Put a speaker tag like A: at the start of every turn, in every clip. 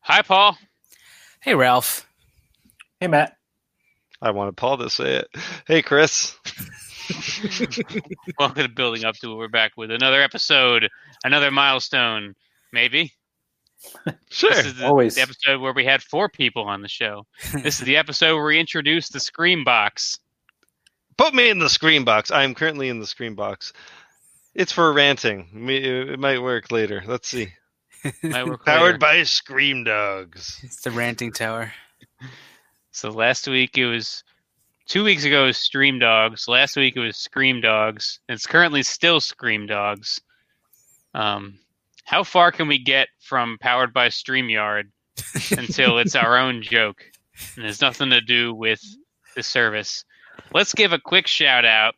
A: Hi, Paul.
B: Hey, Ralph.
C: Hey, Matt.
D: I wanted Paul to say it. Hey, Chris.
A: Welcome to Building Up to It. We're back with another episode, another milestone, maybe.
D: Sure.
A: This is the,
C: Always.
A: the episode where we had four people on the show. This is the episode where we introduced the Scream Box.
D: Put me in the screen box. I am currently in the screen box. It's for ranting. Me- It might work later. Let's see. Powered by Scream Dogs.
B: It's the ranting tower.
A: So last week it was two weeks ago it was Stream Dogs. Last week it was Scream Dogs. It's currently still Scream Dogs. Um, how far can we get from powered by StreamYard until it's our own joke and there's nothing to do with the service? Let's give a quick shout out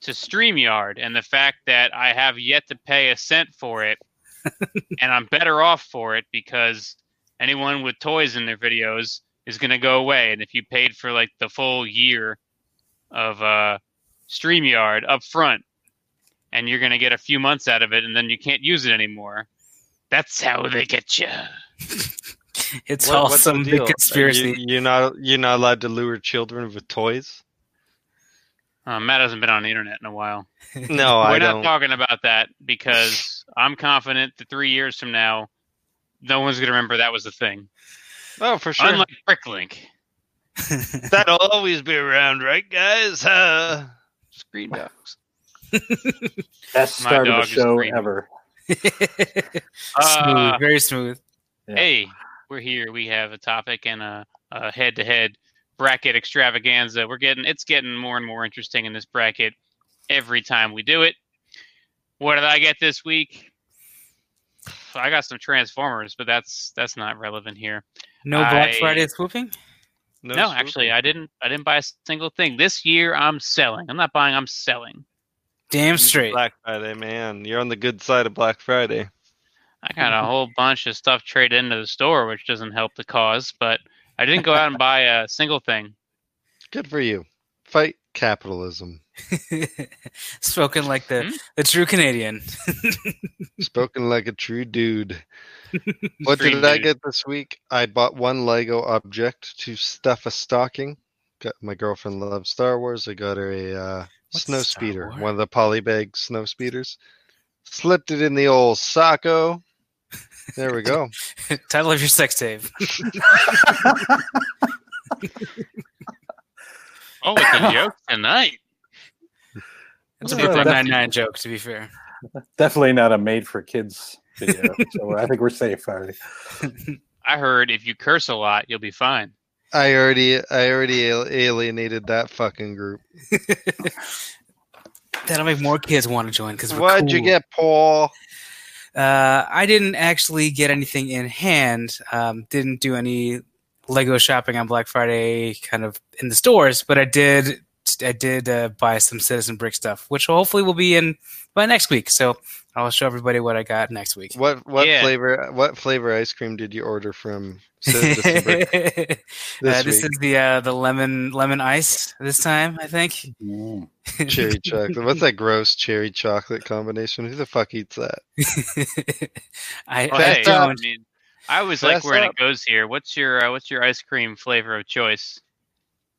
A: to StreamYard and the fact that I have yet to pay a cent for it and I'm better off for it because anyone with toys in their videos is going to go away. And if you paid for like the full year of uh, StreamYard up front, and you're going to get a few months out of it, and then you can't use it anymore, that's how they get you.
B: It's
D: What-
B: all
D: what's the
B: some big
D: deal?
B: conspiracy.
D: You, you're not you're not allowed to lure children with toys.
A: Uh, Matt hasn't been on the internet in a while.
D: No, Oh, I
A: We're not
D: don't.
A: talking about that because I'm confident that three years from now, no one's going to remember that was the thing.
D: oh, for sure.
A: Unlike Bricklink.
D: That'll always be around, right, guys? Uh,
A: Screen dogs.
C: Best
A: My
C: start of
A: dog is
C: the show
A: screaming.
C: ever.
A: Uh,
D: Uh,
B: smooth, very smooth.
C: Yeah.
A: hey, we're here. We have a topic and a, a head-to-head bracket extravaganza. We're getting it's getting more and more interesting in this bracket every time we do it. What did I get this week? I got some Transformers, but that's that's not relevant here.
B: No Black
A: I-
B: Friday swooping.
A: No,
D: swoop.
A: actually, I didn't. I didn't buy a single thing this year. I'm selling. I'm not buying. I'm selling.
B: Damn straight.
D: Black Friday, man. You're on the good side of Black Friday.
A: I got a whole bunch of stuff traded into the store, which doesn't help the cause. But I didn't go out and buy a single thing.
D: Good for you. Fight capitalism.
B: Spoken like the
A: Hmm?
B: the true Canadian.
D: Spoken like a true dude. What
A: True
D: did I
A: dude.
D: get this week? I bought one Lego object to stuff a stocking. Got, my girlfriend loves Star Wars. I got her a uh,
B: What's
D: snow
B: Star
D: speeder,
B: Wars?
D: one of the polybag snow speeders. Slipped it in the old socko. There we go.
B: Title of your sex tape.
A: Oh, it's a joke tonight.
B: It's a
C: Yeah,
B: Brooklyn
C: that's-
B: Nine Nine joke, to be fair.
C: Definitely not a made for kids video. so I think we're safe. Already.
A: I heard if you curse a lot, you'll be fine.
D: I already, I already al- alienated that fucking group.
B: That'll make more kids want to join because
D: What'd you get, Paul?
B: Uh, I didn't actually get anything in hand. Um, didn't do any Lego shopping on Black Friday, kind of in the stores, but I did. I did uh, buy some Citizen Brick stuff, which hopefully will be in by next week. So I'll show everybody what I got next week.
D: What what
A: Yeah.
D: flavor what flavor ice cream did you order from Citizen Brick
B: this
D: this
B: uh, this
D: week?
B: is the uh, the lemon lemon ice this time, I think.
C: Mm.
D: cherry chocolate. What's that gross cherry chocolate combination? Who the fuck eats that?
B: I,
A: Oh,
D: Fess
A: hey,
D: up.
A: I mean, I always like
D: Fess
A: where
D: up.
A: it goes here. What's your uh, what's your ice cream flavor of choice?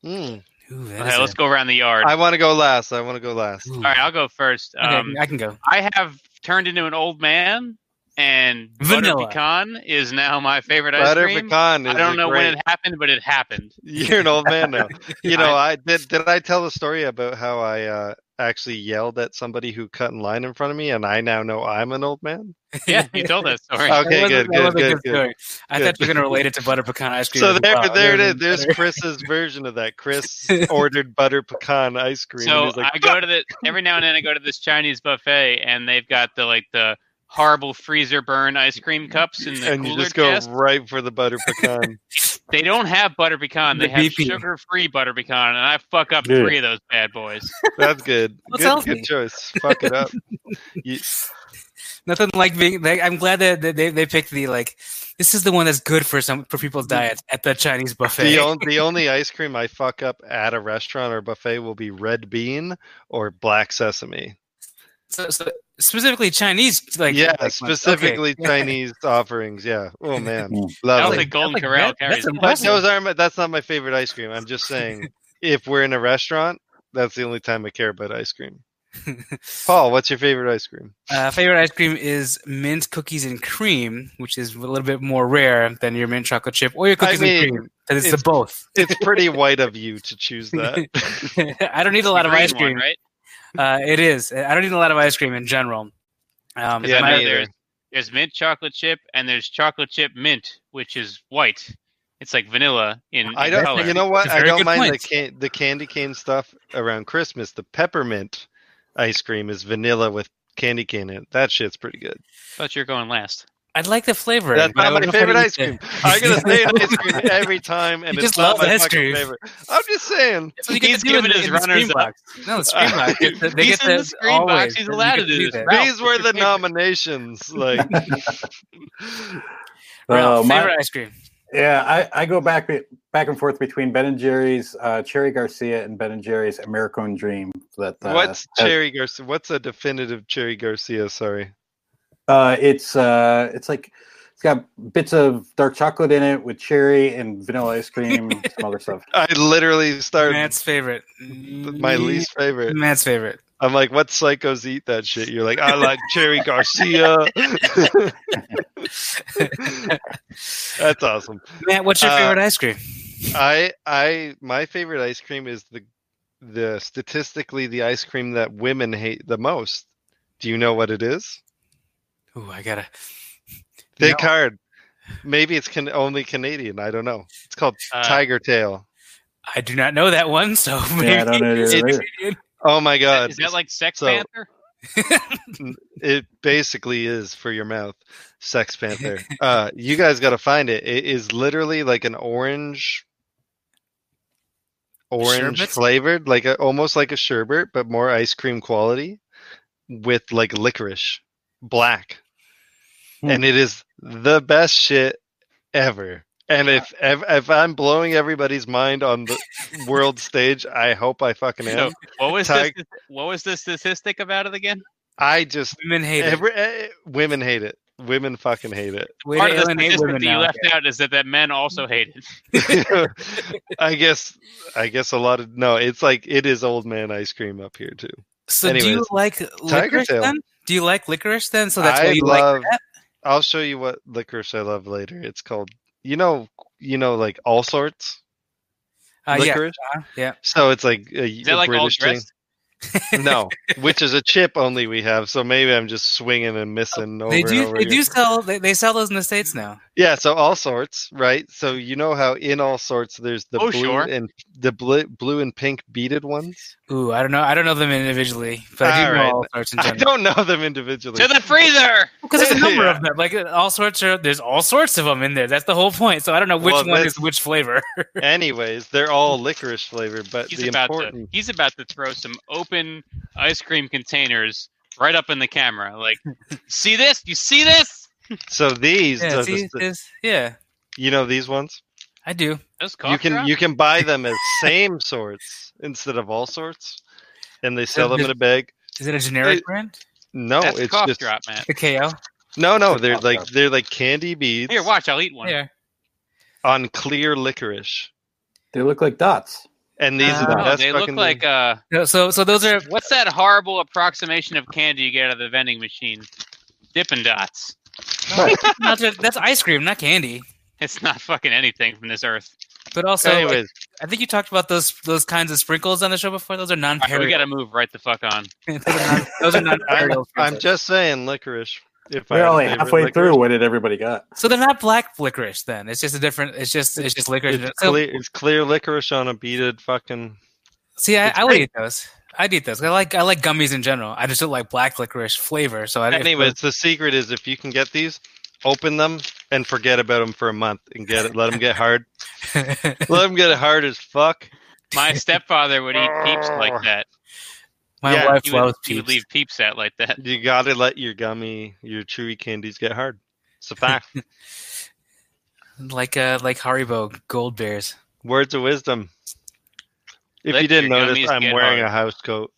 D: Mm.
B: Ooh, that is
A: Okay,
B: a-
A: let's go around the yard.
D: I want to go last. I want to go last.
B: Ooh.
A: All right, I'll go first.
B: Okay,
A: Um,
B: I can go.
A: I have turned into an old man, and butter
B: Vanilla.
A: pecan is now my favorite ice
D: Butter
A: cream.
D: pecan. Is
A: I don't know
D: great.
A: when it happened, but it happened.
D: You're an old man now. You know, I did. Did I tell the story about how I uh, actually yelled at somebody who cut in line in front of me, and I now know I'm an old man?
A: Yeah, you told that story.
D: Okay,
B: That was a-
D: good,
B: that
D: good,
B: was a
D: good, good.
B: story. I thought
D: Good.
B: you were going to relate it to butter pecan ice cream.
D: So
B: as
D: there,
B: well.
D: there it
B: That
D: is.
B: would've been
D: There's
B: better.
D: Chris's version of that. Chris ordered butter pecan ice cream. and
A: So
D: he's like,
A: I go to the every now and then I go to this Chinese buffet and they've got the like the horrible freezer burn ice cream cups in the
D: and you
A: cooler
D: just go
A: chest.
D: right for the butter pecan.
A: They don't have butter pecan. They
B: The
A: have
B: BP.
A: sugar-free butter pecan, and I fuck up
C: Dude.
A: three of those bad boys.
D: That's good.
B: That's
D: good,
B: healthy.
D: good choice. Fuck it up. You-
B: Nothing like being. Like, I'm glad that that they, they picked the like. This is the one that's good for some for people's diets at the Chinese buffet.
D: The, on, the only ice cream I fuck up at a restaurant or buffet will be red bean or black sesame.
B: so, so, specifically Chinese, like
D: yeah,
B: like ones.
D: specifically
B: Okay.
D: Chinese offerings. Yeah. Oh man,
A: I
C: Mm.
A: don't
D: lovely.
A: think Golden
B: Like,
A: Corral
B: that-
A: carries.
B: that's
A: it.
D: But
B: impressive.
D: those are my, that's not my favorite ice cream. I'm just saying, if we're in a restaurant, that's the only time I care about ice cream. Paul, what's your favorite ice cream?
B: Uh, favorite ice cream is mint cookies and cream, which is a little bit more rare than your mint chocolate chip or your cookies and
D: mean,
B: cream. 'cause it's,
D: it's-
B: the both.
D: It's pretty white of you to choose that.
B: I don't need a lot of
A: Green
B: ice
A: one,
B: cream.
A: right?
B: uh, it is. I don't need a lot of ice cream in general. Um,
A: Yeah,
B: my-
A: me either. There's mint chocolate chip and there's chocolate chip mint, which is white. It's like vanilla in,
D: I
A: in color.
D: don't. You know what?
B: It's a
D: I
B: very
D: don't
B: good
D: mind the
B: point.
D: can- the candy cane stuff around Christmas. The peppermint ice cream is vanilla with candy cane in it. That shit's pretty good.
A: thought you were going last.
B: I'd like the flavor.
D: That's
B: but I
D: not my
B: wouldn't know if
D: favorite
B: I'd
D: ice
B: eat it.
D: cream. I'm gonna say an ice cream every time, and
B: You
D: it's
B: just
D: not
B: love
D: my
B: ice
D: fucking
B: cream.
D: favorite. I'm just saying.
B: That's what you get
A: He's
B: to do in
A: giving
B: the,
A: his
B: in the
A: runners
B: screen
A: up.
B: box. No, the screen
D: Uh,
B: box. It's- They
A: he's
B: get
A: in the
B: to
A: screen box.
B: always,
A: He's
B: and you
A: allowed
B: get
A: to do this.
B: that.
A: Ralph, what's
D: These were
A: your
D: the
A: favorite?
D: nominations. Like,
B: Ralph,
C: So Uh, my-
B: favorite ice cream.
C: yeah, I, I go back be- back and forth between Ben and Jerry's uh, Cherry Garcia and Ben and Jerry's American Dream. That uh,
D: what's
C: has-
D: Cherry Garcia? What's a definitive Cherry Garcia? Sorry.
C: Uh, it's uh, it's like it's got bits of dark chocolate in it with cherry and vanilla ice cream, and some other stuff.
D: I literally started
B: Matt's favorite.
D: my least favorite.
B: Matt's favorite.
D: I'm like, what psychos eat that shit? You're like, I like Cherry Garcia. That's awesome.
B: Matt, what's your
D: Uh,
B: favorite ice cream?
D: I I my favorite ice cream is the the statistically the ice cream that women hate the most. Do you know what it is?
B: Ooh, I gotta.
D: Think hard. Maybe it's can only Canadian. I don't know. It's called
A: Uh,
D: Tiger Tail.
B: I do not know that one, so maybe.
C: Yeah, I don't know either.
D: It's- Oh my god!
A: Is that like Sex
D: so-
A: Panther?
D: it basically is for your mouth sex panther uh you guys got to find it it is literally like an orange orange
B: Sherbet?
D: flavored like a, almost like a sherbet but more ice cream quality with like licorice black
C: Hmm.
D: and it is the best shit ever and if, if if i'm blowing everybody's mind on the world stage i hope i fucking am
A: So, what was
D: Tig-
A: this, what was the statistic about it again?
D: i just
B: Women hate it.
D: Every, eh, women hate it. Women fucking hate it.
B: Way
A: Part
B: to
A: of the
B: alienate
A: statistic
B: women
A: that you
B: now.
A: left out is that, that men also hate it.
D: I guess. I guess a lot of no. It's like it is old man ice cream up here too.
B: So do you
D: Anyways.
B: like licorice
D: Tail.
B: then? Do you like licorice then? So that's
D: I
B: why you
D: love-
B: like that?
D: I'll show you what licorice I love later. It's called you know you know like all sorts
B: Uh, yeah.
D: licorice.
B: Uh, yeah.
D: So it's like a,
A: Is that like all
D: British
A: dressed?
D: thing. no, which is a chip only we have. So maybe I'm just swinging and missing over
B: They
D: and
B: do.
D: over
B: They do
D: again.
B: sell. They, they sell those in the states now.
D: Yeah, so all sorts, right? So you know how in all sorts there's the
A: Oh,
D: blue
A: sure.
D: and the blue, blue and pink beaded ones.
B: Ooh, I don't know. I don't know them individually, but I do
D: All
B: know
D: right.
B: all sorts in
D: I
B: general.
D: don't know them individually.
A: To the freezer.
B: Because there's a number
D: Yeah.
B: of them. Like all sorts are. There's all sorts of them in there. That's the whole point. So I don't know which
D: Well,
B: one
D: that's-
B: is which flavor.
D: Anyways, they're all licorice flavored, but
A: He's
D: Uh, the
A: about
D: important
A: to he's about to throw some open ice cream containers right up in the camera. Like, see this? You see this?
D: so these
B: yeah,
D: are the-
B: see, it's- yeah,
D: you know these ones
B: I do.
A: Those cough
D: you can
A: drops?
D: you can buy them as same sorts instead of all sorts, and they sell them in a bag.
B: Is it a generic
D: It-
B: brand?
D: No,
A: That's
D: it's
A: cough
D: just
A: drop, man.
B: The KO.
D: no, no. They're
C: Cough
D: like
C: drop.
D: they're like candy beads
A: Here, watch. I'll eat one.
B: Yeah.
D: on clear licorice,
C: They look like dots.
D: and these are
B: Oh,
D: the
A: No,
D: best.
A: they look
D: fucking-
A: like uh,
B: No, So so those are.
A: what's that horrible approximation of candy you get out of the vending machine? Dippin' Dots.
C: Right.
B: not- that's ice cream, not candy.
A: It's not fucking anything from this earth.
B: But also, like,
D: Anyways,
B: I think you talked about those those kinds of sprinkles on the show before. Those are non
A: All right, we
B: perishable.
A: gotta move right the fuck on.
B: those are non perishable.
D: I'm just saying licorice. If
C: We're
D: I
C: only halfway
D: halfway
C: through. What did everybody got?
B: So they're not black licorice then. It's just a different. It's just it's just licorice.
D: It's
B: So-
D: clear, it's clear licorice on a beaded fucking.
B: see, I,
D: it's
B: I would
D: great.
B: eat those. I'd eat those. I like I like gummies in general. I just don't like black licorice flavor. So I
D: Anyways, the secret is if you can get these, open them and forget about them for a month and get it. Let them get hard. Let them get hard as fuck.
A: My stepfather would eat peeps like that.
B: my
D: yeah,
B: wife
A: He would,
B: loves
A: he would
B: peeps.
A: leave peeps out like that.
D: You gotta let your gummy, your chewy candies get hard. It's a fact.
B: Like uh like Haribo gold bears.
D: Words of wisdom. If
A: Let
D: you didn't
A: your
D: notice,
A: gummies
D: I'm
A: get
D: wearing
A: hard.
D: a house coat.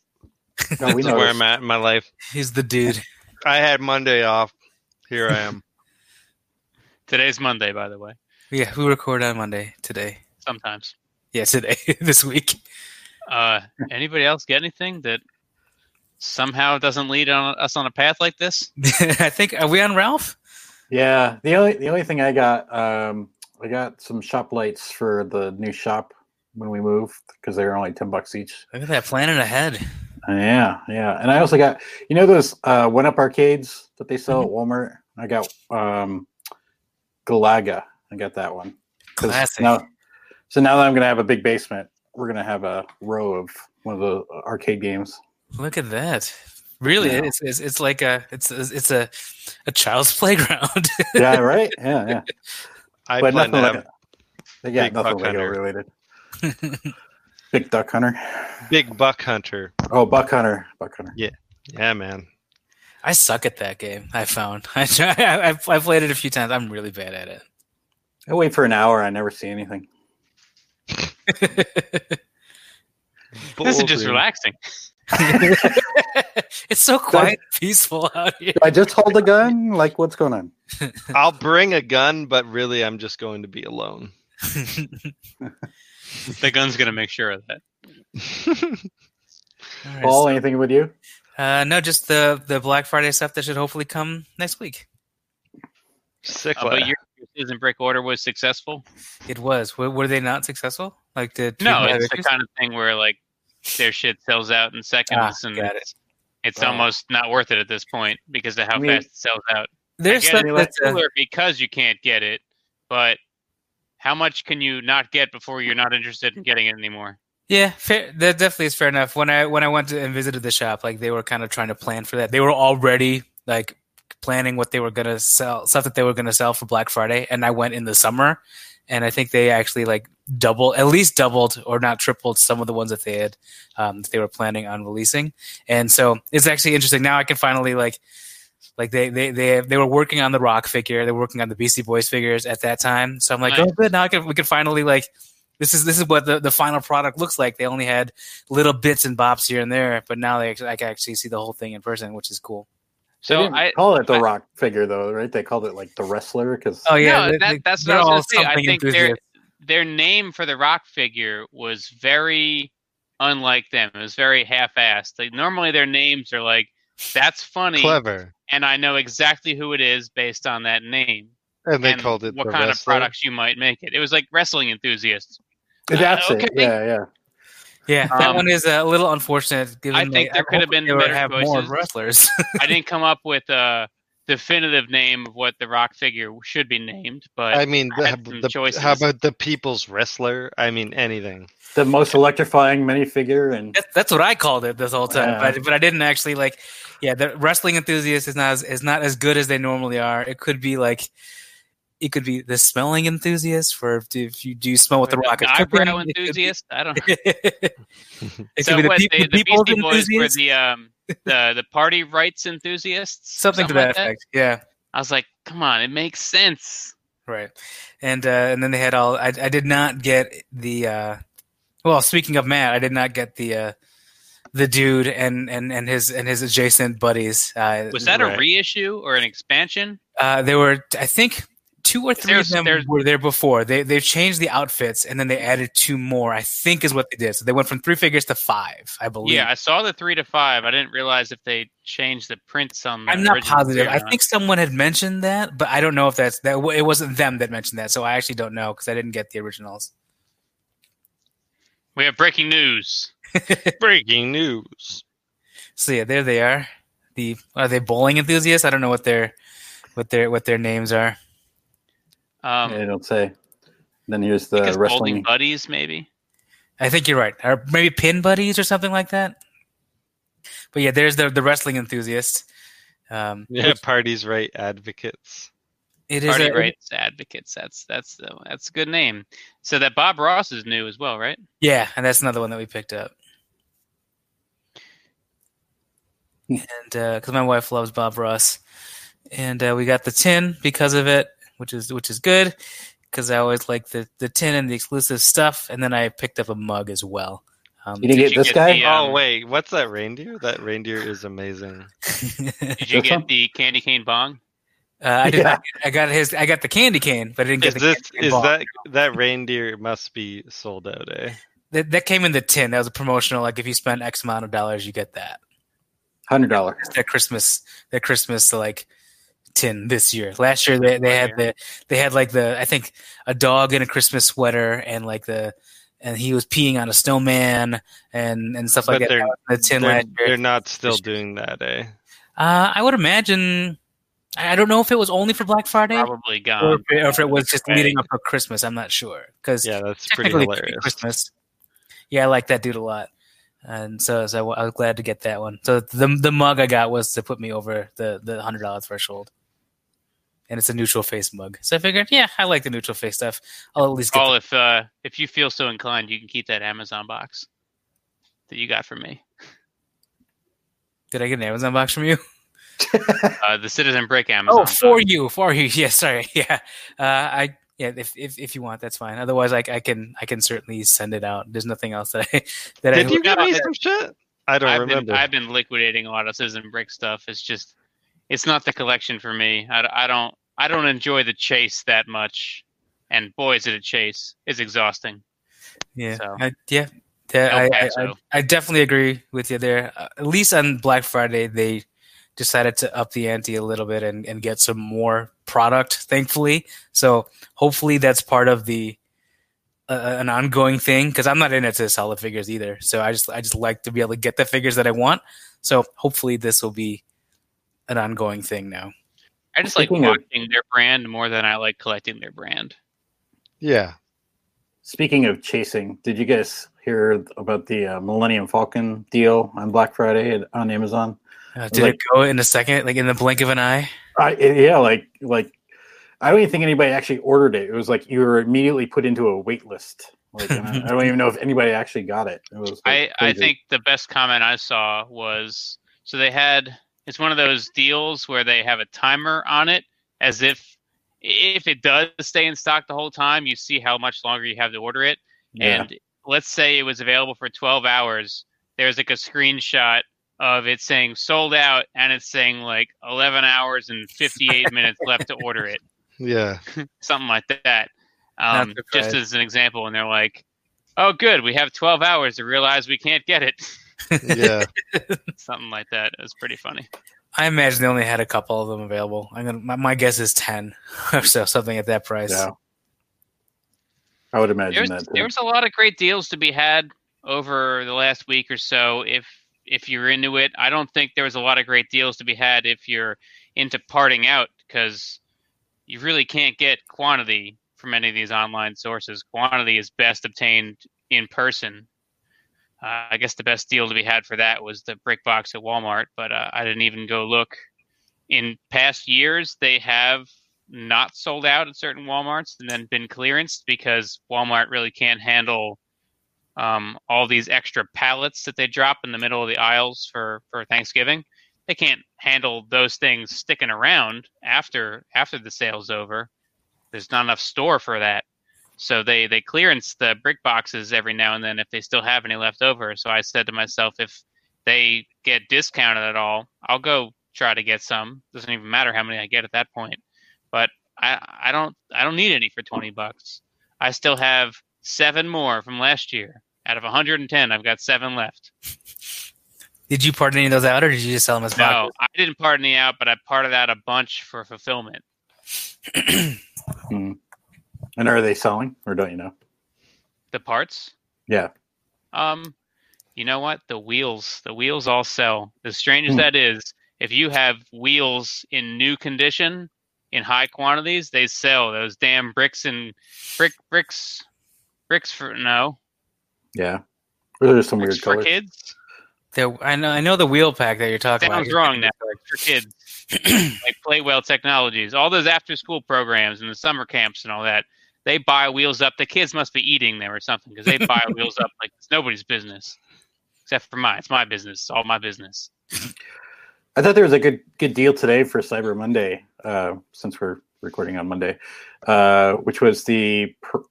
C: No, we
D: This is where
C: know.
D: I'm at in my life.
B: He's the dude.
D: I had Monday off. Here I am.
A: Today's Monday, by the way.
B: Yeah, we record on Monday today.
A: Sometimes.
B: Yeah, today this week.
A: Uh, anybody else get anything that somehow doesn't lead on, us on a path like this?
B: I think are we on Ralph?
C: Yeah, the only the only thing I got, um, I got some shop lights for the new shop when we moved because they were only ten bucks each. Uh,
B: Look at that planet ahead.
C: Yeah, yeah, and I also got you know those uh, one up arcades that they
D: Mm-hmm.
C: sell at Walmart. I got um, Galaga. I got that one. 'Cause
B: Classic.
C: Now, so now that I'm gonna have a big basement, we're gonna have a row of one of the uh, arcade games.
B: Look at that. Really,
C: Yeah.
B: it's, it's it's like a it's it's a a child's playground.
C: Yeah, right. Yeah, yeah.
D: I plan to have
C: They got
D: Big
C: nothing
D: Buck
C: Lego
D: Hunter.
C: related. Big Duck Hunter.
D: Big Buck Hunter.
C: Oh, Buck Hunter. Buck Hunter.
D: Yeah, man.
B: I suck at that game. I found I try, I, I played it a few times. I'm really bad at it.
C: I wait for an hour. I never see anything.
A: This is
D: Boulder.
A: just relaxing.
B: it's so quiet, peaceful out here.
C: Do I just hold a gun? Like, what's going on?
D: I'll bring a gun, but really, I'm just going to be alone.
A: The gun's going to make sure of that.
B: All right,
C: Paul, anything with you?
B: so- uh, no, just the the Black Friday stuff that should hopefully come next week.
D: Sick.
A: Uh, but your precision brick order was successful.
B: It was. Were, were they not successful? Like did people
A: No,
B: have
A: it's the
B: issues?
A: kind of thing where like their shit sells out in seconds, and
B: got it.
A: it's, it's
C: Right.
A: almost not worth it at this point because of how
C: I mean-
A: fast it sells out.
B: there's
A: I get
B: stuff
A: it,
B: that's uh,
A: cooler because you can't get it, but how much can you not get before you're not interested in getting it anymore?
B: Yeah, fair, that definitely is fair enough. When I when I went to, and visited the shop, like they were kind of trying to plan for that. They were already like planning what they were gonna sell, stuff that they were gonna sell for Black Friday. And I went in the summer, and I think they actually like double, at least doubled or not tripled some of the ones that they had um, that they were planning on releasing. And so it's actually interesting. Now I can finally like like they they they they were working on the Rock figure, they were working on the Beastie Boys figures at that time. So I'm like,
A: Nice.
B: oh good, now I can we can finally like this is this is what the, the final product looks like. They only had little bits and bobs here and there, but now they actually, I can actually see the whole thing in person, which is cool.
A: So
C: they didn't
A: I
C: call it the
A: I-
C: Rock figure, though, right? They called it like the wrestler because
B: Oh yeah,
A: no,
B: they-
A: that,
B: they-
A: that's
B: they're
A: what I
B: all
A: was going to say. I
B: something
A: think their
B: enthusiasts.
A: their name for the rock figure was very unlike them. It was very half-assed. Like normally their names are like, "That's funny,"
D: Clever.
A: and I know exactly who it is based on that name.
D: And they
A: and
D: called it
A: what
D: the
A: kind of
D: wrestler.
A: products you might make it. It was like wrestling enthusiasts.
C: that's
A: okay.
C: it. Yeah, yeah.
B: Yeah, that
A: Um,
B: one is a little unfortunate. Given
A: I think
B: like,
A: there could have
B: hopefully
A: been
B: they would
A: better
B: have more
A: choices.
B: wrestlers.
A: I didn't come up with a definitive name of what the rock figure should be named, but
D: I mean,
A: I
D: the,
A: had some
D: the-
A: choices.
D: how about the people's wrestler? I mean, anything.
C: The most electrifying minifigure, and
B: That- that's what I called it this whole time,
C: Yeah.
B: but, I- but I didn't actually like. Yeah, the wrestling enthusiast is not as, is not as good as they normally are. It could be like, it could be the smelling enthusiast for if, if you do you smell what the
A: the
B: rock is cooking.
A: eyebrow
B: It could be-
A: enthusiast. I don't know.
B: it could
A: So
B: be the,
A: what,
B: peop-
A: they,
B: the
A: the
B: people's
A: Beastie Boys were
B: enthusiast,
A: the um the the party rights enthusiasts,
B: something to
A: like
B: that effect. Yeah,
A: I was like, come on, it makes sense.
B: right. And uh, and then they had all. I, I did not get the. Uh, well, speaking of Matt, I did not get the. Uh, the dude and, and, and his and his adjacent buddies. Uh,
A: Was that a
D: Right.
A: reissue or an expansion?
B: Uh, there were, I think, two or three
A: There's-
B: of them
A: there's-
B: were there before. They they've changed the outfits and then they added two more. I think is what they did. So they went from three figures to five, I believe.
A: Yeah, I saw the three to five. I didn't realize if they changed the prints on. The
B: I'm not
A: original
B: positive.
A: three or
B: I
A: not.
B: think someone had mentioned that, but I don't know if that's that. It wasn't them that mentioned that, so I actually don't know because I didn't get the originals.
A: we have breaking news.
D: Breaking news.
B: So yeah, there they are. The are they bowling enthusiasts? I don't know what their what their what their names are.
A: Um,
C: they don't say. Then here's the
A: because
C: wrestling.
A: Bowling Buddies, maybe.
B: I think you're right. Or maybe pin buddies or something like that. But yeah, there's the the wrestling enthusiast. Um,
D: Yeah, parties right advocates.
B: it is
A: Party
B: a-
A: rights advocates. That's that's the, that's a good name. So that Bob Ross is new as well, right?
B: Yeah, and that's another one that we picked up.
C: Hmm.
B: and because my wife loves Bob Ross, and uh, we got the tin because of it, which is which is good because I always like the the tin and the exclusive stuff. And then I picked up a mug as well. Um,
C: You didn't
A: Did
C: get
A: you
C: this
A: get
C: guy?
A: the, uh,
D: Oh
A: Um,
D: wait, what's that reindeer? That reindeer is amazing.
A: Did you
C: This
A: get
C: one?
A: the candy cane bong?
B: uh, I, did
C: Yeah.
B: not get, I got his. I got the candy cane, but I didn't
D: Is
B: get the
D: this
B: candy cane
D: is
B: ball.
D: that that reindeer must be sold out, eh?
B: that that came in the tin. That was a promotional. Like if you spend X amount of dollars, you get that.
C: Hundred dollar.
B: That Christmas. That Christmas like tin this year. Last year they,
D: Oh,
B: they had the they had like the I think a dog in a Christmas sweater and like the and he was peeing on a snowman and and stuff like
D: But
B: that. that. was in The tin
D: They're,
B: last
D: they're
B: year.
D: not still doing that, eh?
B: Uh, I would imagine. I I don't know if it was only for Black Friday or
A: Probably
B: if,
A: gone.
B: it, or if it was just
A: Right.
B: leading up to Christmas. I'm not sure because
D: Yeah, that's pretty
B: technically
D: hilarious.
B: Christmas. Yeah, I like that dude a lot, and so, so I wa- I was glad to get that one. So the the mug I got was to put me over the the hundred dollar threshold, and it's a neutral face mug. So I figured, yeah, I like the neutral face stuff. I'll at least get.
D: Oh.
A: Paul, if uh, if you feel so inclined, you can keep that Amazon box that you got from me.
B: the- did I get an Amazon box from you?
A: Uh, the Citizen Brick Amazon.
B: Oh, for
A: box.
B: you, for you. Yeah, sorry. Yeah, uh, I yeah. If, if if you want, that's fine. Otherwise, I, I can I can certainly send it out. There's nothing else that I that I
D: Did you
A: No,
D: give me
A: it-
D: some shit? I don't
A: I've
D: remember.
A: been I've been liquidating a lot of Citizen Brick stuff. It's just it's not the collection for me. I, d- I don't I don't enjoy the chase that much. And boy, is it a chase! It's exhausting.
B: Yeah,
A: So-
B: I, yeah, yeah.
A: El
B: I- I, I,
A: Paso.
B: I definitely agree with you there. Uh, at least on Black Friday, they decided to up the ante a little bit and, and get some more product. Thankfully, so hopefully that's part of the uh, an ongoing thing because I'm not in it to sell the figures either. So I just I just like to be able to get the figures that I want. So hopefully this will be an ongoing thing now.
A: I just like
C: Speaking of-
A: watching their brand more than I like collecting their brand.
D: yeah.
C: Speaking of chasing, did you guys hear about the uh, Millennium Falcon deal on Black Friday at- on Amazon?
B: Uh, did
C: Like-
B: it go in a second, like in the blink of an eye?
C: I yeah, like like I don't even think anybody actually ordered it. It was like you were immediately put into a wait list. Like and I, I don't even know if anybody actually got it. It was. like,
A: I, I
C: crazy.
A: think the best comment I saw was so they had it's one of those deals where they have a timer on it as if if it does stay in stock the whole time you see how much longer you have to order it
C: Yeah.
A: and let's say it was available for 12 hours there's like a screenshot of it saying sold out and it's saying like 11 hours and 58 minutes left to order it
D: Yeah.
A: something like that. Um,
B: surprised.
A: just as an example, and they're like, "Oh, good, we have 12 hours to realize we can't get it."
D: Yeah.
A: something like that. It was pretty funny.
B: I imagine they only had a couple of them available. I'm gonna, my, my guess is ten or so, something at that price.
C: Yeah. I would imagine
A: There's
C: that. too.
A: there's a lot of great deals to be had over the last week or so. If if you're into it, I don't think there was a lot of great deals to be had if you're into parting out because you really can't get quantity from any of these online sources. Quantity is best obtained in person. Uh, I guess the best deal to be had for that was the brick box at Walmart, but uh, I didn't even go look. In past years, they have not sold out at certain Walmarts and then been clearanced because Walmart really can't handle um, all these extra pallets that they drop in the middle of the aisles for, for Thanksgiving. They can't handle those things sticking around after after the sale's over. There's not enough store for that. So they they clearance the brick boxes every now and then if they still have any left over. So I said to myself, if they get discounted at all, I'll go try to get some. Doesn't even matter how many I get at that point. I, I don't I don't need any for twenty bucks. I still have seven more from last year. Out of 110, I've got seven left.
B: Did you part any of those out, or did you just sell them as
A: No, I didn't part any out, but I parted out a bunch for fulfillment.
C: and are they selling or don't you know?
A: The parts,
C: Yeah.
A: um, you know what? The wheels, the wheels all sell. As strange as
C: Hmm.
A: that is, if you have wheels in new condition, in high quantities, they sell those damn bricks and brick bricks, bricks for no
C: Yeah. Those are some
A: bricks
C: weird
A: for
C: colors.
A: kids.
B: There, I know, I know the wheel pack that you're talking
A: Sounds
B: about.
A: wrong now. for kids, like Playwell Technologies, all those after-school programs and the summer camps and all that. They buy wheels up. The kids must be eating them or something because they buy wheels up like it's nobody's business, except for mine. It's my business. It's all my business.
C: I thought there was a good good deal today for Cyber Monday, uh, since we're recording on Monday, uh, which was the per-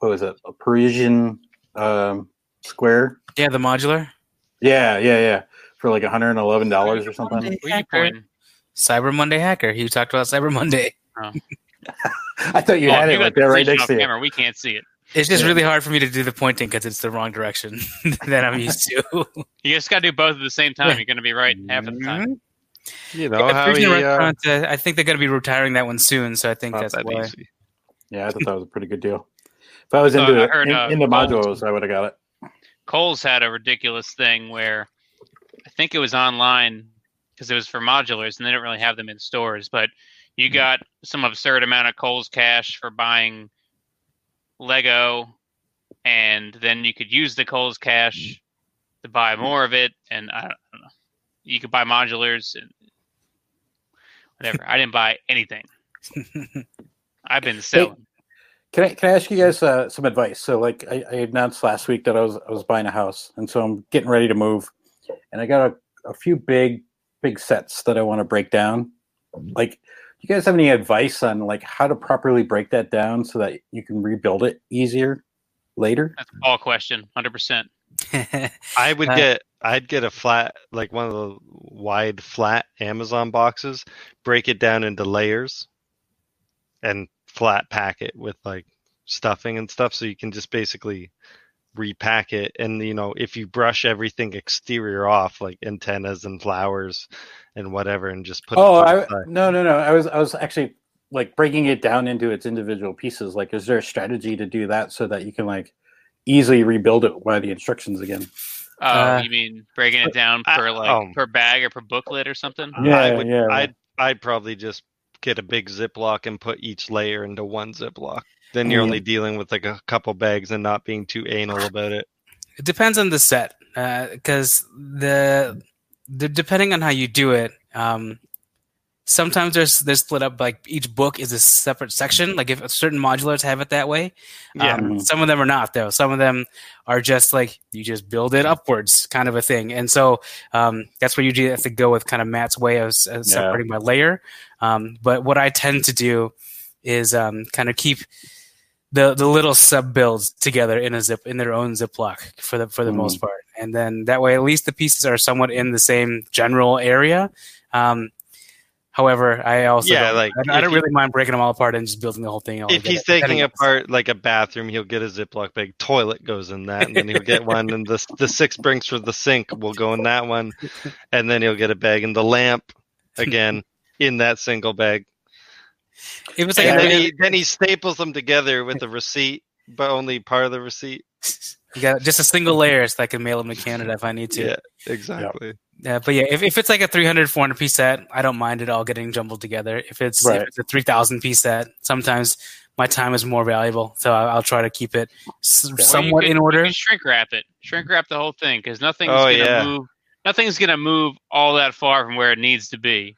C: what was it a Parisian um, square.
B: Yeah, the modular.
C: Yeah, yeah, yeah. For like hundred and eleven dollars or something.
B: Monday Hacker. Cyber Monday Hacker. He talked about Cyber Monday.
A: Oh.
C: I thought you
A: Oh,
C: had
A: if
C: it
A: got
C: like
A: the
C: there right
A: position
C: next
A: off
C: to you.
A: camera, We can't see it.
B: It's just really hard for me to do the pointing because it's the wrong direction that I'm used to.
A: You just got to do both at the same time. You're going to be right half of the time.
D: You know
B: Yeah,
D: Mm-hmm. how
B: Fusion
D: he uh,
B: Restaurant, uh, I think they're going to be retiring that one soon, so I think
D: not
B: that's
D: that
B: why.
D: easy.
C: Yeah, I thought that was a pretty good deal. If I was
A: Uh,
C: into
A: I
C: it,
A: heard,
C: in,
A: uh,
C: in the
A: Gold-
C: modules, I would have got it.
A: Cole's had a ridiculous thing where I think it was online because it was for modulars and they don't really have them in stores, but you got some absurd amount of Cole's cash for buying Lego, and then you could use the Cole's cash to buy more of it, and I don't, I don't know. You could buy modulars and whatever. I didn't buy anything. I've been selling.
C: Can I can I ask you guys uh, some advice? So, like, I, I announced last week that I was I was buying a house, and so I'm getting ready to move, and I got a, a few big big sets that I want to break down. Like, do you guys have any advice on like how to properly break that down so that you can rebuild it easier later?
A: That's all question, hundred percent.
D: I would
B: Uh,
D: get I'd get a flat like one of the wide flat Amazon boxes, break it down into layers and flat pack it with like stuffing and stuff so you can just basically repack it and you know if you brush everything exterior off like antennas and flowers and whatever and just put
C: Oh,
D: it to
C: I,
D: the side.
C: no, no, no. I was I was actually like breaking it down into its individual pieces. Like, is there a strategy to do that so that you can like easily rebuild it by the instructions again?
A: Oh,
B: Uh,
A: you mean breaking it down
D: I-
A: per like
D: um,
A: per bag or per booklet or something?
C: Yeah,
D: I would
C: yeah.
D: I'd I'd probably just get a big Ziploc and put each layer into one Ziploc. Then you're
C: Mm.
D: only dealing with like a couple bags and not being too anal about it.
B: It depends on the set, because the, the depending on how you do it, um, sometimes they're s- they're split up. Like each book is a separate section. Like if certain modulars have it that way,
D: Yeah.
B: um, some of them are not though. Some of them are just like you just build it upwards, kind of a thing. And so um, that's where you do have to go with kind of Matt's way of s- uh, separating by layer. Um, but what I tend to do is um, kind of keep the the little sub builds together in a zip in their own ziploc for the for the
C: Mm.
B: most part, and then that way at least the pieces are somewhat in the same general area. Um, however, I also
D: Yeah,
B: don't,
D: like,
B: I, I
D: if
B: don't
D: you-
B: really mind breaking them all apart and just building the whole thing. all
D: If
B: together,
D: he's taking
B: depending on-
D: apart like a bathroom, he'll get a Ziploc bag. Toilet goes in that, and then he'll get one. And the the six brings for the sink will go in that one, and then he'll get a bag and the lamp again in that single bag.
B: if it's like
D: And
B: a-
D: then he then he staples them together with a receipt, but only part of the receipt.
B: You got just a single layer so I can mail them to Canada if I need to.
D: Yeah, exactly.
B: Yeah, but yeah, if, if it's like a 300, 400 piece set, I don't mind it all getting jumbled together. If it's,
C: Right.
B: if it's a 3,000 piece set, sometimes my time is more valuable. So I- I'll try to keep it s-
C: you
A: Or you
B: somewhat
A: could-
B: in
A: you
B: order.
A: could shrink wrap it. Shrink wrap the whole thing because nothing's
D: Oh,
A: gonna
D: yeah.
A: move. Nothing's gonna move all that far from where it needs to be,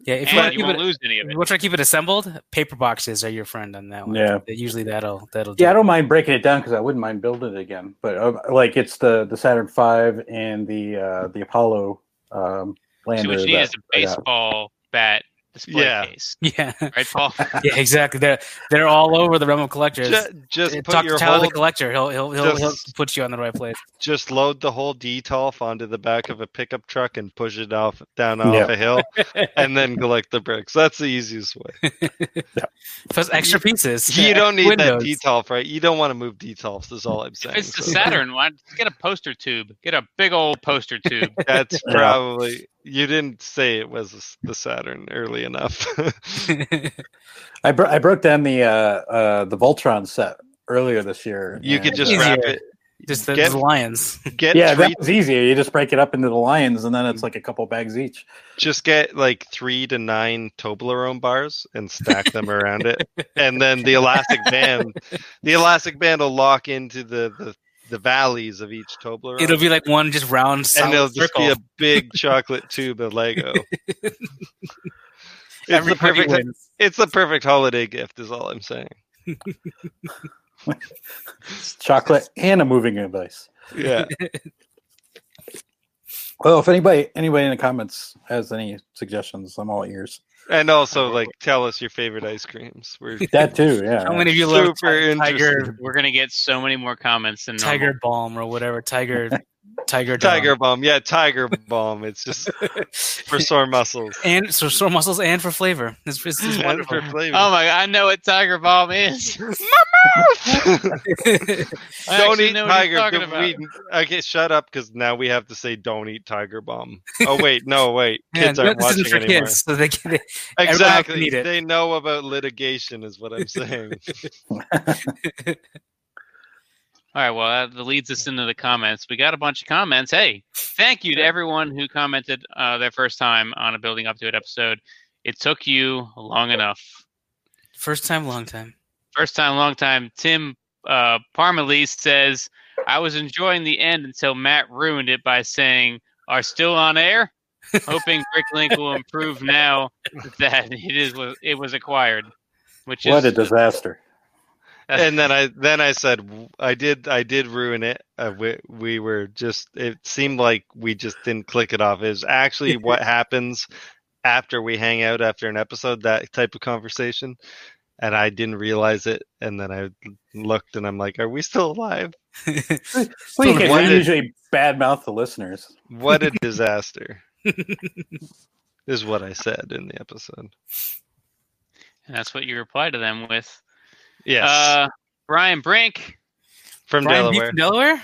B: Yeah, if you
A: and
B: want to
A: you
B: keep
A: won't
B: it,
A: lose any of
B: if
A: it.
B: you want to keep it assembled, paper boxes are your friend on that one.
C: Yeah.
B: Usually that'll, that'll do.
C: Yeah, I don't mind breaking it down because I wouldn't mind building it again. But uh, like, it's the the Saturn Five and the uh, the Apollo um, lander.
A: So what you need
C: that
A: is a
C: I got.
A: baseball bat display
D: Yeah.
A: case,
B: yeah.
A: right, Paul?
B: Yeah, exactly. They're, they're all over the realm of collectors.
D: Ju- just
B: Uh,
D: put
B: Talk to
D: your
B: Tyler
D: whole
B: the collector. He'll, he'll, he'll, he'll
D: Just-
B: put you on the right place.
D: just load the whole detolf onto the back of a pickup truck and push it off down off
C: Yeah.
D: a hill and then collect the bricks. That's the easiest way.
B: Plus extra pieces.
D: You don't need
B: Windows.
D: that detolf, right? You don't want to move detolfs, is all I'm saying.
A: It's the
D: So
A: Saturn one. Get a poster tube. Get a big old poster tube.
D: that's
C: Yeah.
D: probably you didn't say it was the Saturn early enough.
C: I, bro- I broke down the uh, uh, the Voltron set earlier this year.
D: you could
C: and,
D: just
C: uh,
D: wrap
B: Easier.
D: it.
B: Just the,
D: Get-
B: the lions.
D: Get
C: yeah,
D: three,
C: that was easier. You just break it up into the lines, and then it's like a couple bags each.
D: just get like three to nine Toblerone bars and stack them around it, and then the elastic band, the elastic band will lock into the the, the valleys of each Toblerone.
B: It'll be like one just round
D: and it'll
B: solid
D: just be
B: circle.
D: a big chocolate tube of Lego. it's, the
B: Everybody
D: perfect,
B: wins.
D: it's the perfect holiday gift, is all I'm saying.
C: Chocolate and a moving device.
D: Yeah.
C: Well, if anybody anybody in the comments has any suggestions, I'm all ears.
D: And also, like, tell us your favorite ice creams. We're
C: That too, yeah.
B: How many of you love
D: Super
B: ti- tiger
D: interesting.
A: We're gonna get so many more comments than normal.
B: tiger balm or whatever tiger tiger Dom.
D: Tiger Bomb. Yeah, Tiger Bomb. It's just for sore muscles.
B: and so sore muscles and for flavor. It's, it's, it's
D: And
B: wonderful.
D: for flavor.
A: Oh my! God, I know what tiger bomb is. I
D: don't
A: actually
D: eat
A: know what he's
D: tiger.
A: talking
D: don't
A: about.
D: eat- okay, shut up, because now we have to say don't eat tiger bomb. Oh wait, no wait,
B: Yeah,
D: kids aren't
B: this
D: watching
B: isn't for
D: anymore.
B: kids, so they can, they- Everyone else can
D: Exactly,
B: eat it.
D: they know about litigation, is what I'm saying.
A: All right, well, that leads us into the comments. We got a bunch of comments. Hey, thank you to everyone who commented uh, their first time on a Building Up to It episode. It took you long enough.
B: first time, long time.
A: First time, long time. Tim uh, Parmalee says, I was enjoying the end until Matt ruined it by saying, Are still on air? Hoping Bricklink will improve now that it is it was acquired. Which is
C: what a disaster.
D: and then I then I said w- I did I did ruin it. Uh, we, we were just it seemed like we just didn't click it off. Is actually what happens after we hang out after an episode that type of conversation. And I didn't realize it, and then I looked, and I'm like, "Are we still alive?
C: Well, you
D: Sort
C: can
D: of wondered-
C: usually bad mouth the listeners.
D: What a disaster!" is what I said in the episode.
A: and that's what you reply to them with.
D: Yes,
A: Uh, Brian Brink
D: from
B: Brian B
D: Delaware.
B: from Delaware?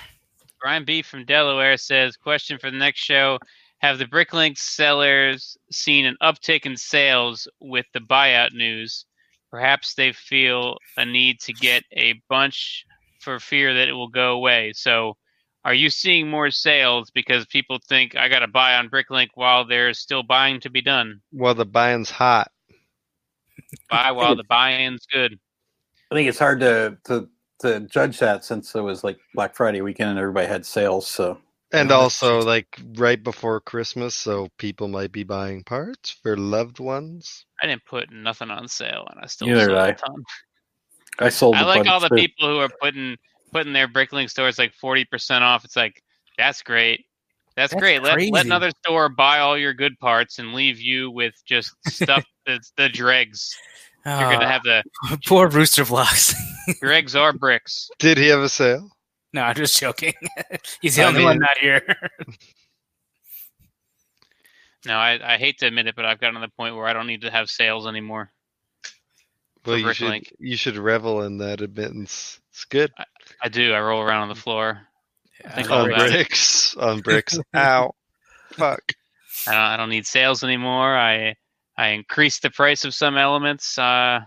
A: Brian B from Delaware says, question for the next show. Have the Bricklink sellers seen an uptick in sales with the buyout news? Perhaps they feel a need to get a bunch for fear that it will go away. So are you seeing more sales because people think I got to buy on Bricklink while there's still buying to be done?
D: well, the buying's hot.
A: Buy while the buy-in's good.
C: I think it's hard to to to judge that since it was like Black Friday weekend and everybody had sales. So
D: And
C: Yeah.
D: also, like right before Christmas, so people might be buying parts for loved ones.
A: I didn't put nothing on sale and I still
C: Neither did
A: sold a
C: I.
A: ton.
C: I sold.
A: I
C: a
A: like
C: bunch,
A: all the
C: too.
A: people who are putting putting their Bricklink stores like forty percent off. It's like that's great. That's,
B: That's
A: great. Let, let
B: crazy.
A: another store buy all your good parts and leave you with just stuff that's the dregs. You're gonna have the
B: Oh, poor Rooster Blocks.
A: dregs are bricks.
D: Did he have a sale?
B: no, I'm just joking. He's the
D: I
B: only one
D: mean-
B: not here.
A: No, I, I hate to admit it, but I've gotten to the point where I don't need to have sales anymore.
D: Well, you
A: Brick
D: should
A: Link.
D: you should revel in that admittance. It's good
A: I do. I roll around on the floor. I think
D: on
A: all about it.
D: bricks. On bricks. Ow, fuck.
A: I don't, I don't need sales anymore. I I increase the price of some elements. Uh,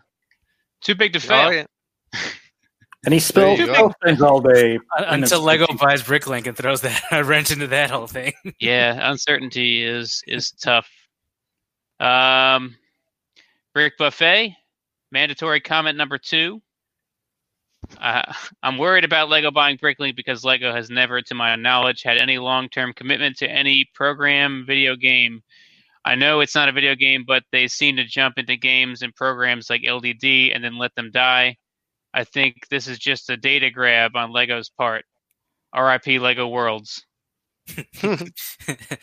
A: too big to fail.
D: Oh, yeah.
C: and he spilled
D: There you
C: spilled things all day. And
B: Until
C: it's-
B: Lego buys Bricklink and throws that a wrench into that whole thing.
A: yeah, uncertainty is is tough. Um, Brick Buffet, mandatory comment number two. Uh, I'm worried about Lego buying Bricklink because Lego has never, to my knowledge, had any long term commitment to any program, video game. I know it's not a video game, but they seem to jump into games and programs like LDD and then let them die. I think this is just a data grab on Lego's part. RIP Lego Worlds.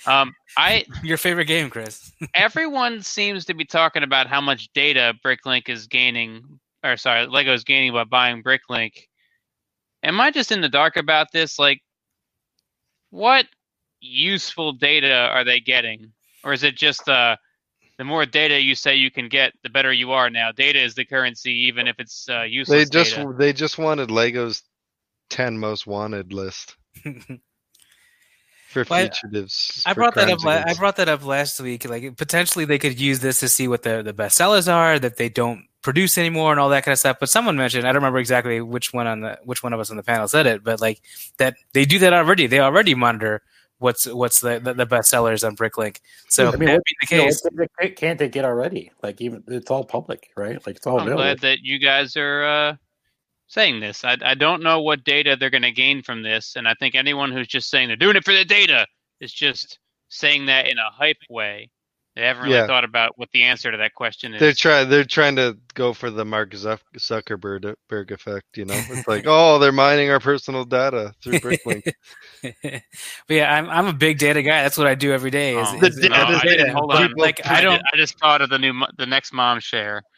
A: Um, I
B: Your favorite game, Chris.
A: everyone seems to be talking about how much data Bricklink is gaining, or sorry, Lego is gaining by buying Bricklink. Am I just in the dark about this? Like, what useful data are they getting, or is it just uh, the more data you say you can get, the better you are now? Data is the currency, even if it's uh,
D: They
A: useless.
D: just
A: data.
D: they just wanted Lego's ten most wanted list for
B: Well, I-
D: fugitives.
B: I
D: for
B: brought that up.
D: crimes
B: La- I
D: against-
B: brought that up last week. Like potentially they could use this to see what the the best sellers are that they don't produce anymore and all that kind of stuff. But someone mentioned I don't remember exactly which one on the which one of us on the panel said it, but like that they do that already. They already monitor what's what's the the, the best sellers on Bricklink. So
C: I mean,
B: that
C: what-
B: being the
C: You know,
B: case,
C: what they- can't they get already? Like even it's all public, right? Like it's
D: Oh,
C: all
A: I'm
C: available.
A: glad that you guys are uh, saying this. I, I don't know what data they're going to gain from this, and I think anyone who's just saying they're doing it for the data is just saying that in a hype way. They haven't really
D: Yeah.
A: thought about what the answer to that question is.
D: They're trying. They're trying to go for the Mark Zuck- Zuckerberg Berg effect. You know, it's like, oh, they're mining our personal data through BrickLink.
B: but yeah, I'm I'm a big data guy. That's what I do every day. Is,
A: Oh,
D: The
B: is-
D: data-
A: no, I didn't-
B: and-
A: hold
B: but,
A: on.
B: Like
A: I
B: I
A: don't.
B: don't.
A: I just thought of the new, mo- the next mom share.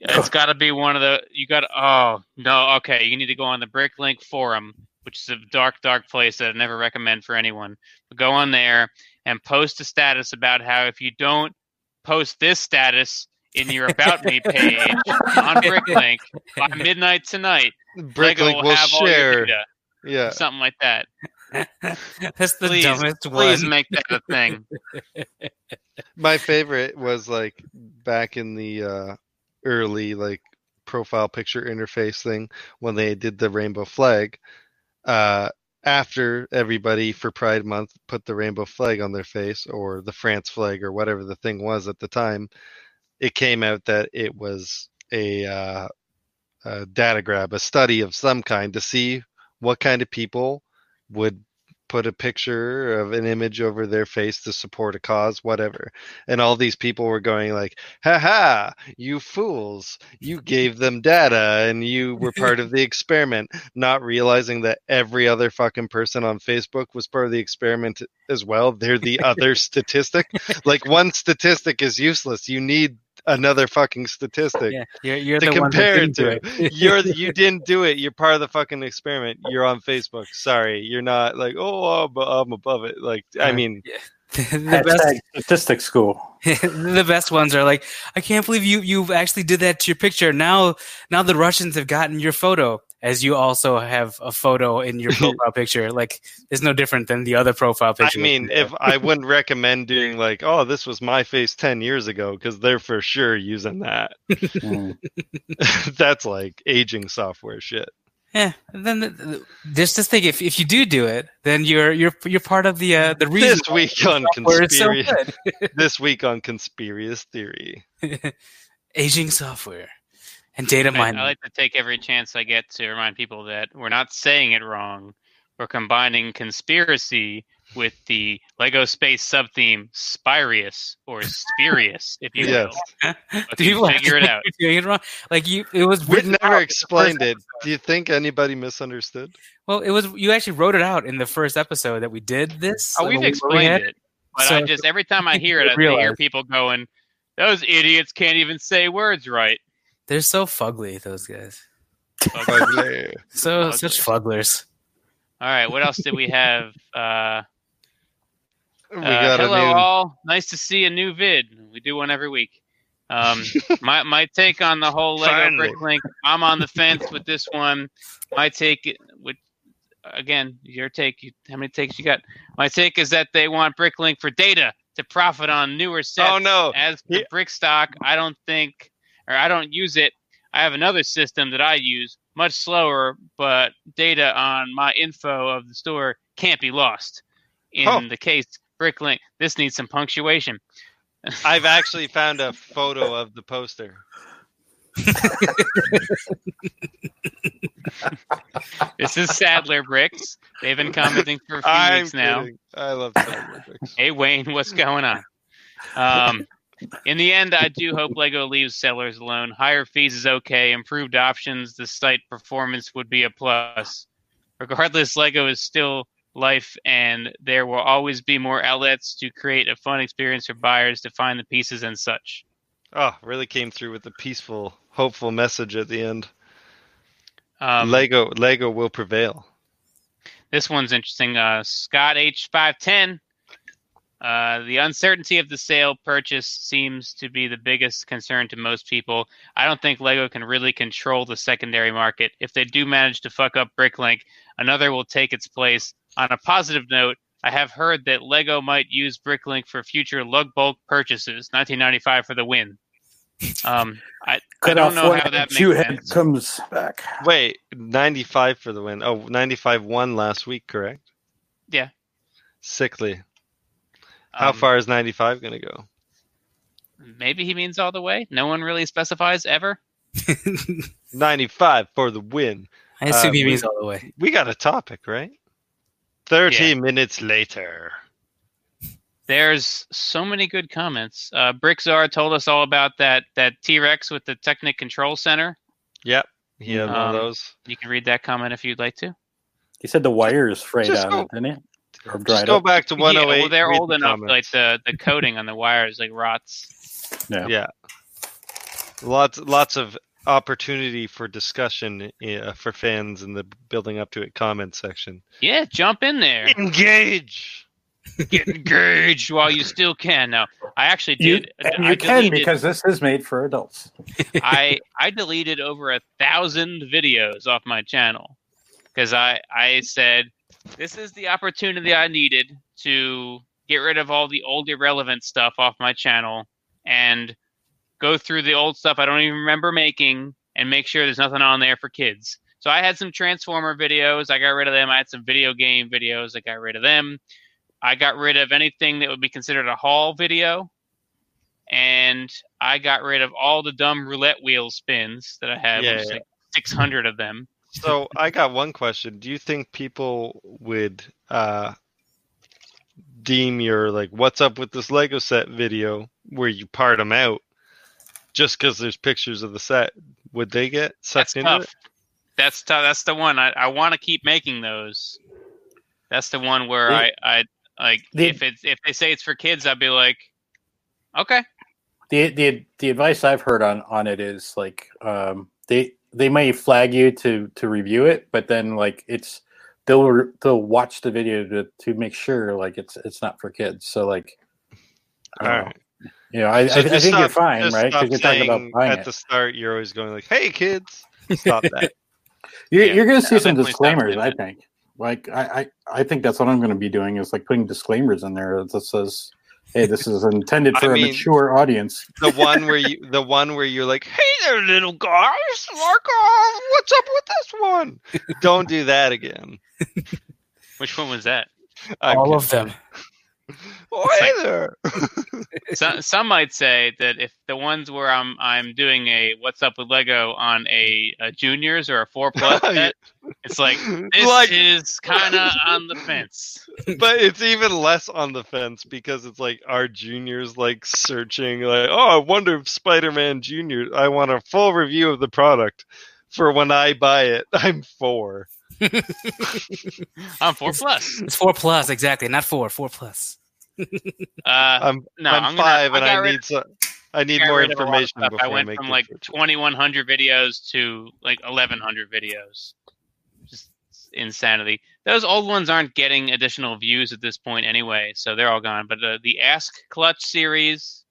A: It's got to be one of the. You got. Oh no. Okay, you need to go on the BrickLink forum, which is a dark, dark place that I never recommend for anyone. But go on there and post a status about how if you don't post this status in your About Me page on BrickLink by midnight tonight, Lego
D: BrickLink will share.
A: data,
D: Yeah,
A: something like that.
B: That's the
A: Please,
B: dumbest
A: Please
B: one.
A: make that a thing.
D: my favorite was like back in the uh, early like profile picture interface thing when they did the rainbow flag. Uh, after everybody for Pride Month put the rainbow flag on their face or the France flag or whatever the thing was at the time, it came out that it was a, uh, a data grab, a study of some kind to see what kind of people would put a picture of an image over their face to support a cause, whatever. And all these people were going like, "Ha ha, you fools! You gave them data, and you were part of the experiment," not realizing that every other fucking person on Facebook was part of the experiment as well. They're the other statistic. Like one statistic is useless. You need another fucking statistic
B: Yeah, you're, you're
D: to
B: the one
D: compare it
B: that
D: to.
B: didn't do it.
D: You're the- you didn't do it. You're part of the fucking experiment. You're on Facebook. Sorry, you're not like oh I'm, I'm above it. Like I
B: Uh,
D: mean,
B: the best
C: Hashtag statistics school.
B: the best ones are like, I can't believe you you actually did that to your picture. Now now the Russians have gotten your photo, as you also have a photo in your profile picture. Like it's no different than the other profile
D: I
B: picture.
D: mean, if I wouldn't recommend doing like oh this was my face ten years ago because they're for sure using that.
C: Mm.
D: That's like aging software shit.
B: yeah, then the, the, just just think if, if you do do it, then you're you're you're part of the uh, the reason
D: This week on
B: where it's so
D: conspiracy.
B: good.
D: this week on conspiracy theory.
B: Aging software and data
A: I,
B: mining.
A: I like to take every chance I get to remind people that we're not saying it wrong. We're combining conspiracy with the Lego space subtheme Spirius or Spirius, if you
D: Yes,
A: will. You
B: have
A: figure
B: to
A: it
B: think
A: out.
B: you're Doing it wrong. Like you, it was
D: we
B: written
D: never
B: out.
D: explained it. Do you think anybody misunderstood?
B: Well, it was you actually wrote it out in the first episode that we did this.
A: Oh, we've
B: like, when we had-
A: explained it, but I
B: So-
A: just every time I hear it, I hear
B: Realize.
A: people going, "Those idiots can't even say words right."
B: They're so fugly, those guys.
A: All
D: Fugly.
B: So
A: Fugly.
B: such fugglers.
A: right, what else did we have? Uh,
D: we
A: Uh,
D: got
A: hello,
D: a new
A: all. Nice to see a new vid. We do one every week. Um, my my take on the whole Lego
D: Finally.
A: brick link. I'm on the fence with this one. My take, with again, your take. You, how many takes you got? My take is that they want BrickLink for data to profit on newer sets.
D: Oh no!
A: As for
D: Yeah.
A: brick stock, I don't think, or I don't use it. I have another system that I use, much slower, but data on my info of the store can't be lost. In
D: Oh.
A: the case BrickLink, this needs some punctuation.
D: I've actually found a photo of the poster.
A: This is Sadler Bricks. They've been commenting for a few
D: I'm
A: weeks now.
D: kidding. I love Star Wars.
A: Hey Wayne, what's going on? Um, in the end, I do hope Lego leaves sellers alone. Higher fees is okay. Improved options, the site performance would be a plus. Regardless, Lego is still life, and there will always be more outlets to create a fun experience for buyers to find the pieces and such.
D: Oh, really came through with a peaceful, hopeful message at the end.
A: Um,
D: Lego, Lego will prevail.
A: This one's interesting. Uh, Scott H510. Uh, the uncertainty of the sale purchase seems to be the biggest concern to most people. I don't think Lego can really control the secondary market. If they do manage to fuck up BrickLink, another will take its place. On a positive note, I have heard that Lego might use BrickLink for future lug bulk purchases. 1995 for the win. Um, I, I
C: Cut
A: don't
C: off
A: know
C: one
A: how that
C: Jew
A: makes
C: head
A: sense.
C: comes back.
D: Wait, 95 for the win. Oh, 95 won last week, correct?
A: Yeah.
D: Sickly. How
A: Um,
D: far is 95 going to go?
A: Maybe he means all the way. No one really specifies ever.
D: 95 for the win.
B: I assume
D: Uh,
B: he
D: we-
B: means all the way.
D: We got a topic, right? 30 minutes later.
A: There's so many good comments. Uh, Brickzar told us all about that that T Rex with the Technic Control Center.
D: Yep. He had one
A: Um,
D: of those.
A: You can read that comment if you'd like to.
C: He said the wires frayed
D: Just
C: on
D: go-
C: it, didn't he? Or dried
D: Just go
C: up.
D: back to
A: Yeah, well,
D: 108.
A: they're
D: read the
A: old enough.
D: comments.
A: Like the the coating on the wires like rots.
D: yeah. Lots lots of opportunity for discussion uh, for fans in the building up to it comment section.
A: Yeah, jump in there.
D: Engage.
A: Get engaged while you still can. Now, I actually
C: You,
A: did.
C: and
A: I
C: you can
A: deleted-
C: because this is made for adults.
A: I I deleted over a thousand videos off my channel because I I said this is the opportunity I needed to get rid of all the old irrelevant stuff off my channel and go through the old stuff I don't even remember making and make sure there's nothing on there for kids. So I had some Transformer videos, I got rid of them. I had some video game videos, I got rid of them. I got rid of anything that would be considered a haul video. And I got rid of all the dumb roulette wheel spins that I had,
D: Yeah,
A: which is
D: yeah.
A: like 600 of them.
D: So I got one question. Do you think people would uh, deem your like "What's up with this Lego set?" video where you part them out just because there's pictures of the set? Would they get
A: That's
D: sucked into
A: tough.
D: it?
A: That's tough. That's the one I, I want to keep making those. That's the one where
C: Yeah.
A: I, I like
C: The-
A: if it's if they say it's for kids, I'd be like, okay,
C: the the the advice I've heard on on it is like um, they they may flag you to to review it, but then like it's they'll re- they'll watch the video to to make sure like it's it's not for kids. So like, I
D: All
C: don't know.
D: right.
C: you know, I,
D: So
C: I, I
D: just
C: think you're
D: stop-
C: fine,
D: just
C: right? Because
D: stop
C: you're talking about
D: saying
C: buying
D: at
C: it.
D: the start. You're always going like, "Hey, kids!" Stop that.
C: you're,
A: yeah,
C: you're going to see
A: I'll
C: some
A: definitely stop doing
C: disclaimers, I
A: that.
C: think. Like I, I I think that's what I'm going to be doing is like putting disclaimers in there that says, "Hey, this is intended
D: I
C: for a
D: mean-
C: mature audience."
D: the one where you, the one where you're like, "Hey there, little guys! Like, oh, what's up with this one?" Don't do that again.
A: which one was that?
D: I'm
B: all
D: kidding.
B: of them.
D: Oh,
A: It's
D: hey
A: like-
D: there.
A: some some might say that if the ones where I'm I'm doing a what's up with Lego on a, a juniors or a four plus,
D: Yeah.
A: set, it's like this
D: Like-
A: is kind of on the fence.
D: but it's even less on the fence because it's like our juniors like searching like, oh, I wonder if Spider-Man Junior. I want a full review of the product for when I buy it. I'm four.
A: I'm four plus.
B: It's four plus, exactly. Not four, four plus.
A: Uh,
D: I'm
A: no,
D: I'm,
A: I'm gonna-
D: five, and
A: got
D: I
A: rid
D: need so, I need
A: got
D: more
A: rid of a lot of
D: information
A: stuff.
D: before
A: I went
D: make
A: from
D: the
A: like
D: search.
A: 2,100 videos to like 1,100 videos. Just insanity. Those old ones aren't getting additional views at this point anyway, so they're all gone. But the, the Ask Clutch series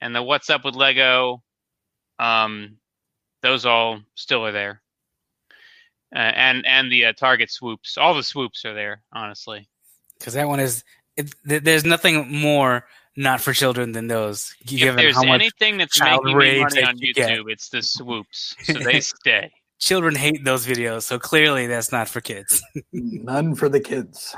A: and the What's Up with Lego, um, those all still are there. Uh, and and the uh, target swoops, all the swoops are there. Honestly,
B: Because that one is, it, th- there's nothing more not for children than those,
A: if
B: given
A: there's
B: how much
A: anything that's
B: child
A: making me
B: rage
A: money
B: that
A: on
B: you get.
A: YouTube, it's the swoops, so they stay.
B: children hate those videos. So clearly that's not for kids.
C: None for the kids.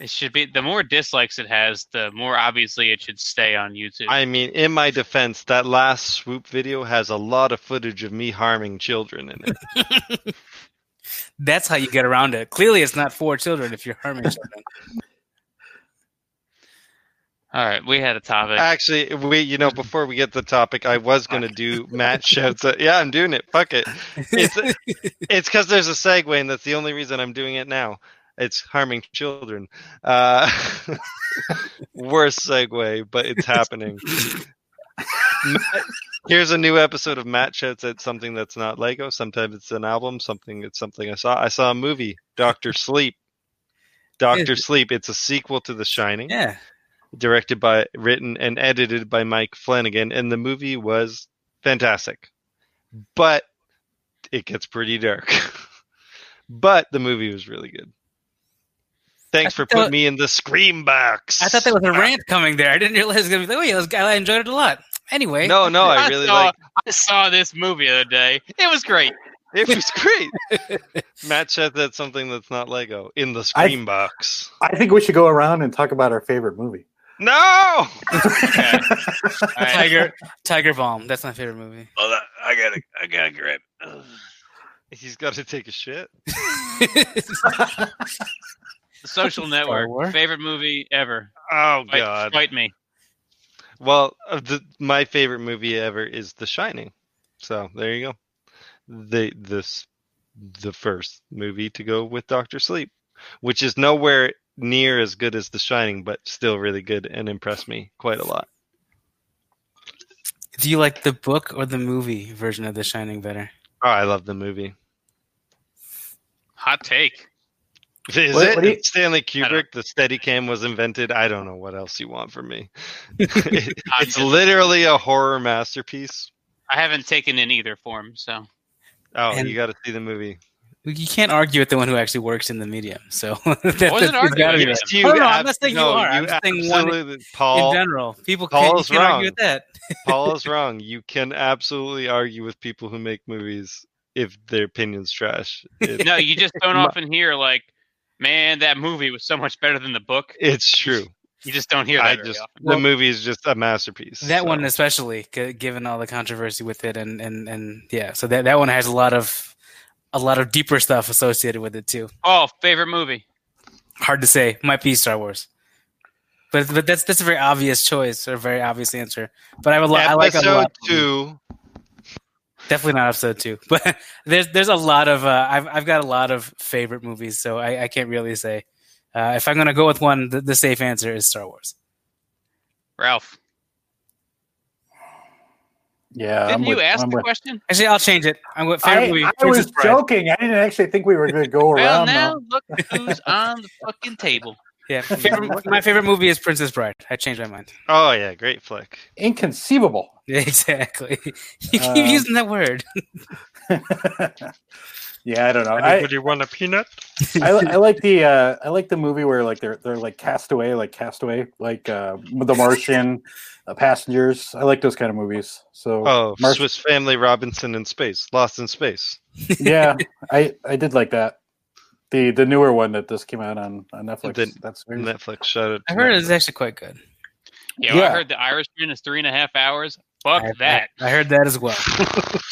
A: It should be the more dislikes it has, the more obviously it should stay on YouTube.
D: I mean, in my defense, that last swoop video has a lot of footage of me harming children in it.
B: That's how you get around it. Clearly it's not for children if you're harming children.
A: All right, we had a topic.
D: Actually, we you know before we get to the topic, I was gonna do Matt shouts. At, yeah, I'm doing it. Fuck it. It's it's because there's a segue, and that's the only reason I'm doing it now. It's harming children. Uh, worst segue, but it's happening. Matt- here's a new episode of Matt shouts at something that's not Lego. Sometimes it's an album. Something it's something I saw. I saw a movie, Doctor Sleep. Doctor Sleep. It's a sequel to The Shining
B: yeah.
D: directed by, written, and edited by Mike Flanagan, and the movie was fantastic. But it gets pretty dark. but the movie was really good. Thanks
B: I
D: for
B: thought-
D: putting me in the scream box.
B: I thought that was
D: Uh,
B: a rant coming there. I didn't realize it was going to be like, oh yeah, this guy, I enjoyed it a lot. Anyway.
D: No, no, I really
A: saw,
D: like
A: I saw this movie the other day. It was great.
D: it. Was great. Matt said that's something that's not Lego in the
C: I-
D: scream box.
C: I think we should go around and talk about our favorite movie.
D: No,
A: Okay. All right.
B: Tiger, Tiger Balm. That's my favorite movie.
E: Hold on, I gotta, I gotta grab.
D: he's got to take a shit.
A: The Social Network,
B: Wars.
A: favorite movie ever.
D: Oh
A: Fight,
D: god.
A: fight me.
D: Well, uh, the, my favorite movie ever is The Shining. So there you go. The this the first movie to go with Doctor Sleep, which is nowhere near as good as The Shining, but still really good and impressed me quite a lot.
B: Do you like the book or the movie version of The Shining better?
D: Oh, I love the movie.
A: Hot take.
D: Is
C: What-
D: it
C: what do you-
D: It's Stanley
A: don't-
D: Kubrick? The Steadicam was invented. I don't know what else you want from me. It-
A: I'm
D: it's
A: just-
D: literally a horror masterpiece.
A: I haven't taken in either form, so
D: Oh,
B: And-
D: you got to see the movie.
B: You can't argue with the one who actually works in the medium. So that,
A: wasn't
B: that's- it's gotta
A: arguing.
B: be-
A: Yes,
D: you
B: no, no, I'm
D: ab-
B: not saying you are. I'm just saying one-
D: absolutely,
B: in
D: Paul.
B: general, people can't, you
D: Paul's
B: can't
D: wrong.
B: argue with that.
D: Paul is wrong. You can absolutely argue with people who make movies if their opinion's trash. It-
A: no, you just don't
D: My-
A: often hear like, man, that movie was so much better than the book.
D: it's true.
A: You just don't hear that.
D: I
A: very
D: just
A: often.
B: Well,
D: the movie is just a masterpiece.
B: That
D: so.
B: one especially, g- given all the controversy with it, and and and yeah, so that that one has a lot of a lot of deeper stuff associated with it too.
A: Oh, favorite movie.
B: Hard to say. Might be Star Wars, but but that's that's a very obvious choice or a very obvious answer. But I would lo- I like a
D: episode
B: lot.
D: two.
B: Definitely not episode two, but there's there's a lot of uh, I've I've got a lot of favorite movies, so I, I can't really say. Uh, if I'm gonna go with one, the, the safe answer is Star Wars.
A: Ralph,
C: Yeah.
A: didn't
C: I'm
A: you
C: with-
A: ask
C: I'm
A: the
C: with-
A: question?
B: Actually, I'll change it. I'm with favorite movie.
C: I, I
B: Princess
C: was
B: Bride.
C: joking. I didn't actually think we were going to go
A: Well,
C: around.
A: now
C: though.
A: look who's on the fucking table.
B: Yeah, favorite, my favorite movie is Princess Bride. I changed my mind.
D: Oh yeah, great flick.
C: Inconceivable.
B: Yeah, exactly. You keep
C: Um,
B: using that word.
C: yeah, I don't know. I,
D: Anybody want a peanut?
C: I, I like the uh, I like the movie where like they're they're like castaway, like castaway, like uh, The Martian, uh, Passengers. I like those kind of movies. So
D: Oh,
C: Mark-
D: Swiss Family Robinson in space, Lost in Space.
C: yeah, I I did like that. The the newer one that this came out on on Netflix.
D: The-
C: That's very,
D: Netflix shut it.
B: I heard it's actually quite good.
A: Yeah, well,
C: Yeah.
A: I heard the Irishman is three and a half hours. Fuck
B: I- I-
A: that.
B: I, heard that as well.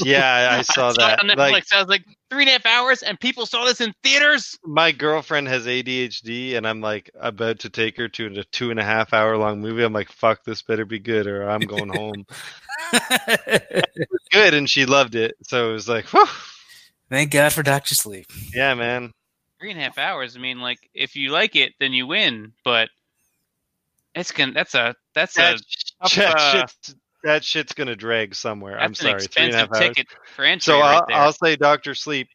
D: Yeah, I saw
A: it
D: that.
A: on Netflix.
D: Like
A: I was like, three and a half hours, and people saw this in theaters.
D: my girlfriend has ADHD, and I'm like about to take her to a two and a half hour long movie. I'm like, fuck, this better be good, or I'm going home. good, and she loved it. So it was like, whew,
B: Thank God for Doctor Sleep.
D: yeah, man.
A: Three and a half hours. I mean, like, if you like it, then you win. But it's gonna. That's a. That's a.
D: That,
A: tough,
D: that
A: uh,
D: shit's, that shit's gonna drag somewhere.
A: That's
D: I'm sorry,
A: an
D: three and a
A: expensive
D: half hours.
A: ticket for entry
D: So
A: right
D: I'll,
A: there.
D: I'll say Doctor Sleep.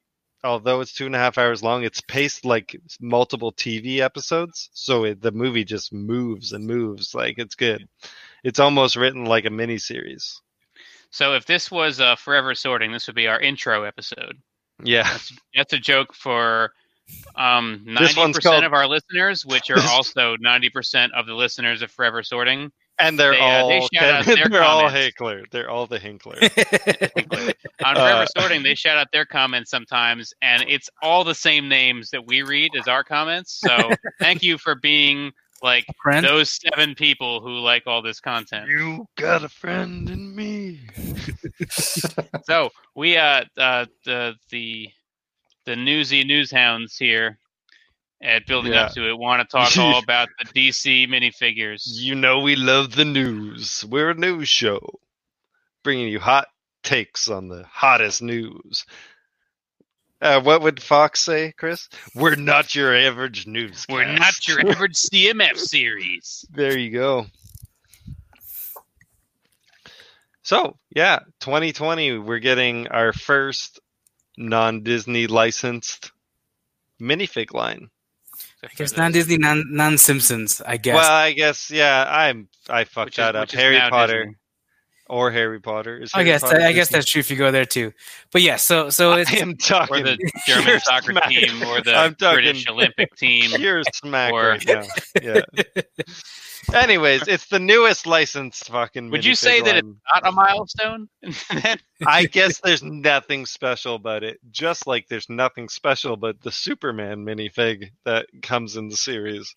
D: Although it's two and a half hours long, it's paced like multiple TV episodes, so it, the movie just moves and moves. Like it's good. It's almost written like a mini series.
A: so if this was uh, forever sorting, this would be our intro episode.
D: Yeah.
A: That's a joke for um ninety
D: This one's
A: percent
D: called-
A: of our listeners, which are also ninety percent of the listeners of Forever Sorting.
D: And they're
A: They, uh,
D: all
A: they
D: they
A: shout out
D: are
A: their
D: all
A: comments.
D: Hinkler. They're all the Hinkler.
A: On
D: Uh,
A: Forever Sorting, they shout out their comments sometimes, and it's all the same names that we read as our comments. So thank you for being like
B: Friend,
A: those seven people who like all this content.
D: you got a friend in me.
A: So we uh, uh the the the newsy news hounds here at building up to it want to talk all about the DC minifigures.
D: You know we love the news. We're a news show, bringing you hot takes on the hottest news. Uh, what would Fox say, Chris? We're not your average news.
A: We're not your average CMF series.
D: There you go. So, yeah, 2020, we're getting our first non Disney licensed minifig line.
A: I
B: it's non Disney, non non Simpsons. I guess.
D: Well, I guess, yeah, I'm, I fucked that up. Harry Potter or Harry Potter. Is
B: I
D: Harry
B: guess
D: Potter
B: I guess
D: Disney?
B: that's true if you go there too. But yeah, so so it's
D: I am
A: or
D: talking.
A: the German
D: You're
A: soccer
D: smack-
A: team, or the
D: I'm talking-
A: British Olympic team.
D: You're smack
A: or-
D: right now. Yeah. Anyways, it's the newest licensed fucking.
A: Would you say that
D: it's
A: Not a milestone. Then
D: I guess there's nothing special about it. Just like there's nothing special about the Superman minifig that comes in the series.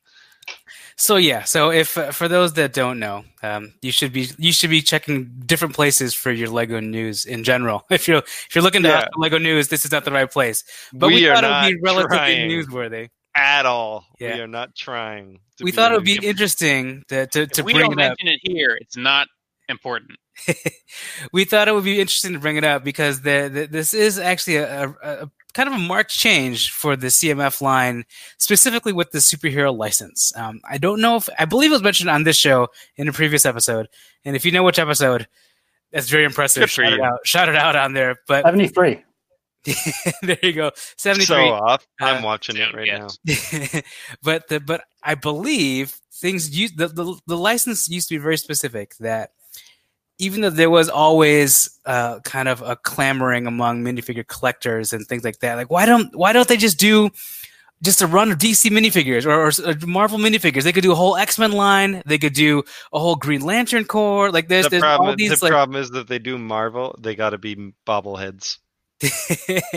B: So yeah, so if uh, for those that don't know, um, you should be you should be checking different places for your Lego news in general. If you're if you're looking to
D: Yeah.
B: ask for Lego news, this is not the right place. But we,
D: are
B: thought it would be
D: not
B: relatively
D: trying.
B: newsworthy.
D: at all.
B: Yeah.
D: We are not trying. to
B: we thought it would be
D: any-
B: interesting to, to,
A: If
B: to
A: we
B: bring
A: don't
B: it up.
A: mention it here, it's not important.
B: we thought it would be interesting to bring it up because the, the, this is actually a, a, a kind of a marked change for the CMF line, specifically with the superhero license. Um, I don't know if I believe it was mentioned on this show in a previous episode, and if you know which episode, that's very impressive.
D: Good for
B: Shout it
D: you.
B: out, shout it out on there. But
C: Seventy three.
B: there you go, seventy
D: so
B: three.
D: off. I'm
B: uh,
D: watching it right
A: yes.
D: now.
B: but the, but I believe things used the, the the license used to be very specific that even though there was always uh, kind of a clamoring among minifigure collectors and things like that, like why don't why don't they just do just a run of DC minifigures or, or s- uh, Marvel minifigures? They could do a whole X Men line. They could do a whole Green Lantern core. Like there's,
D: the
B: there's
D: problem,
B: all these
D: the
B: like
D: problem is that they do Marvel, they got to be bobbleheads.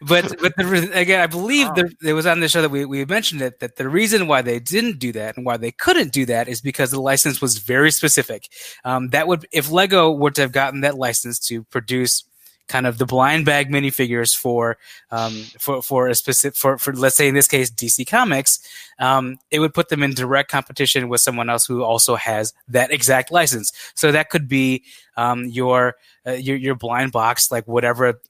B: but but the, re- again, I believe there, it was on the show that we, we mentioned it that the reason why they didn't do that and why they couldn't do that is because the license was very specific. Um, that would if Lego were to have gotten that license to produce kind of the blind bag minifigures for um, for for a specific for, for let's say in this case DC Comics, um, it would put them in direct competition with someone else who also has that exact license. So that could be um, your uh, your your blind box, like whatever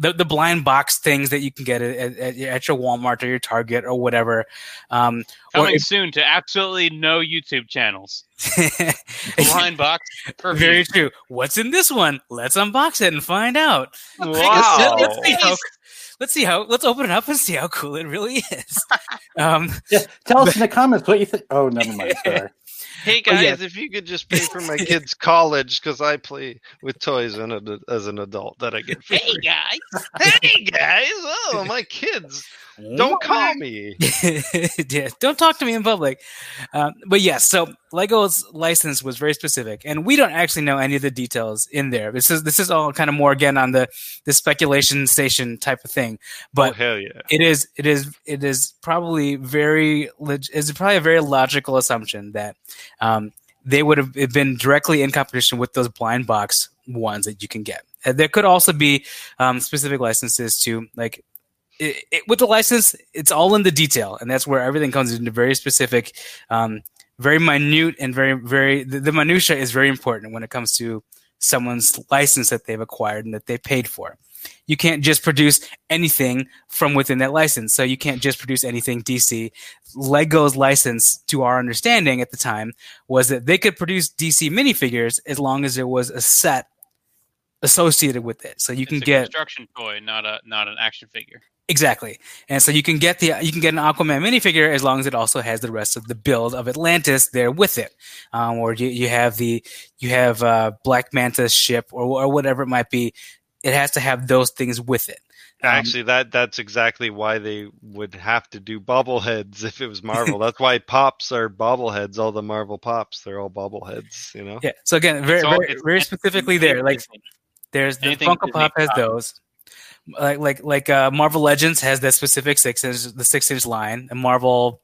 B: the, the blind box things that you can get at, at, at your Walmart or your Target or whatever. Um, Or
A: Coming
B: if-
A: soon to absolutely no YouTube channels. Blind box. Perfect.
B: very true. What's in this one? Let's unbox it and find out.
D: Wow.
B: Let's see how. Let's see how. Let's open it up and see how cool it really is. Um,
C: Yeah, tell us in the comments what you think. Oh, never mind. Sorry.
D: Hey
B: Oh,
D: guys,
B: yeah.
D: if you could just pay for my kids' college because I play with toys and a, as an adult that I get free.
A: Hey guys,
D: hey guys, oh my kids, don't call me.
B: yeah, don't talk to me in public. Um, but yes, so Lego's license was very specific, and we don't actually know any of the details in there. This is this is all kind of more again on the the speculation station type of thing. But um,
D: oh hell yeah!
B: it is it is it is probably very leg- is probably a very logical assumption that um, they would have been directly in competition with those blind box ones that you can get. And there could also be um, specific licenses to like. It, it, with the license, it's all in the detail, and that's where everything comes into very specific, um, very minute, and very, very. The, the minutia is very important when it comes to someone's license that they've acquired and that they paid for. You can't just produce anything from within that license. So you can't just produce anything DC. Lego's license, to our understanding at the time, was that they could produce DC minifigures as long as there was a set associated with it. So you
A: It's
B: can
A: a
B: get
A: construction toy, not a not an action figure.
B: exactly, and so you can get the you can get an Aquaman minifigure as long as it also has the rest of the build of Atlantis there with it, um, or you, you have the you have uh, Black Manta's ship or or whatever it might be. It has to have those things with it. Um,
D: Actually, that that's exactly why they would have to do bobbleheads if it was Marvel. that's why pops are bobbleheads. All the Marvel pops, they're all bobbleheads. You know.
B: yeah. So again, very
A: It's all-
B: very,
A: it's-
B: very
A: it's-
B: specifically there, like There's the
A: Anything
B: Funko
A: Disney
B: Pop has
A: Pop.
B: those. Like like like uh, Marvel Legends has that specific six inch the six inch line, and Marvel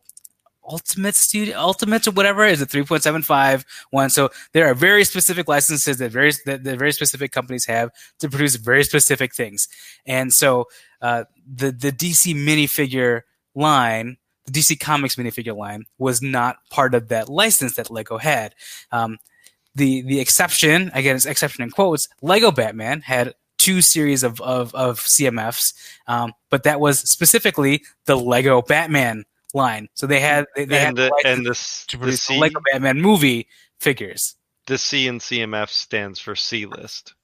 B: Ultimate Studio Ultimate or whatever is a three point seven five one. So there are very specific licenses that very that, that very specific companies have to produce very specific things, and so uh, the the DC minifigure line. The DC Comics minifigure line was not part of that license that Lego had. Um, the the exception again it's exception in quotes lego batman had two series of of, of cmfs um, but that was specifically the lego batman line so they had they, they had
D: and the,
B: the license
D: and this
B: to
D: the
B: produce the
D: C,
B: lego batman movie figures
D: the C in CMF stands for C list.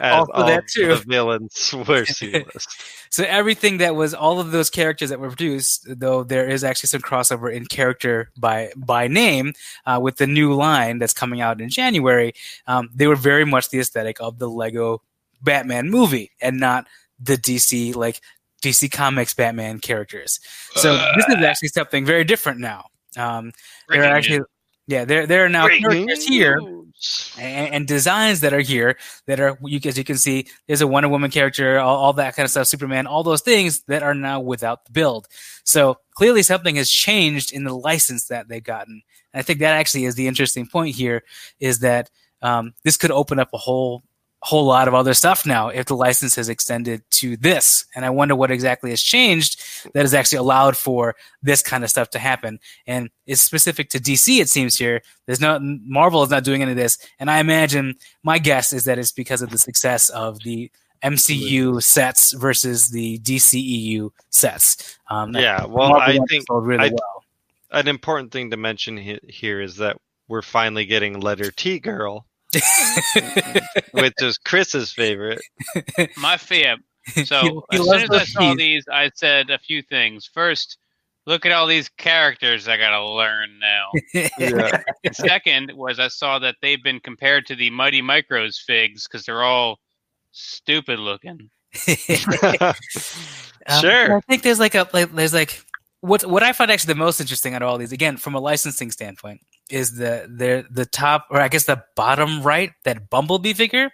B: also
D: all
B: that too
D: The villains were C list.
B: So everything that was all of those characters that were produced, though there is actually some crossover in character by by name uh, with the new line that's coming out in January. Um, they were very much the aesthetic of the Lego Batman movie and not the DC like DC Comics Batman characters. So this is actually something very different now. Um, they're
A: Breaking
B: actually
A: news.
B: yeah, they're they're now
D: Breaking
B: characters here
D: news.
B: and, and designs that are here that are you as you can see there's a Wonder Woman character, all, all that kind of stuff, Superman, all those things that are now without the build. So clearly something has changed in the license that they've gotten. And I think that actually is the interesting point here is that um, this could open up a whole whole lot of other stuff now if the license has extended to this. And I wonder what exactly has changed that has actually allowed for this kind of stuff to happen. And it's specific to DC, it seems here. There's no Marvel is not doing any of this. And I imagine my guess is that it's because of the success of the MCU sets versus the DCEU sets. Um, that
D: Yeah, well,
B: Marvel
D: I
B: ones
D: think
B: sold really
D: I-
B: well.
D: an important thing to mention he- here is that we're finally getting letter T girl, which is Chris's favorite.
A: My fib. So
B: He- he
A: as soon
B: loves
A: as I
B: those
A: saw
B: teeth.
A: these, I said a few things. First, look at all these characters I gotta learn now.
D: Yeah.
A: And Second was I saw that they've been compared to the Mighty Micros figs because they're all stupid looking.
B: Um,
D: Sure.
B: but I think there's like a like, there's like what what I find actually the most interesting out of all these, again, from a licensing standpoint, is the the the top or I guess the bottom right that Bumblebee figure.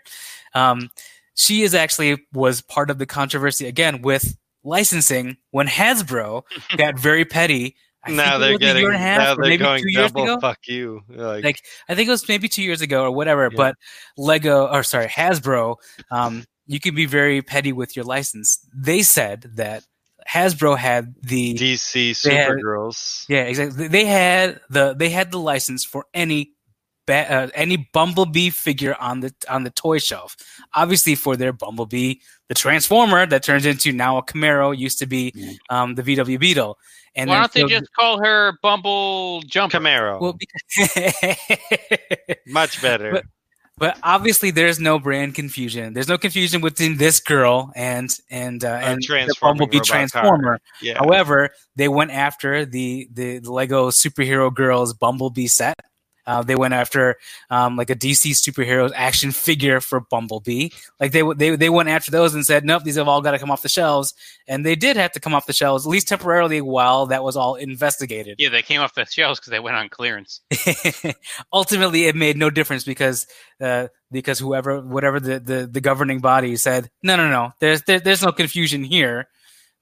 B: Um, she is actually was part of the controversy again with licensing when Hasbro got very petty. I think
D: now
B: it
D: they're
B: was a year
D: getting
B: and a half,
D: now
B: or
D: they're
B: maybe
D: going
B: two years
D: double
B: ago.
D: fuck you. Like,
B: Like, I think it was maybe two years ago or whatever,
D: Yeah.
B: but Lego or sorry, Hasbro, um, you can be very petty with your license. They said that Hasbro had the
D: DC
B: they had-
D: Supergirls.
B: yeah, exactly. They had the they had the license for any ba- uh, any Bumblebee figure on the on the toy shelf. Obviously, for their Bumblebee, the Transformer that turns into now a Camaro used to be um, the VW Beetle. And
A: Why
B: then
A: don't they
B: so-
A: just call her Bumble Jumper?
D: Camaro,
B: Well, because-
D: much better.
B: but- but obviously, there's no brand confusion. There's no confusion within this girl and and uh, and the
D: transforming
B: Bumblebee
D: robot car.
B: Transformer.
D: yeah,
B: However, they went after the the Lego superhero girls Bumblebee set. Uh, they went after um, like a DC superheroes action figure for Bumblebee. Like they they they went after those and said, nope, these have all got to come off the shelves. And they did have to come off the shelves at least temporarily while that was all investigated.
A: Yeah, they came off the shelves because they went on clearance.
B: Ultimately, it made no difference because uh, because whoever whatever the, the the governing body said, no, no, no, there's there, there's no confusion here.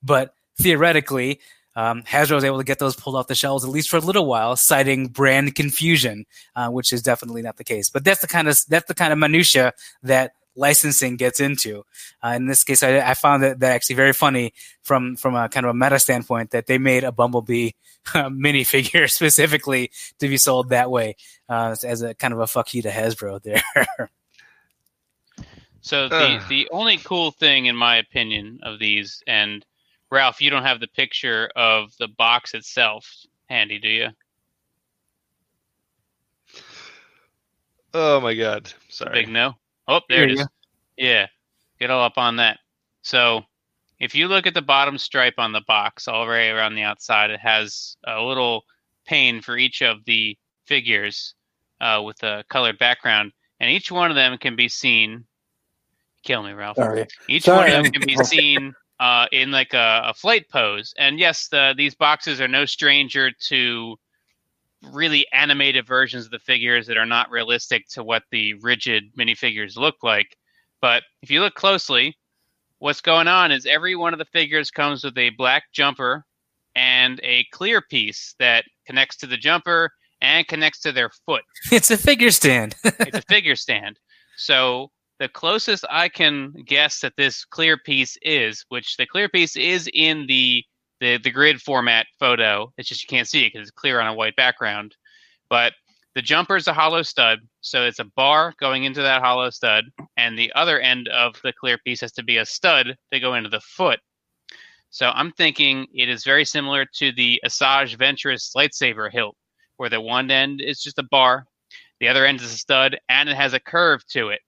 B: But theoretically, um, Hasbro was able to get those pulled off the shelves at least for a little while, citing brand confusion, uh, which is definitely not the case. But that's the kind of that's the kind of minutia that licensing gets into. Uh, in this case, I, I found that, that actually very funny from from a kind of a meta standpoint that they made a Bumblebee minifigure specifically to be sold that way uh, as a kind of a fuck you to Hasbro there.
A: So the
D: Ugh.
A: the only cool thing, in my opinion, of these, and Ralph, you don't have the picture of the box itself handy, do you?
D: oh my god, sorry.
A: Big no. Oh, there it
B: Here
A: is. Yeah, get all up on that. So if you look at the bottom stripe on the box, all right around the outside, it has a little pane for each of the figures uh, with a colored background, and each one of them can be seen. Kill me, Ralph.
C: Sorry.
A: Each one
C: Sorry,
A: of
C: I'm-
A: them can be seen uh, in like a, a flight pose. And yes, the, these boxes are no stranger to really animated versions of the figures that are not realistic to what the rigid minifigures look like. But if you look closely, what's going on is every one of the figures comes with a black jumper and a clear piece that connects to the jumper and connects to their foot
B: it's a figure stand.
A: it's a figure stand. So the closest I can guess that this clear piece is, which the clear piece is in the the, the grid format photo. It's just you can't see it because it's clear on a white background. But the jumper is a hollow stud, so it's a bar going into that hollow stud, and the other end of the clear piece has to be a stud to go into the foot. So I'm thinking it is very similar to the Asajj Ventress lightsaber hilt, where the one end is just a bar the other end is a stud, and it has a curve to it,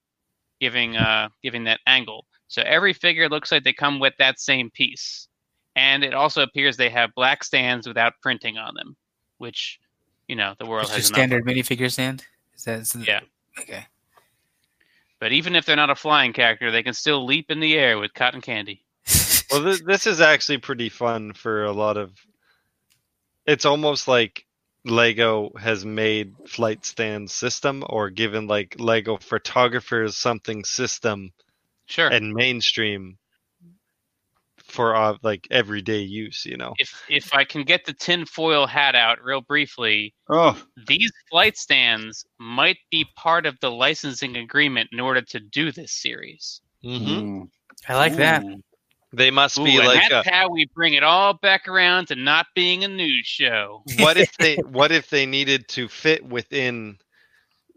A: giving uh, giving that angle. So every figure looks like they come with that same piece, and it also appears they have black stands without printing on them, which you know the world
B: It's your
A: has enough
B: standard minifigure stand. Is that, is
A: of.
B: that-
A: Yeah,
B: Okay.
A: but even if they're not a flying character, they can still leap in the air with cotton candy.
D: Well, this, this is actually pretty fun for a lot of. It's almost like Lego has made flight stand system or given like Lego photographers something system
A: Sure.
D: and mainstream for uh, like everyday use. You know,
A: If if I can get the tinfoil hat out real briefly,
F: Oh,
A: these flight stands might be part of the licensing agreement in order to do this series.
D: Mm-hmm.
C: Mm.
B: I like that.
F: Ooh.
D: they must
A: Mm-hmm. Ooh,
D: be
A: and
D: like.
A: that's
D: uh,
A: how we bring it all back around to not being a news show.
D: what if they? What if they needed to fit within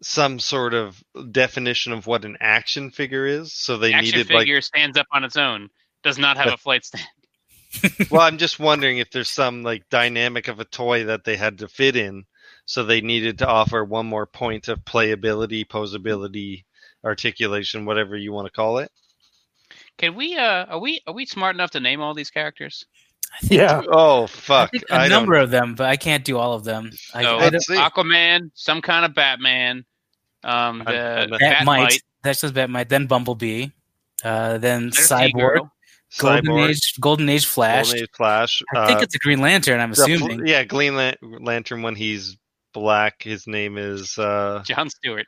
D: some sort of definition of what an action figure is? So they
A: Action
D: needed like
A: figure stands up on its own, does not have a flight stand.
D: well i'm just wondering if there's some like dynamic of a toy that they had to fit in so they needed to offer one more point of playability posability articulation whatever you want to call it
A: Can we? Uh, are we? Are we smart enough to name all these characters?
C: Yeah.
D: oh fuck
B: I think a
D: i, don't
B: number of them, but I can't do all of them. I,
A: So,
B: I don't-
D: Let's see.
A: Aquaman, some kind of Batman, um,
D: I'm-
A: the
D: I'm a-
B: that might.
A: Batmite,
B: That's just that might. Then Bumblebee, uh, then
A: There's
B: Cyborg,
A: T-Girl.
B: Golden
D: Cyborg,
B: Age, Golden Age Flash.
D: Golden Age flash
B: I think
D: uh,
B: it's a Green Lantern. I'm
D: the fl-
B: assuming.
D: yeah green Lan- lantern when he's black his name is uh
A: John Stewart.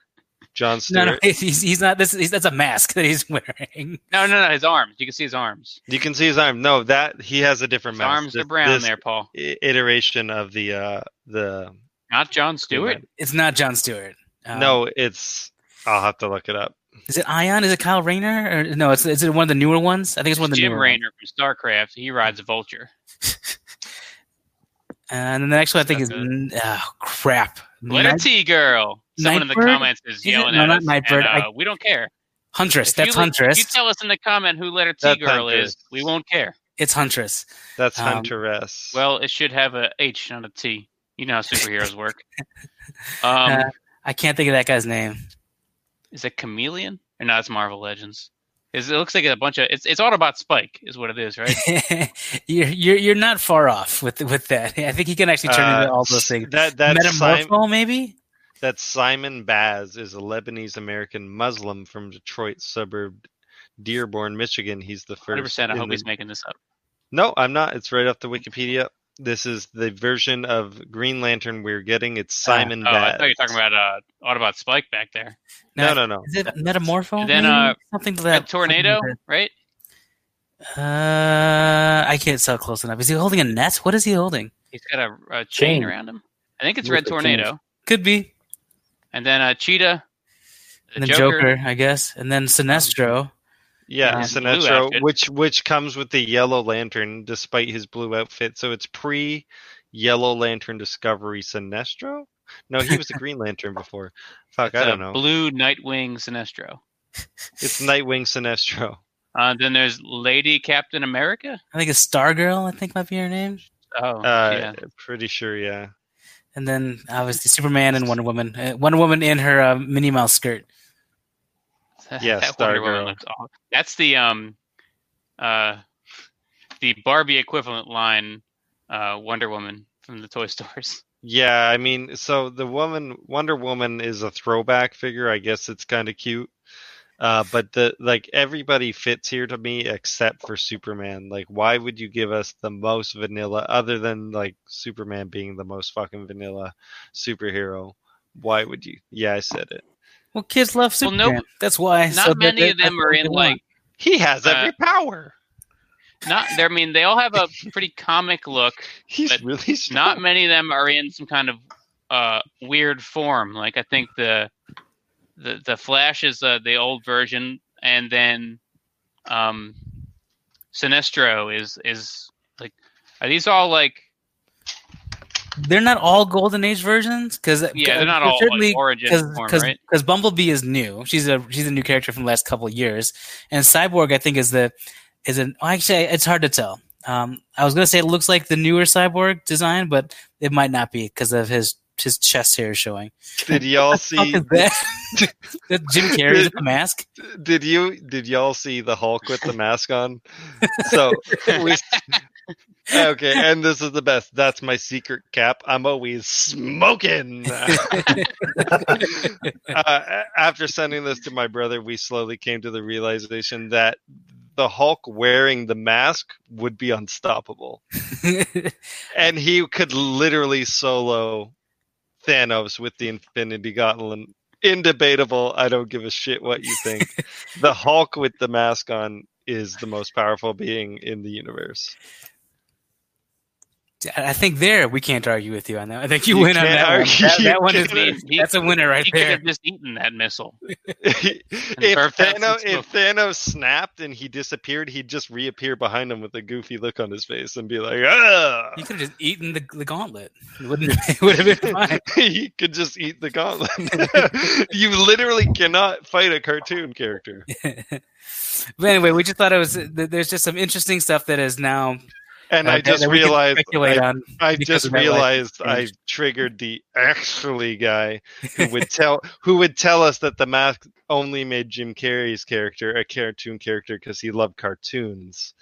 D: john
B: no,
D: stewart
B: no, he's, he's not. This he's, that's a mask that he's wearing.
A: No, no, no. His arms. You can see his arms.
D: you can see his arm no that he has a different
A: His
D: mask.
A: arms
D: This-
A: are brown
D: this
A: there, Paul.
D: i- iteration of the uh the
A: Not John Stewart.
B: It's not John Stewart. Um,
D: no it's i'll have to look it up
B: is it Ion? Is it Kyle Rayner? Or no, it's is it one of the newer ones? I think it's one of the
A: Jim
B: newer
A: Raynor from StarCraft. He rides a vulture.
B: Ones. And then the next one I think is
A: Is that
B: oh crap.
A: What a
B: Night
A: T girl. Someone in the
B: Nightbird?
A: comments is
B: Is it-
A: yelling
B: no,
A: at
B: not
A: us.
B: Nightbird.
A: and,
B: I-
A: uh, we don't care.
B: Huntress.
A: If
B: That's
A: you, let- if
B: Huntress.
A: You tell us in the comment who letter T
D: That's
A: girl is.
D: Huntress.
A: We won't care.
B: it's Huntress.
D: That's
B: Um,
D: Hunter S.
A: Well, it should have a H, not a T. You know how superheroes work. Um,
B: Uh, I can't think of that guy's name.
A: is it Chameleon? Or no, it's Marvel Legends. Is it looks like a bunch of it's it's Autobot Spike is what it is, right?
B: you're, you're you're not far off with with that. I think he can actually turn into
D: Uh,
B: all those things.
D: That that's, Simon,
B: Metamorpho, maybe.
D: that's Simon Baz is a Lebanese American Muslim from Detroit suburb Dearborn, Michigan. He's the first.
A: Hundred percent. I
D: in
A: hope
D: the-
A: he's making this up.
D: No, I'm not. It's right off the Wikipedia. This is the version of Green Lantern we're getting. It's Simon
A: Oh, I
D: Baz.
A: thought you were talking about uh, Autobot Spike back there.
D: No, no, no.
B: Is it metamorpho?
A: And then,
B: maybe?
A: uh,
B: something to
A: A
B: that
A: tornado, right?
B: Uh, I can't tell close enough. Is he holding a net? What is he holding?
A: He's got a, a chain
C: Chain.
A: around him. I think it's Red
C: Looks like
A: Tornado,
C: chains.
B: Could be.
A: and then uh, Cheetah, the Um,
B: And then Joker. I guess, and then Sinestro.
D: Yeah,
A: Yeah, the blue
D: Sinestro,
A: outfit.
D: which which comes with the Yellow Lantern, despite his blue outfit. So it's pre Yellow Lantern Discovery Sinestro. No, he was the Green Lantern before. Fuck, I
A: the
D: don't know.
A: Blue Nightwing Sinestro.
D: It's Nightwing Sinestro.
A: Uh, then there's Lady Captain America.
B: I think it's Stargirl. I think might be her name.
A: Oh,
D: Uh,
A: yeah.
D: Pretty sure, yeah.
B: And then obviously Superman and Wonder Woman. Uh, Wonder Woman in her uh, Minnie Mouse skirt.
D: yeah,
A: That Wonder Woman
D: Stargirl.
A: looks aw- That's the um, uh, the Barbie equivalent line, uh, Wonder Woman from the toy stores.
D: Yeah, I mean, so the woman Wonder Woman is a throwback figure. I guess it's kind of cute. Uh, but the like everybody fits here to me except for Superman. Like, why would you give us the most vanilla other than like Superman being the most fucking vanilla superhero? Why would you? Yeah, I said it.
B: Well, kids love
A: Well,
B: Superman.
A: no-
B: that's why.
A: Not
B: So that-
A: many
B: that-
A: of them
B: that's
A: are
B: what
A: in
B: they
A: like
B: want.
D: He has
A: Uh,
D: every power.
A: not. they I mean, they all have a pretty comic look.
D: He's
A: but
D: really
A: Not
D: strong.
A: many of them are in some kind of uh weird form. Like I think the the the Flash is uh, the old version, and then um, Sinestro is is like are these all like
B: They're not all Golden Age versions because
A: yeah they're not all
B: certainly
A: like, origin
B: because
A: form
B: because
A: right.
B: Bumblebee is new. She's a she's a new character from the last couple of years, and Cyborg I think is the is an well, actually it's hard to tell. Um, I was gonna say it looks like the newer Cyborg design, but it might not be because of his his chest hair showing.
D: Did y'all see?
B: Fuck is that? That Jim Carrey's with the mask.
D: did you did y'all see the Hulk with the mask on? So we, okay, and this is the best. That's my secret cap. I'm always smoking. uh, after sending this to my brother, we slowly came to the realization that the Hulk wearing the mask would be unstoppable, and he could literally solo Thanos with the Infinity Gauntlet. Indebatable. I don't give a shit what you think the Hulk with the mask on is the most powerful being in the universe.
B: I think there we can't argue with you on that. I think you,
D: You
B: win on
D: can't
B: that
D: argue.
B: one. That,
D: You
B: that one is
A: can't- he-
B: that's a winner right
A: he could
B: there.
A: have just eaten that missile.
D: if,
A: burp that
D: Thanos,
A: since
D: if Thanos snapped and he disappeared, he'd just reappear behind him with a goofy look on his face and be like, "Ah!"
B: You could have just eaten the, the gauntlet. It wouldn't. It would have been fine.
D: he could just eat the gauntlet. you literally cannot fight a cartoon character.
B: but anyway, we just thought it was. th- There's just some interesting stuff that is now.
D: And
B: uh,
D: I
B: that-
D: just
B: that we can
D: realized,
B: speculate
D: I,
B: on.
D: I
B: because
D: just
B: of that license
D: realized I
B: change.
D: triggered the actually guy who would tell who would tell us that the mask only made Jim Carrey's character a cartoon character because he loved cartoons,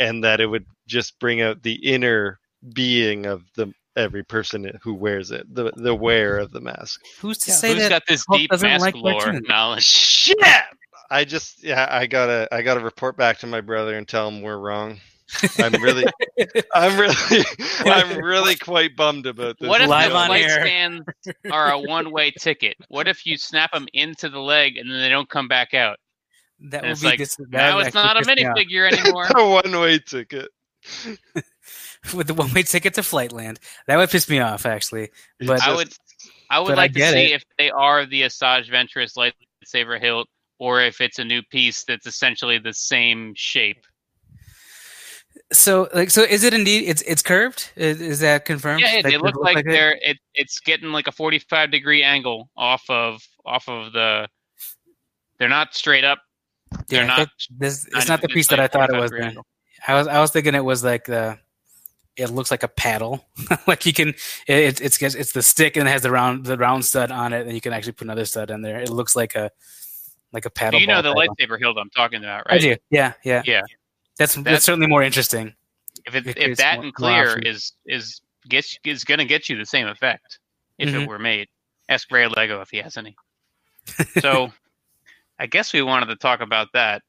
D: and that it would just bring out the inner being of the every person who wears it, the the wearer of the mask.
B: Who's to
A: Who's
B: say that?
A: got this
B: Hulk
A: deep
B: doesn't
A: mask
B: like
A: lore
B: cartoons?
A: knowledge?
D: Shit! I just yeah, I gotta I gotta report back to my brother and tell him we're wrong. I'm really I'm really I'm really quite bummed about this.
A: What if
B: Live
A: the
B: on
A: light
B: air.
A: stands are a one-way ticket? What if you snap them into the leg and then they don't come back out?
B: That
A: And
B: would
A: it's
B: be
A: like,
B: dis- that
A: now
B: would
A: it's
B: actually
A: not a
B: piss me off.
A: minifigure anymore.
D: a one way ticket?
B: with the one way ticket to Flightland. That would piss me off, actually. But
A: I would, I would
B: but I
A: like to
B: get
A: see
B: it.
A: if they are the Asajj Ventress lightsaber hilt, or if it's a new piece that's essentially the same shape.
B: so, like, so is it indeed? It's it's curved. Is, is that confirmed?
A: Yeah, it,
B: Like,
A: it
B: does
A: looks like,
B: it?
A: they're it, it's getting like a forty-five degree angle off of off of the. They're not straight up. They're
B: Yeah,
A: not.
B: that- This, it's
A: not
B: not the
A: just
B: piece that I
A: like
B: thought it
A: 45
B: was.
A: degree
B: Then
A: angle.
B: I was I was thinking it was like the. It looks like a paddle. like you can, it, it's it's it's the stick and it has the round the round stud on it, and you can actually put another stud in there. It looks like a like a paddle.
A: you know the
B: ball paddle.
A: lightsaber hilt I'm talking about,
B: I
A: right?
B: do. Yeah, yeah,
A: Yeah.
B: That's that's
A: That's-
B: certainly more interesting.
A: If it,
B: It
A: if
B: is
A: that and
B: more- more
A: clear
B: options.
A: is is gets is going to get you the same effect if
B: Mhm.
A: it were made. Ask Ray Lego if he has any. So, I guess we wanted to talk about that.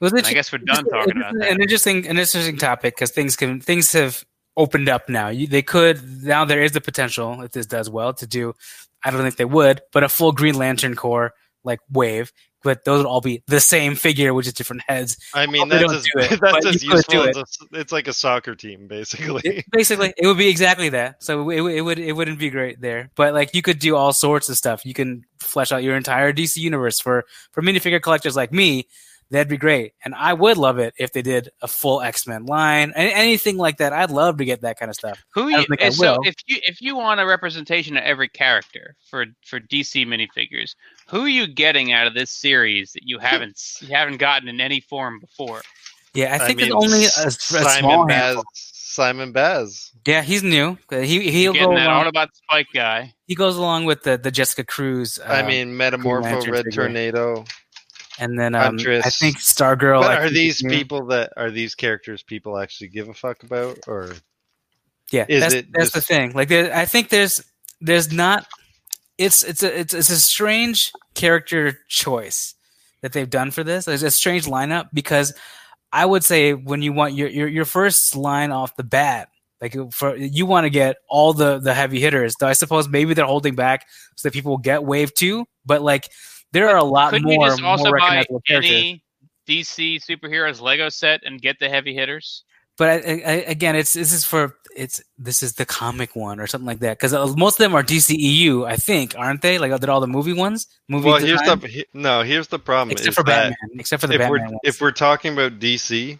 B: Was
A: And I guess we're done
B: Just a-
A: talking
B: an
A: about
B: interesting-
A: that.
B: An interesting, an interesting topic because things can things have opened up now. You, they could now there is the potential if this does well to do. I don't think they would, but a full Green Lantern core like wave, but those would all be the same figure with just different heads.
D: I mean,
B: Probably
D: that's
B: don't
D: as,
B: do it, but
D: that's as
B: you could do
D: useful as a, it's like a soccer team, basically.
B: It- basically, it would be exactly that. So it, it would it wouldn't be great there, but like you could do all sorts of stuff. You can flesh out your entire DC universe for for minifigure collectors like me. That'd be great, and I would love it if they did a full X Men line, a- anything like that. I'd love to get that kind of stuff.
A: Who
B: don't
A: you, eh,
B: think I
A: so
B: will.
A: if you if you want a representation of every character for for DC minifigures, who are you getting out of this series that you haven't s- you haven't gotten in any form before?
B: Yeah, I think
D: mean,
B: there's only a, a small
D: Simon Baz.
B: handful.
D: Simon Baz.
B: Yeah, he's new. Uh, He he'll
A: You're
B: go
A: getting that
B: along,
A: Autobot Spike guy.
B: he goes along with the, the Jessica Cruz. Uh,
D: I mean, Metamorpho,
B: Lantern
D: Red
B: figure.
D: Tornado.
B: and then um, I
D: Huntress.
B: think Stargirl.
D: But
B: I
D: are
B: think,
D: these
B: is new.
D: people that are these characters people actually give a fuck about, or
B: Yeah,
D: is
B: that's,
D: it
B: that's the
D: just-
B: thing. Like, there, I think there's there's not. It's it's a it's, it's a strange character choice that they've done for this. It's a strange lineup because I would say when you want your your, your first line off the bat, like for you want to get all the the heavy hitters. Though I suppose maybe they're holding back so that people will get wave two, but like there are a lot
A: Couldn't you
B: more
A: just also
B: more
A: buy
B: recognizable characters.
A: any DC superheroes Lego set and get the heavy hitters?
B: but I, I, I- again, it's this is for it's this is the comic one or something like that because most of them are DCEU, I think, aren't they? Like they're all the movie ones. Movie
D: Well, here's the
B: design?
D: he- no. Here's the problem.
B: except
D: is
B: for
D: that
B: Batman, except for the
D: if
B: Batman
D: we're
B: ones.
D: if we're talking about DC,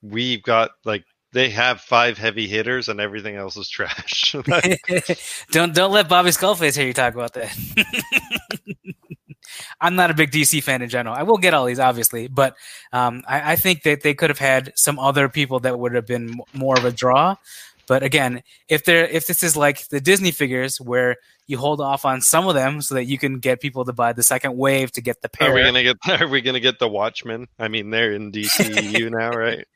D: we've got like they have five heavy hitters and everything else is trash. Like,
B: don't don't let Bobby Skullface hear you talk about that. I'm not a big DC fan in general. I will get all these, obviously, but um, I, I think that they could have had some other people that would have been m- more of a draw. But again, if they're if this is like the Disney figures, where you hold off on some of them so that you can get people to buy the second wave to get the pair,
D: are we gonna get are we gonna get the Watchmen? I mean, they're in DCU now, right?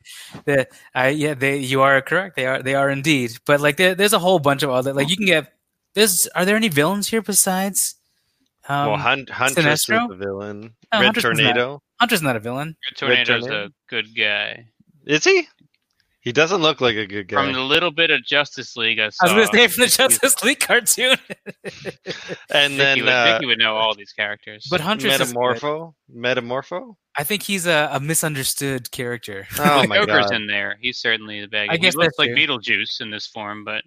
B: The, I yeah, they you are correct. They are they are indeed. But like there, there's a whole bunch of other like you can get. There's are there any villains here besides? Um,
D: well, Hunt, Huntress
B: Sinestro?
D: is the villain.
B: No,
D: Red
B: Huntress is not.
D: Tornado.
B: Hunter's not a villain.
A: Red Tornado's
D: Tornado?
A: a good guy.
D: Is he? He doesn't look like a good guy.
A: From the little bit of Justice League I saw,
B: I was going to say from the
A: he's-
B: Justice League cartoon,
D: and
A: Vicky
D: then
A: would,
D: uh,
A: Vicky would know all these characters.
B: but Huntress is good.
D: Metamorpho. Metamorpho.
B: I think he's a, a misunderstood character.
D: Oh my
A: Joker's
D: god.
A: in there. He's certainly the bad
B: I
A: guy. He
B: guess
A: looks
B: that's
A: like
B: true.
A: Beetlejuice in this form, but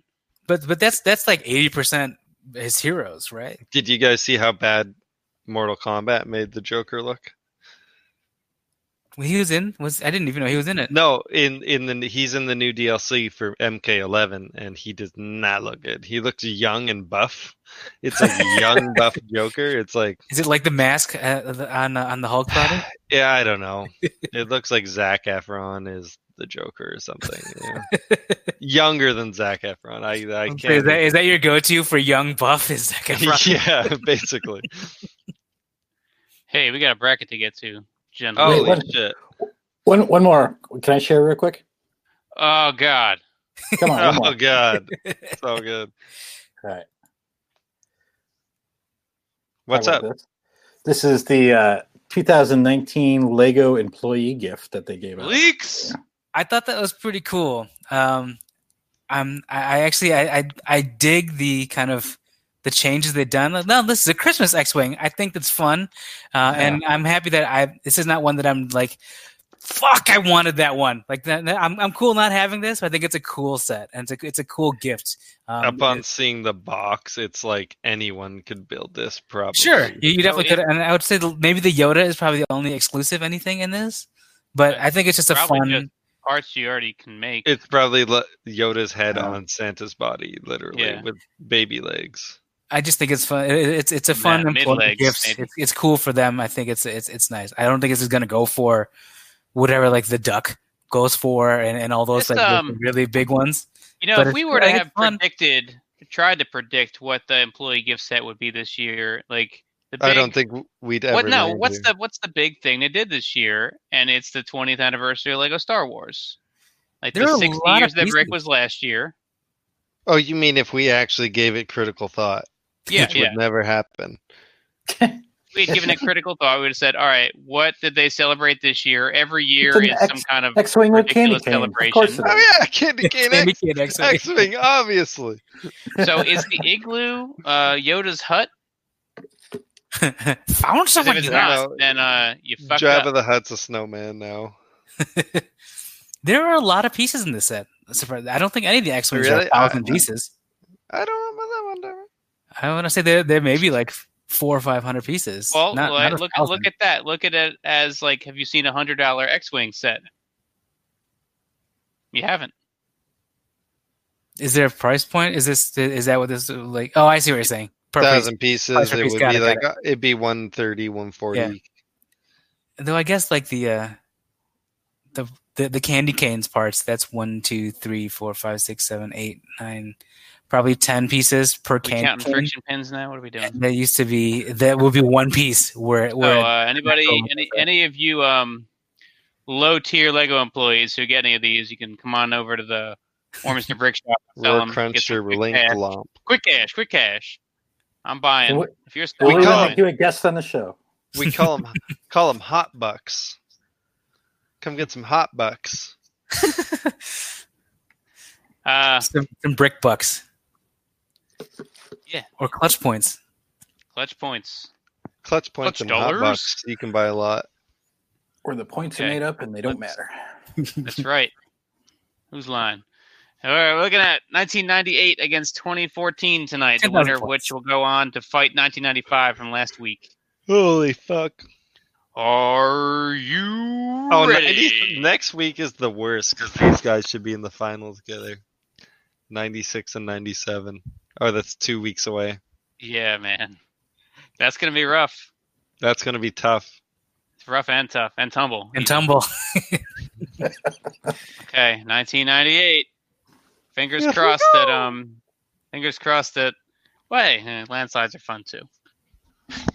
B: But but that's that's like eighty percent his heroes, right?
D: Did you guys see how bad Mortal Kombat made the Joker look?
B: When he was in was I didn't even know he was in it.
D: No, in in the he's in the new DLC for MK11, and he does not look good. He looks young and buff. It's like young buff Joker. It's like
B: Is it like the mask uh, the- on uh, on the Hulk product?
D: yeah, I don't know. It looks like Zach Efron is the Joker or something. yeah. Younger than Zach Efron. I I
B: Is
D: can't.
B: that, is that your go-to for young buff? Is that
D: yeah, basically.
A: hey, we got a bracket to get to, gentlemen.
D: Holy
C: what-
D: shit!
C: One one more. Can I share real quick?
A: Oh, God.
C: Come on. one more.
D: Oh god, so good.
C: All right.
D: What's
C: How
D: up?
C: about This? This is the uh, 2019 Lego employee gift that they gave out.
A: Leaks!
B: I thought that was pretty cool. Um, um, I, I actually I, I I dig the kind of the changes they've done. Like, no, this is a Christmas X-wing. I think that's fun, uh, and I'm happy that I this is not one that I'm like, fuck, I wanted that one. Like that, that- I'm I'm cool not having this. But I think it's a cool set and it's a it's a cool gift. Um,
D: Upon seeing the box, it's like anyone could build this probably.
B: Sure, you, you definitely
A: So
B: could, and I would say the, maybe the Yoda is probably the only exclusive anything in this, but I think it's just a
A: Probably
B: fun.
A: just- Parts you already can make.
D: It's probably le- Yoda's head
C: Yeah.
D: on Santa's body, literally,
A: Yeah.
D: with baby legs.
B: I just think it's fun. It- It's it's a fun
A: Yeah,
B: employee
A: mid-legs,
B: gift.
A: maybe.
B: It's, it's cool for them. I think it's it's it's nice. I don't think it's going to go for whatever like the duck goes for and, and all those
A: It's,
B: like
A: um,
B: really big ones.
A: You know,
B: But
A: if
B: it's-
A: we were
B: I
A: to
B: think
A: have
B: it's fun.
A: predicted, tried to predict what the employee gift set would be this year, like the big,
D: I don't think w- we'd ever.
A: what no,
D: land
A: what's the
D: here.
A: what's the big thing they did this year? And it's the 20th anniversary of Lego Star Wars. Like
B: There are
A: the
B: a
A: 60
B: lot of
A: years that Rick
B: pieces.
A: was last year.
D: Oh, you mean if we actually gave it critical thought,
A: Yeah,
D: which
A: yeah.
D: would never happen?
A: If we had given it critical thought, we would have said, "All right, what did they celebrate this year? Every year
C: an
A: is
C: ex-
A: some kind of
C: X-wing with candy
A: ridiculous
C: cane. Of
A: celebration.
C: course, it is.
D: Oh yeah, Candy Cane
B: Candy
D: X-
B: cane X-wing.
D: X-wing, obviously.
A: so is the igloo uh, Yoda's hut?
B: Found
A: 'Cause
B: someone.
A: if it's
B: you
D: that.
A: not, then uh, you fucked
D: Jabba
A: up.
D: the Hutt's a snowman now.
B: like. there are a lot of pieces in this set. Surprise! I don't think any of the X wings are
D: Really?
B: a thousand
D: I-
B: pieces.
D: I don't remember that one. Darren.
B: I want to say there there may be like four or five hundred pieces.
A: Well,
B: Not-
A: like,
B: not a
A: look
B: thousand.
A: look at that. Look at it as like, have you seen a hundred dollar X wing set? You haven't.
B: Is there a price point? Is this is that what this like? Oh, I see what you're saying. Perfect.
D: Thousand pieces,
B: Thousand
D: it
B: piece,
D: would
B: got
D: be
B: it, got
D: like uh, it'd be 130, 140.
B: Yeah. Though I guess like the uh the the, the candy canes parts. That's one, two, three, four, five, six, seven, eight, nine, probably ten pieces per
A: We
B: candy
A: counting
B: cane.
A: friction pins now. What are we doing?
B: And That used to be that will be one piece where
A: So,
B: where
A: uh, anybody,
B: Metro-
A: any any of you um, low tier Lego employees who get any of these, you can come on over to the Warminster Brick Shop. and sell
D: Roar
A: 'em, get some
D: Cruncher,
A: quick
D: Link
A: cash.
D: Lomp.
A: Quick cash, quick cash. I'm buying.
C: What-
A: if you're
C: We'll
A: still
D: We
C: even
D: call
A: buying,
C: make you a guest on the show.
D: We call them call 'em hot bucks. Come get some hot bucks.
A: uh,
B: some, some brick bucks.
A: Yeah.
B: Or clutch points.
A: clutch points.
D: Clutch points
A: Clutch
D: and
A: dollars?
D: hot bucks. You can buy a lot.
C: Where the points are
A: Okay.
C: made up and they don't
A: Let's-
C: matter.
A: That's right. Who's lying? All right, we're looking at 1998 against 2014 tonight. The
B: 10,000
A: winner of
B: points.
A: which will go on to fight 1995 from last week.
D: Holy fuck!
A: Are you
D: Oh,
A: ready?
D: 90, next week is the worst because these guys should be in the final together. Ninety-six and ninety-seven. Oh, that's two weeks away.
A: yeah, man, that's gonna be rough.
D: That's gonna be tough.
A: It's rough and tough and tumble.
B: And tumble.
A: Okay, 1998. Fingers
D: Here we
A: crossed that
D: go.
A: um, fingers crossed that. Wait, eh, landslides are fun too.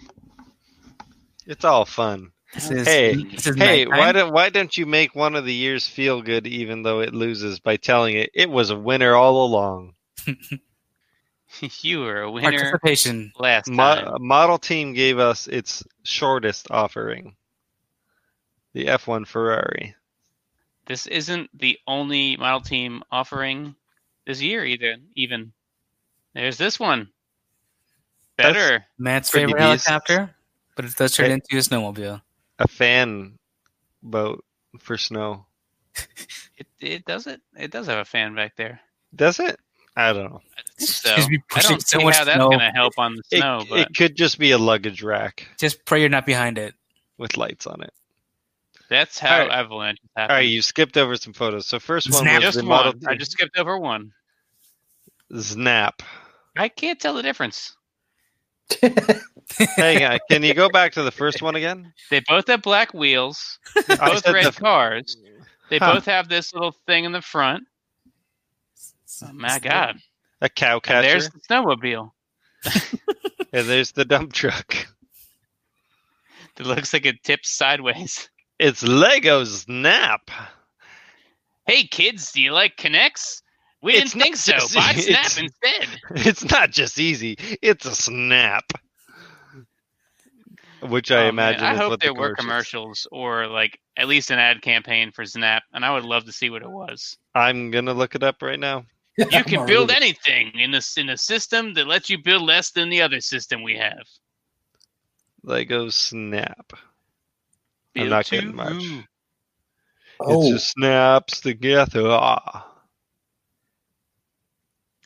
D: It's all fun.
B: This is,
D: Hey,
B: this is
D: Hey,
B: nighttime.
D: why don't why don't you make one of the years feel good, even though it loses, by telling it it was a winner all along?
A: you were a winner
B: participation.
A: last time.
D: Mo- model team gave us its shortest offering, the F1 Ferrari.
A: this isn't the only model team offering this year either. Even there's this one.
D: That's-
A: Better.
B: Matt's
D: Pretty
B: favorite
D: decent.
B: helicopter, but it does turn
D: Hey.
B: into a snowmobile.
D: A fan boat for snow.
A: It, it does it. It does have a fan back there.
D: Does it? I don't know.
A: I think So
B: Excuse me,
A: I
B: pushing
A: don't
B: so
A: see
B: much
A: how that's
B: snow.
A: going to help on the
D: It,
A: snow, but
D: it could just be a luggage rack
B: Just pray you're not behind it.
D: with lights on it.
A: that's how
D: Alright.
A: avalanche
D: All
A: happens.
D: right, you skipped over some photos. So first one
B: Snap.
D: was
A: just
D: the
A: one.
D: model
A: I
D: team-
A: just skipped over one.
D: Snap.
A: I can't tell the difference.
D: Hang on. uh, Can you go back to the first one again?
A: They both have black wheels.
D: I
A: Both
D: said
A: red
D: the-
A: cars. They
D: Huh.
A: both have this little thing in the front. Oh my god!
D: a cow
A: And
D: catcher.
A: there's the snowmobile.
D: And there's the dump truck.
A: It looks like it tips sideways.
D: It's Lego Snap.
A: Hey kids, do you like Connects? We
D: It's
A: didn't think
D: not
A: so.
D: just-
A: Buy
D: it's-
A: Snap instead.
D: It's not just easy. It's a snap. Which I
A: Oh, man,
D: imagine.
A: I
D: is
A: hope
D: what
A: there
D: the
A: were commercials
D: commercials-
A: or like at least an ad campaign for Snap, and I would love to see what it was.
D: I'm gonna look it up right now.
A: You can build anything in this in a system that lets you build less than the other system we have.
D: Lego Snap.
A: Build
D: I'm not getting much.
A: two.
D: It
C: Oh,
D: just snaps together. Ah.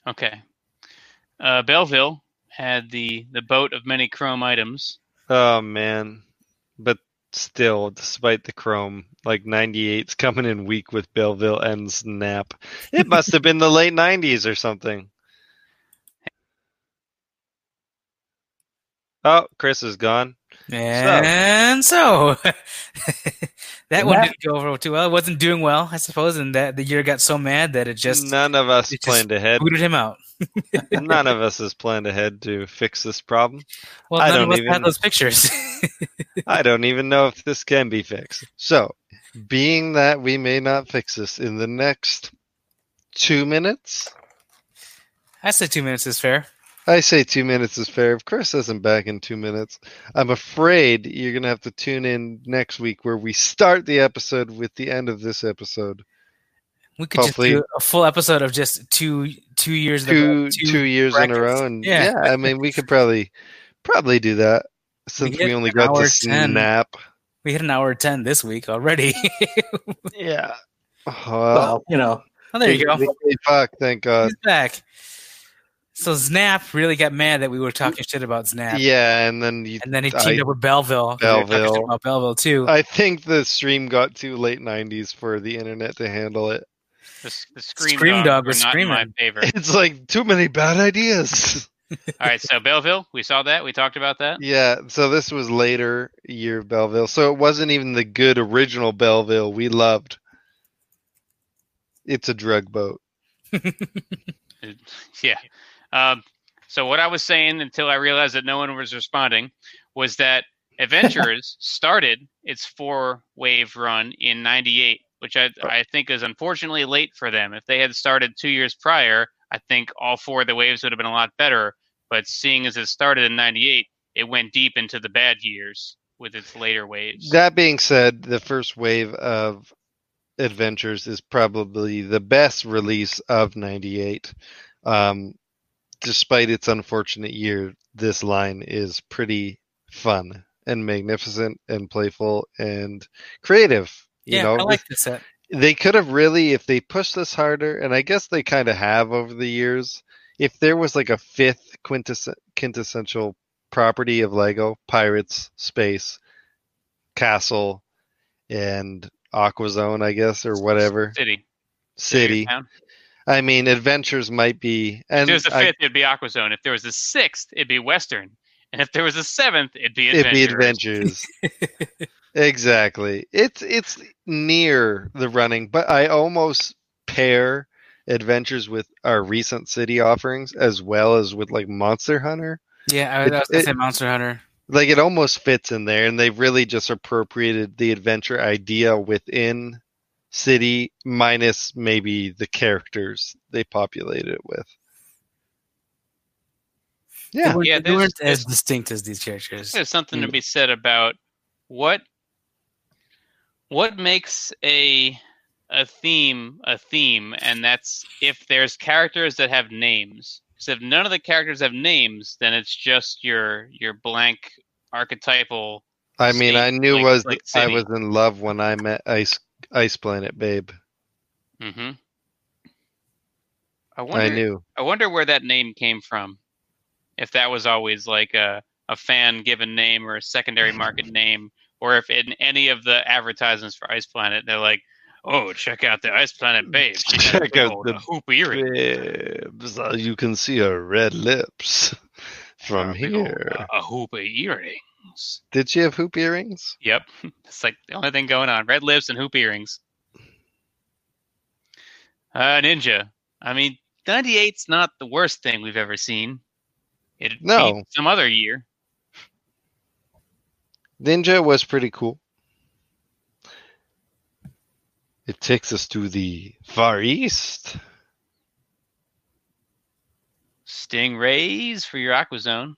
A: Okay. Uh, Belleville had the the boat of many chrome items.
D: Oh man. But still, despite the chrome, like 98's coming in weak with Belleville and Snap. It must have been the late 90s or something. Oh, Chris is gone.
B: And so, that one
C: Matt-
B: didn't go over too well. It wasn't doing well, I suppose, and that the year got so mad that it just
D: None of us
B: it just-
D: planned ahead.
B: booted him out.
D: None of us has planned ahead to fix this problem.
B: Well,
D: I
B: none
D: don't
B: of us
D: even-
B: had those pictures.
D: I don't even know if this can be fixed. So, being that we may not fix this in the next two minutes,
B: I said two minutes is fair.
D: I say two minutes is fair. If Chris isn't back in two minutes, I'm afraid you're going to have to tune in next week where we start the episode with the end of this episode.
B: We could
D: Hopefully-
B: just do a full episode of just two two years in a row,
D: Two, two years in a
B: brackets.
D: row. And
B: Yeah.
D: yeah. I mean, we could probably probably do that since
B: get
D: we only
B: an
D: got
B: hour
D: to
B: 10.
D: snap.
B: We hit an hour ten this week already.
D: Yeah. uh,
C: well, you know,
B: well, Oh, there you go.
D: Holy fuck, thank God.
B: He's back. So Snap really got mad that we were talking shit about Snap,
D: Yeah, and then you,
B: and then he teamed
D: I-
B: up with Belleville. We were talking shit
D: Belleville.
B: about Belleville too.
D: I think the stream got too late 90s for the internet to handle it.
A: The, s- the scream,
B: Scream
A: dog,
B: Dog
A: were
B: was
A: not in my
B: screaming.
A: favor.
D: It's like too many bad ideas.
A: All right, so Belleville, we saw that. We talked about that.
D: Yeah, so this was later year of Belleville. So it wasn't even the good original Belleville we loved. It's a drug boat.
A: yeah. Um, so what I was saying until I realized that no one was responding was that Adventurers started its four wave run in '98, which I I think is unfortunately late for them. If they had started two years prior, I think all four of the waves would have been a lot better. But seeing as it started in '98, it went deep into the bad years with its later waves.
D: That being said, the first wave of Adventures is probably the best release of 98. Um, despite its unfortunate year, this line is pretty fun and magnificent and playful and creative. You
B: yeah,
D: know,
B: I like this set.
D: they could have really if they pushed this harder and i guess they kind of have over the years if there was like a fifth quintes- quintessential property of lego pirates space castle and aquazone i guess or whatever
A: City,
D: city
A: Town.
D: i mean adventures might be
A: If
D: and
A: there was a
D: I-
A: fifth, it'd be Aquazone. If there was a sixth, it'd be Western. And if there was a seventh, it'd be
D: it'd be
A: Adventurers.
D: adventures exactly it's it's near the running but i almost pair adventures with our recent city offerings as well as with like monster hunter
B: Yeah, I, I
D: It-
B: was gonna
D: it-
B: say Monster Hunter.
D: like it almost fits in there and they've really just appropriated the adventure idea within city minus maybe the characters they populated it with
B: They
D: yeah
B: weren't-
A: Yeah,
B: they weren't
A: there's-
B: as distinct as these characters.
A: There's something
D: Mm.
A: to be said about what what makes a a theme, a theme, and that's if there's characters that have names. Because if none of the characters have names, then it's just your your blank archetypal.
D: I mean,
A: State,
D: I knew
A: like-
D: was
A: like
D: I
A: city.
D: was in love when I met Ice Ice Planet Babe.
A: hmm I wonder.
D: I knew.
A: I wonder where that name came from. If that was always like a, a fan given name or a secondary market name, or if in any of the advertisements for Ice Planet, they're like, oh, check out the Ice Planet Babe. She got a
D: Check
A: big
D: out
A: old
D: the
A: hoop earring.
D: Babes, uh, you can see her red lips from
A: A big old,
D: here.
A: uh, A hoop of earrings.
D: Did she have hoop earrings?
A: Yep. It's like the only thing going on. Red lips and hoop earrings. Uh, Ninja. I mean, 98's not the worst thing we've ever seen. It
D: No.
A: beat some other year.
D: Ninja was pretty cool. It takes us to the Far East.
A: stingrays for your aquazone.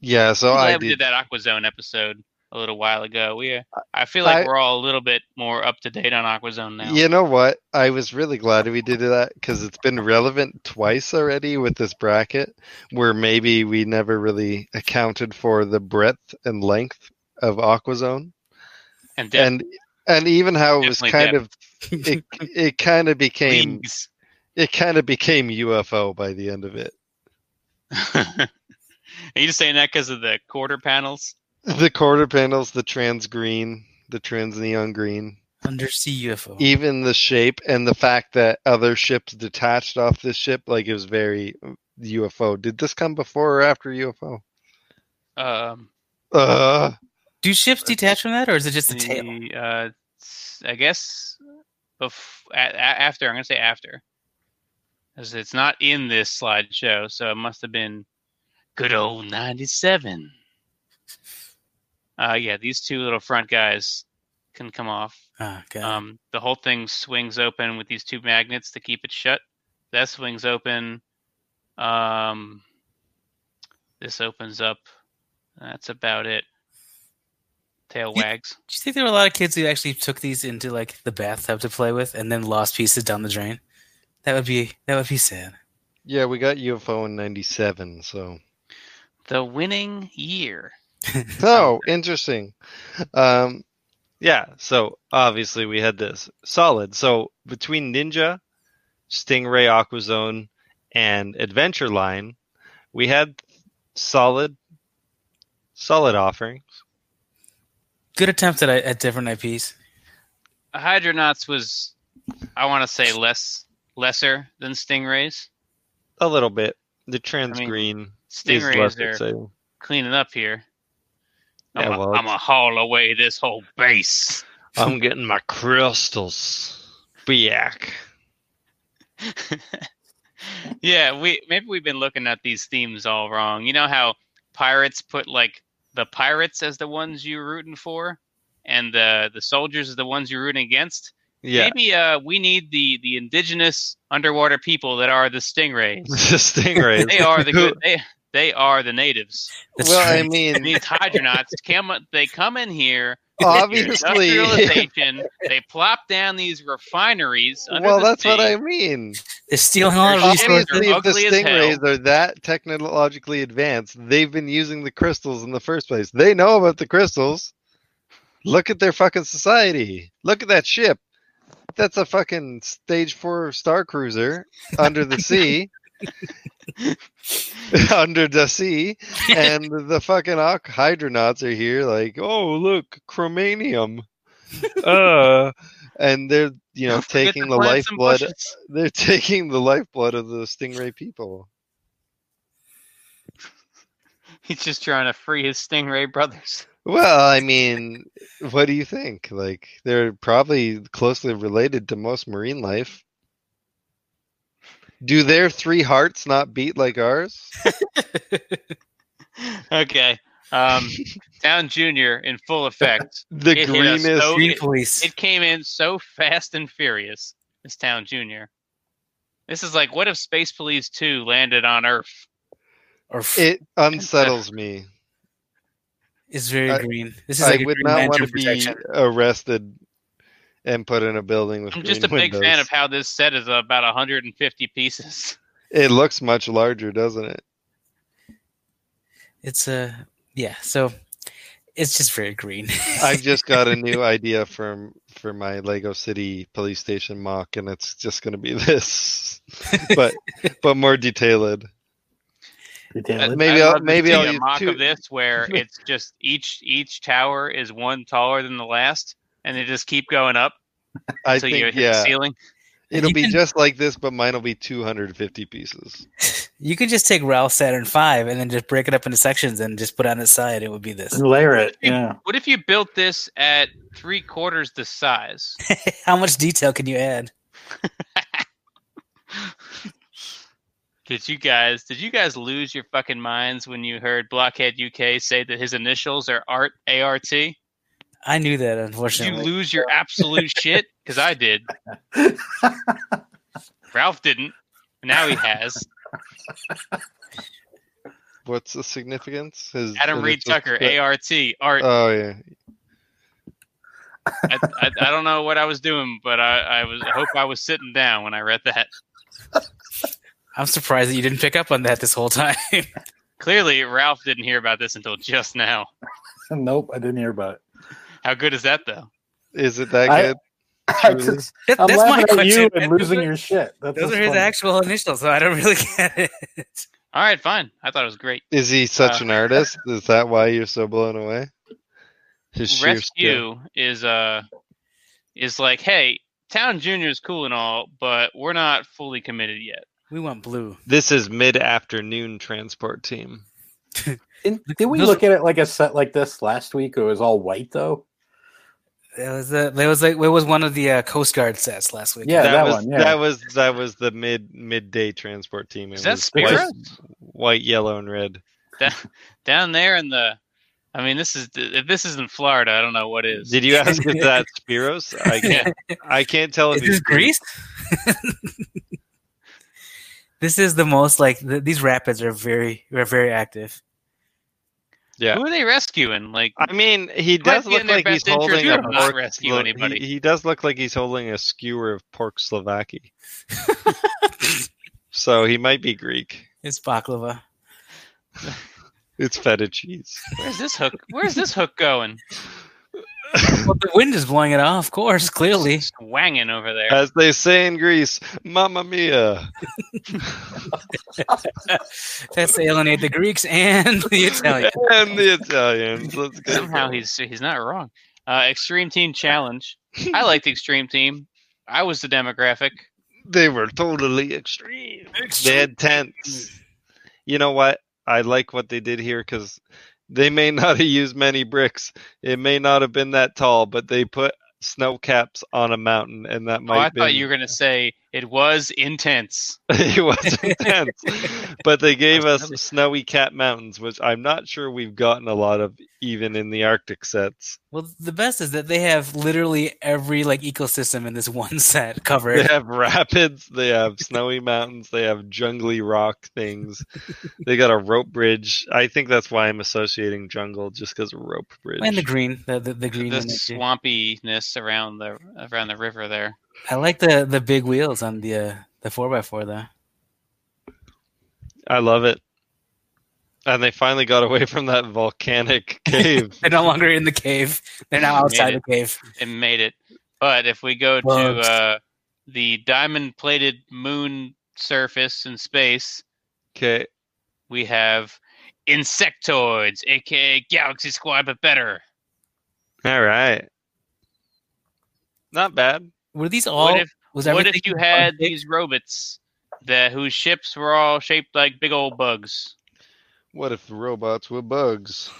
D: Yeah, so
A: I'm glad
D: Oh, I
A: we
D: did.
A: did that aquazone episode a little while ago. We, uh, I feel like
D: I-
A: we're all a little bit more up to date on aquazone now.
D: You know what? I was really glad we did that because it's been relevant twice already with this bracket, where maybe we never really accounted for the breadth and length of Aquazone,
A: and def-
D: and and even how it was
A: Definitely
D: kind of it it kind of became
A: wings.
D: it kind of became UFO by the end of it.
A: Are you just saying that because of the quarter panels?
D: The quarter panels, the trans green, the trans neon green,
B: Undersea UFO.
D: even the shape and the fact that other ships detached off this ship, like it was very UFO. Did this come before or after UFO?
A: Um,
D: Uh,
B: Do ships detach from that, or is it just the tail?
A: the, uh, s- I guess bef- a- a- after. I'm gonna say after, because it's not in this slideshow, so it must have been good old '97. Uh, yeah, these two little front guys can come off.
B: Oh, God.
A: Um, the whole thing swings open with these two magnets to keep it shut. That swings open. Um, this opens up. That's about it. Tail
B: You-
A: wags.
B: Do you think there were a lot of kids who actually took these into like the bathtub to play with and then lost pieces down the drain? That would be that would be sad.
D: yeah, we got UFO in '97, so
A: The winning year.
D: oh, interesting. Um, yeah, so obviously we had this solid. So between Ninja, Stingray, Aquazone, and Adventure Line, we had solid, solid offerings.
B: Good attempt at, at different IPs.
A: Hydronauts was, I want to say, less lesser than stingrays.
D: A little bit. The trans
A: I mean,
D: green is less
A: Stingrays are
D: exciting.
A: cleaning up here. I'm
D: Yeah,
A: a-
D: well,
A: I'm gonna haul away this whole base.
D: I'm getting my crystals. Biak.
A: yeah, we maybe we've been looking at these themes all wrong. You know how pirates put like the pirates as the ones you're rooting for, and the the soldiers as the ones you're rooting against.
D: Yeah.
A: Maybe uh, we need the the indigenous underwater people that are the stingrays.
D: the stingrays.
A: They are the
D: Who-
A: good. They, they are the natives.
B: That's
D: well, I
B: right.
A: And
D: mean,
A: these hydronauts come. They come in here.
D: obviously.
A: Industrialization. they plop down these refineries. Under
D: well,
A: the
D: that's what
A: sea.
D: I mean.
B: They're stealing all of
A: They're
B: these.
A: ships
D: Obviously, if the
A: ugly as hell.
D: stingrays are that technologically advanced, they've been using the crystals in the first place. They know about the crystals. Look at their fucking society. Look at that ship. That's a fucking stage four star cruiser under the sea. under the sea. And the fucking Oc- hydronauts are here, like, oh, look, chromanium. uh, and they're, you know,
A: Forget
D: taking
A: to
D: the
A: plant some
D: lifeblood
A: bushes.
D: they're taking the lifeblood of the stingray people.
A: He's just trying to free his stingray brothers.
D: Well, I mean, what do you think? Like, they're probably closely related to most marine life. Do their three hearts not beat like ours?
A: okay. Um, Down Junior in full effect.
D: The
A: It hit us
D: greenest.
A: so-
B: Green police.
A: It came in so fast and furious. This Town Junior. This is like, what if Space Police Two landed on Earth?
B: or f-
D: It unsettles me.
B: is very
D: I-
B: green. This is
D: I
B: like a
D: would
B: green
D: not want
B: lantern
D: to be
B: protection.
D: arrested and put in a building with
A: I'm
D: green
A: just a big fan
D: windows.
A: of how this set is about 150 pieces.
D: It looks much larger, doesn't it?
B: It's a yeah. So it's just very green.
D: I've just got a new idea from for my Lego City police station mock, and it's just going to be this, but but more detailed.
C: Detail
A: I'd-
C: it.
A: I'd
D: Maybe I'll-
A: love to
D: maybe
A: see
D: I'll
A: a
D: use
A: mock
D: two-
A: of this where it's just each each tower is one taller than the last, and they just keep going up
D: I
A: until you
D: think
A: hit
D: yeah,
A: the ceiling.
D: it'll
B: You
D: be
B: can-
D: just like this, but mine will be 250 pieces.
B: you could just take Ralph Saturn Five and then just break it up into sections and just put it on its side. It would be this.
C: And layer it. Yeah.
A: What if you built this at three quarters the size?
B: How much detail can you add?
A: Did you guys did you guys lose your fucking minds when you heard Blockhead UK say that his initials are Art A R T?
B: I knew that,
A: Did you
B: unfortunately.
A: lose your absolute shit? Because I did. Ralph didn't. Now he has.
D: What's the significance? His
A: Adam Reed
D: initials-
A: Tucker, A R T, Art.
D: Oh yeah,
A: I, I, I don't know what I was doing, but I, I was. I hope I was sitting down when I read that.
B: I'm surprised that you didn't pick up on that this whole time.
A: Clearly, Ralph didn't hear about this until just now.
C: nope, I didn't hear about it.
A: How good is that, though?
D: is it that
C: I-
D: good?
C: I
D: Truly.
C: just-
B: That-
C: I'm
B: that's my
C: laughing at
B: question.
C: you and
B: Those
C: losing
B: are-
C: your shit. That's
B: Those
C: just
B: are his
C: funny.
B: actual initials, so I don't really get it.
A: All right, fine. I thought it was great.
D: Is he such
A: Uh,
D: an artist? Is that why you're so blown away? His sheer skill.
A: Rescue is uh is like, hey, Town Junior is cool and all, but we're not fully committed yet.
B: We want blue.
D: This is mid-afternoon transport team.
C: Didn't- Did we
B: Those-
C: look at it like a set like this last week? It was all white though.
B: It was the, there was like it was one of the uh, Coast Guard sets last week.
C: Yeah, that
D: was
C: one, yeah.
D: that was that was the mid midday transport team. It
A: Is that
D: was
A: Spirit?
D: White, white, yellow, and red.
A: Down, down there in the, I mean, this is if this isn't Florida, I don't know what is.
D: Did you ask if that Spiros? I can't. I can't
A: Oh,
D: tell if
B: Is this
D: he's
B: Greece? this is the most like th- these rapids are very are very active.
D: Yeah.
A: Who are they rescuing? Like,
D: I mean, he
A: might
D: does
A: be
D: look
A: in their
D: like he's
A: best interest
D: holding
A: to
D: a
A: not
D: pork.
A: rescue
D: slo-
A: anybody.
D: He, he does look like he's holding a skewer of pork Slovaki. so he might be Greek.
B: It's baklava.
D: It's feta cheese.
A: where's this hook? Where's this hook going?
B: Well, the wind is blowing it off, of course, clearly.
A: Swanging over there.
D: As they say in Greece, "Mamma mia!"
B: That's alienate the Greeks and the Italians.
D: and the Italians. Let's go.
A: Somehow he's he's not wrong. Uh, Extreme Team Challenge. I like the Extreme Team. I was the demographic.
D: They were totally extreme. They had tents. You know what? I like what they did here because they may not have used many bricks. It may not have been that tall, but they put snow caps on a mountain, and that
A: Oh,
D: might.
A: I
D: have
A: thought
D: been-
A: you were gonna say it was intense.
D: it was intense, but they gave us snowy cat mountains, which I'm not sure we've gotten a lot of, even in the Arctic sets.
B: Well, the best is that they have literally every like ecosystem in this one set
D: They
B: covered.
D: have rapids, they have snowy mountains, they have jungly rock things. They got a rope bridge. I think that's why I'm associating jungle, just because of rope bridge.
B: And the green, the the, the green.
A: The
B: energy.
A: swampiness around the around the river there.
B: I like the the big wheels on the uh, the four x four though.
D: I love it. And they finally got away from that volcanic cave.
B: They're no longer in the cave. They're now
A: Made
B: outside
A: it.
B: the cave.
A: It made it. But if we go to
B: Bugs.
A: uh, the diamond-plated moon surface in space,
D: okay.
A: we have insectoids, aka Galaxy Squad, but better.
D: All right. Not bad.
B: Were these all?
A: What if
B: was
A: What
B: everything
A: if you
B: on
A: had
B: the-
A: these robots that whose ships were all shaped like big old bugs,
D: What if the robots were bugs?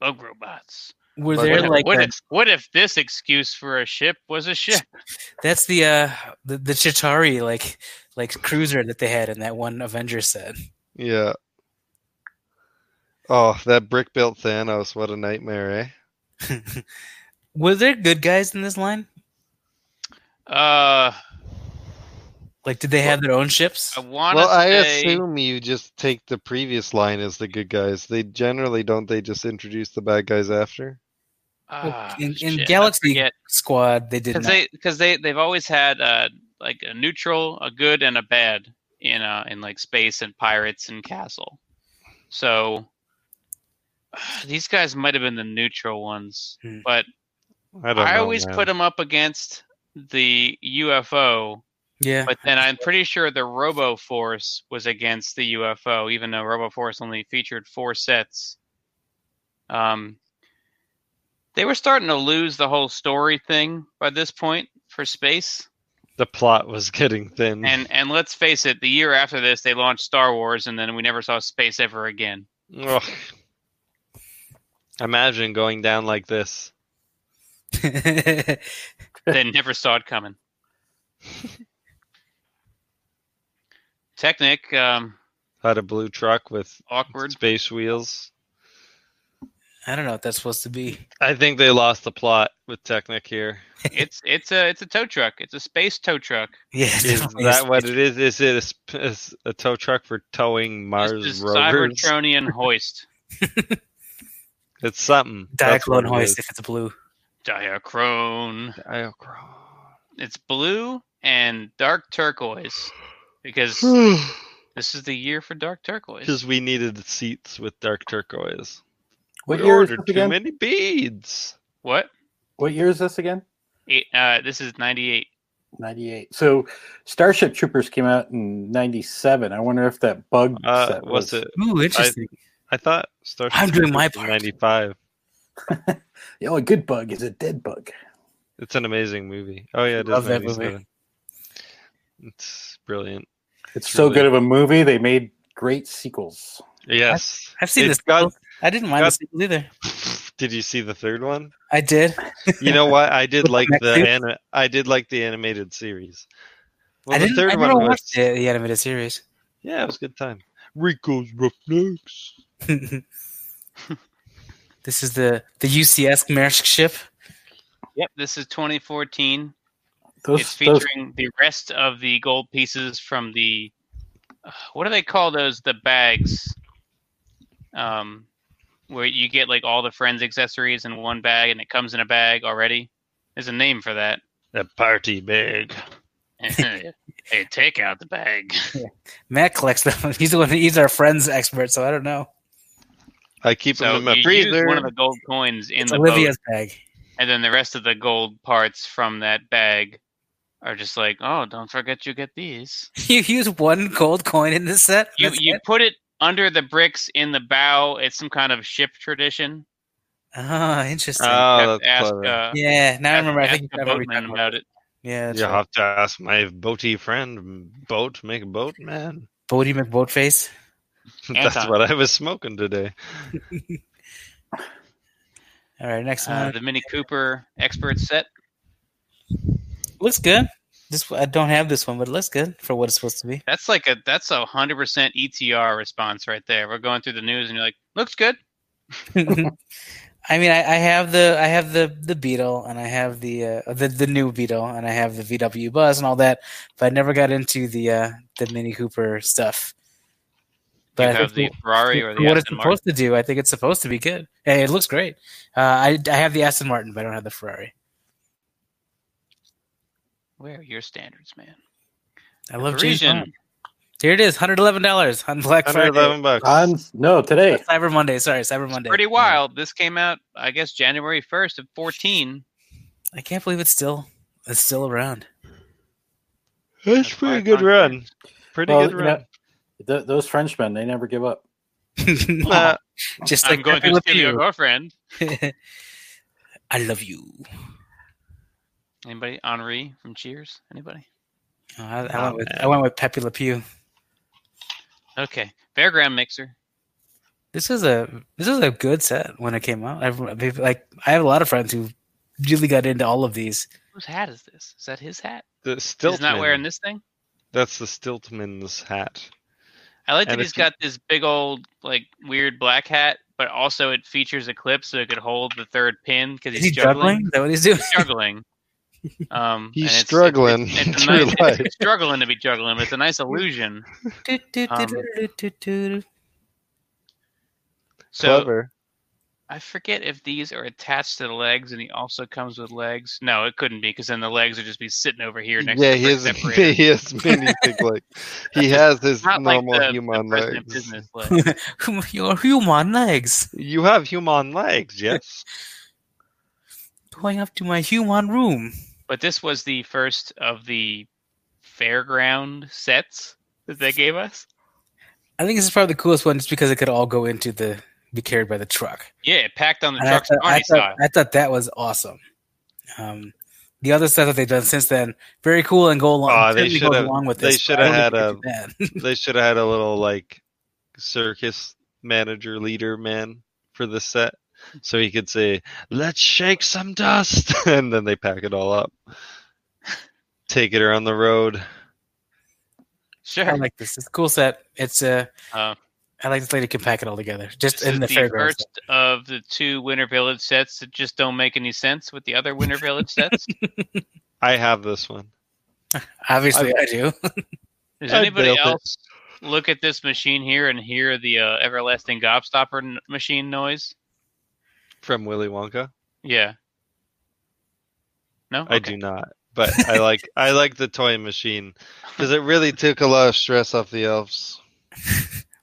A: bug robots?
B: Were
D: But
B: there
A: What if,
B: like? uh,
A: what,
B: a-
A: if, what if this excuse for a ship was a ship?
B: that's the uh the, the Chitari like like cruiser that they had in that one Avengers set.
D: Yeah. Oh, that brick built Thanos. What a nightmare, eh?
B: Were there good guys in this line?
A: Uh,
B: Like, did they have their own ships?
A: I want to
D: well, I
A: say
D: assume you just take the previous line as the good guys. They generally don't they just introduce the bad guys after?
A: Ah,
B: in- in
A: shit, I
B: Galaxy-
A: forget.
B: Squad. They did not.
A: because they because they they've always had uh like a neutral, a good, and a bad in uh in like space and pirates and castle. So these guys might have been the neutral ones,
B: Hmm.
A: but
D: I don't.
A: I
D: know,
A: always
D: man.
A: put them up against the UFO.
B: yeah.
A: But then I'm pretty sure the Robo Force was against the UFO, even though Robo Force only featured four sets. Um, they were starting to lose the whole story thing by this point for space.
D: the plot was getting thin.
A: And and let's face it, the year after this, they launched Star Wars, and then we never saw space ever again.
D: Ugh. Imagine going down like this.
A: they never saw it coming. Technic, um,
D: Had a blue truck with
A: awkward.
D: space wheels.
B: I don't know what that's supposed to be.
D: I think they lost the plot with Technic here.
A: It's it's a it's a tow truck. It's a space tow truck.
B: Yeah.
D: Is that what it is? Is it a sp- is a, tow truck for towing Mars
A: This is
D: rovers?
A: Cybertronian hoist.
D: It's something. That's what
B: Diaclone
D: it
B: hoist
D: is.
B: if it's blue.
A: Diachrone. It's blue and dark turquoise because this is the year for dark turquoise.
D: Because we needed seats with dark turquoise.
C: What
D: we
C: year is
D: ordered
C: this
D: too
C: again?
D: many beads.
A: What?
C: What year is this again?
A: Eight, uh, this is 98.
C: 98. So Starship Troopers came out in 97. I wonder if that bug
D: Uh,
C: set
D: was it?
B: Ooh, interesting.
D: I thought Starship
B: I'm doing my
D: Troopers was
B: part.
D: 95.
C: Oh, a good bug is a dead bug.
D: It's an amazing movie. Oh yeah, it is
B: Love that movie.
D: 97. It's brilliant.
C: It's so
D: Really?
C: good of a movie. They made great sequels.
D: Yes.
B: I've seen
D: It
B: this.
D: got-
B: I didn't mind
D: got-
B: the sequel either.
D: Did you see the third one?
B: I did.
D: You know what? I did
B: With the
D: like the
B: Mexicans?
D: ani- I did like the animated series. Well,
B: I
D: the
B: didn't.
D: third
B: I
D: one
B: never
D: was
B: watched the, the animated series.
D: yeah, it was a good time. Rico's Roughnecks.
B: this is the the UCS Maersk ship.
A: Yep. This is 2014.
C: Those,
A: it's
C: those
A: featuring the rest of the gold pieces from the uh, what do they call those the bags um where you get like all the friends accessories in one bag and it comes in a bag already there's a name for that
D: A party bag.
A: hey take out the bag
B: Matt collects them. He's the one. He's our friends expert, so I don't know.
D: I keep
A: so
D: them in my
A: you use
D: freezer.
A: one of the gold coins in
B: It's
A: the
B: Olivia's
A: boat,
B: bag.
A: and then the rest of the gold parts from that bag are just like oh don't forget you get these
B: You use one gold coin in this set.
A: you
B: That's
A: you
B: it?
A: put it under the bricks in the bow it's some kind of ship tradition
B: Ah, interesting.
D: oh,
A: have to
D: that's
A: ask,
D: clever.
A: uh,
B: yeah, now I
A: ask-
B: remember. I
A: ask
B: think
A: the
B: I remember we
A: boatman
B: talked about
A: about
B: it.
A: it.
B: Yeah, that's
D: you
B: right.
D: have to ask my boaty friend. Boat, make a boat, man.
B: Bodie McBoatface.
D: That's
A: Anton.
D: what I was smoking today.
B: All right, next
A: Uh,
B: one
A: the Mini Cooper expert set.
B: looks good. This I don't have this one, but it looks good for what it's supposed to be.
A: That's like a that's a hundred percent ETR response right there. We're going through the news and you're like, looks good.
B: I mean, I, I have the I have the the Beetle and I have the uh, the the new Beetle and I have the VW Buzz and all that, but I never got into the uh, the Mini Cooper stuff.
A: Do you
B: I
A: have the
B: think
A: Ferrari or
B: for
A: the
B: what it's
A: Aston Martin.
B: supposed to do, I think it's supposed to be good. Hey, it looks great. Uh, I I have the Aston Martin, but I don't have the Ferrari.
A: Where are your standards, man?
B: I love James
A: Parisian.
B: Bond. Here it is, hundred eleven dollars on Black Friday,
D: 111 bucks.
C: on no today.
B: Cyber Monday. Sorry, Cyber
A: It's
B: Monday.
A: pretty wild. This came out, I guess, January first of fourteen.
B: I can't believe it's still it's still around.
D: That's pretty good run. Pretty
C: Well,
D: good
C: you
D: run.
C: know, th- those Frenchmen, they never give up.
D: Nah,
B: Just like
A: I'm going
B: I
A: to
B: love
A: steal your
B: you.
A: girlfriend.
B: I love you.
A: Anybody? Henri from Cheers? Anybody?
B: Oh, I, I
D: Oh,
B: went with I went with Pepe Le Pew.
A: Okay. Fairground mixer.
B: This was a this was a good set when it came out. I've, I've- like I have a lot of friends who really got into all of these.
A: Whose hat is this? Is that his hat?
D: the
A: He's not
D: Stiltman.
A: wearing this thing.
D: That's the Stiltman's hat.
A: I like that
D: And if
A: he's
D: you-
A: got this big old like weird black hat, but also it features a clip so it could hold the third pin because
B: Is
A: he's
B: he
A: juggling.
B: juggling? Is that what he's doing?
A: Struggling. Um,
D: He's
A: and it's-
D: struggling
A: It's, it's, it's, a
D: through
A: nice,
D: life.
A: it's, it's struggling to be juggling, but it's a nice illusion.
B: Do, do, do,
A: Um,
B: do, do, do, do.
A: So
D: Clever.
A: I forget if these are attached to the legs, and he also comes with legs. No, it couldn't be because then the legs would just be sitting over here next.
D: yeah,
A: to the
D: he
A: brick
D: has,
A: separator.
D: he has many big legs. He has his
A: It's not like
D: normal
A: the, the
D: human
A: president of
D: legs.
A: business leg.
B: Hum- Your human legs.
D: You have human legs, yes.
B: Going up to my human room.
A: But this was the first of the fairground sets that they gave us.
B: I think this is probably the coolest one, just because it could all go into the be carried by the truck.
A: Yeah, it packed on the
B: And I,
A: trucks,
B: thought, I,
A: Arnie
B: thought,
A: style.
B: I thought that was awesome. Um, the other stuff that they've done since then, very cool and go along.
D: Aw, they
B: certainly
D: should've-
B: goes along with
D: they
B: this. but I
D: should've
B: don't think it's
D: they should have had a little like circus manager leader man for the set. So he could say, Let's shake some dust and then they pack it all up. Take it around the road.
B: too bad. I
A: Sure.
B: like this. It's a cool set. It's uh,
A: Uh,
B: I like this lady can pack it all together. Just
A: this
B: in
A: is
B: the,
A: the
B: fairgrounds.
A: first of the two Winter Village sets that just don't make any sense with the other Winter Village sets.
D: I have this one.
B: Obviously, I, do.
A: Does
D: I
A: anybody
D: built it.
A: else look at this machine here and hear the uh, everlasting gobstopper n- machine noise?
D: From Willy Wonka.
A: Yeah. No,
D: I do not. But I like I like the toy machine because it really took a lot of stress off the elves.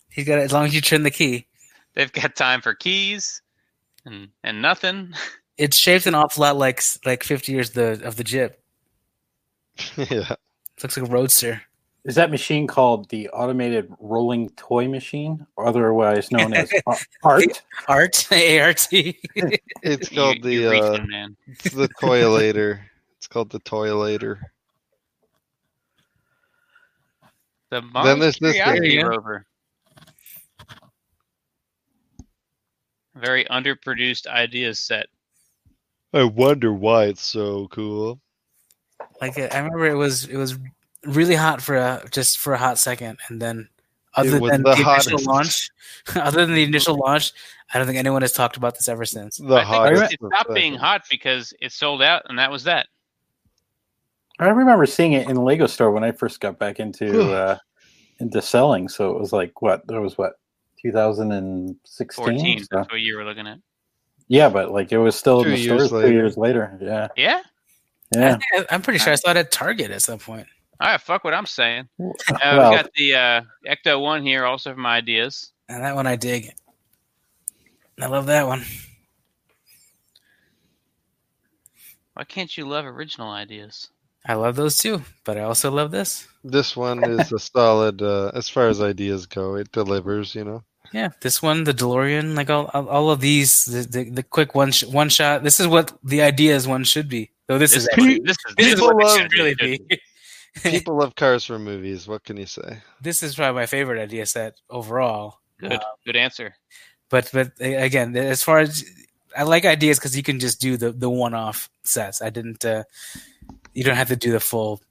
B: He's got as long as you turn the key.
A: They've got time for keys and and nothing.
B: It's shaped an awful lot like like 50 years the of the Jip.
D: yeah.
B: looks like a roadster.
C: Is that machine called the automated rolling toy machine, otherwise known as a- ART?
B: Art, A R T.
D: It's
A: You-
D: called
A: you're
D: the uh,
A: reaching, man.
D: it's the toilator. It's called the toilator.
A: The Mars
D: there's this
A: Curiosity
B: thing.
A: rover. Very underproduced ideas set.
D: I wonder why it's so cool.
B: Like uh, I remember, it was it was really hot for a just for a hot second, and then other
D: was
B: than
D: the
B: the, initial
D: hottest.
B: launch, other than the initial launch, I don't think anyone has talked about this ever since.
D: The
A: I think
D: hottest.
A: it- it stopped being hot because it sold out, and that was that.
C: I remember seeing it in the Lego store when I first got back into uh, into selling. So it was like what? That was what 2016.
A: 14.
C: So-
A: That's what you were looking at.
C: yeah, but like it was still in
D: Two
C: the store
D: years
C: two
D: later.
C: years later. Yeah,
A: Yeah.
B: I
C: yeah.
B: think I- I'm pretty sure I saw it at Target at some point.
A: All right. Fuck what I'm saying.
C: Well,
A: Uh, we got the uh, Ecto One here, also from Ideas.
B: And that one I dig. I love that one.
A: Why can't you love original ideas?
B: I love those too, but I also love this.
D: This one is a solid. Uh, as far as ideas go, it delivers. You know.
B: Yeah, this one, the DeLorean, like all all- all of these, the the, the quick one sh- one shot. This is what the ideas one should be. Though this,
A: This
B: is
A: is
B: actually,
A: this is,
B: this is
D: people
B: what it
D: love-
B: should really be.
D: People love cars for movies. What can you say?
B: this is probably my favorite idea set overall.
A: Good, good answer.
B: But but a- again, as far as I like ideas because you can just do the the one off sets. I didn't. Uh, you don't have to do the full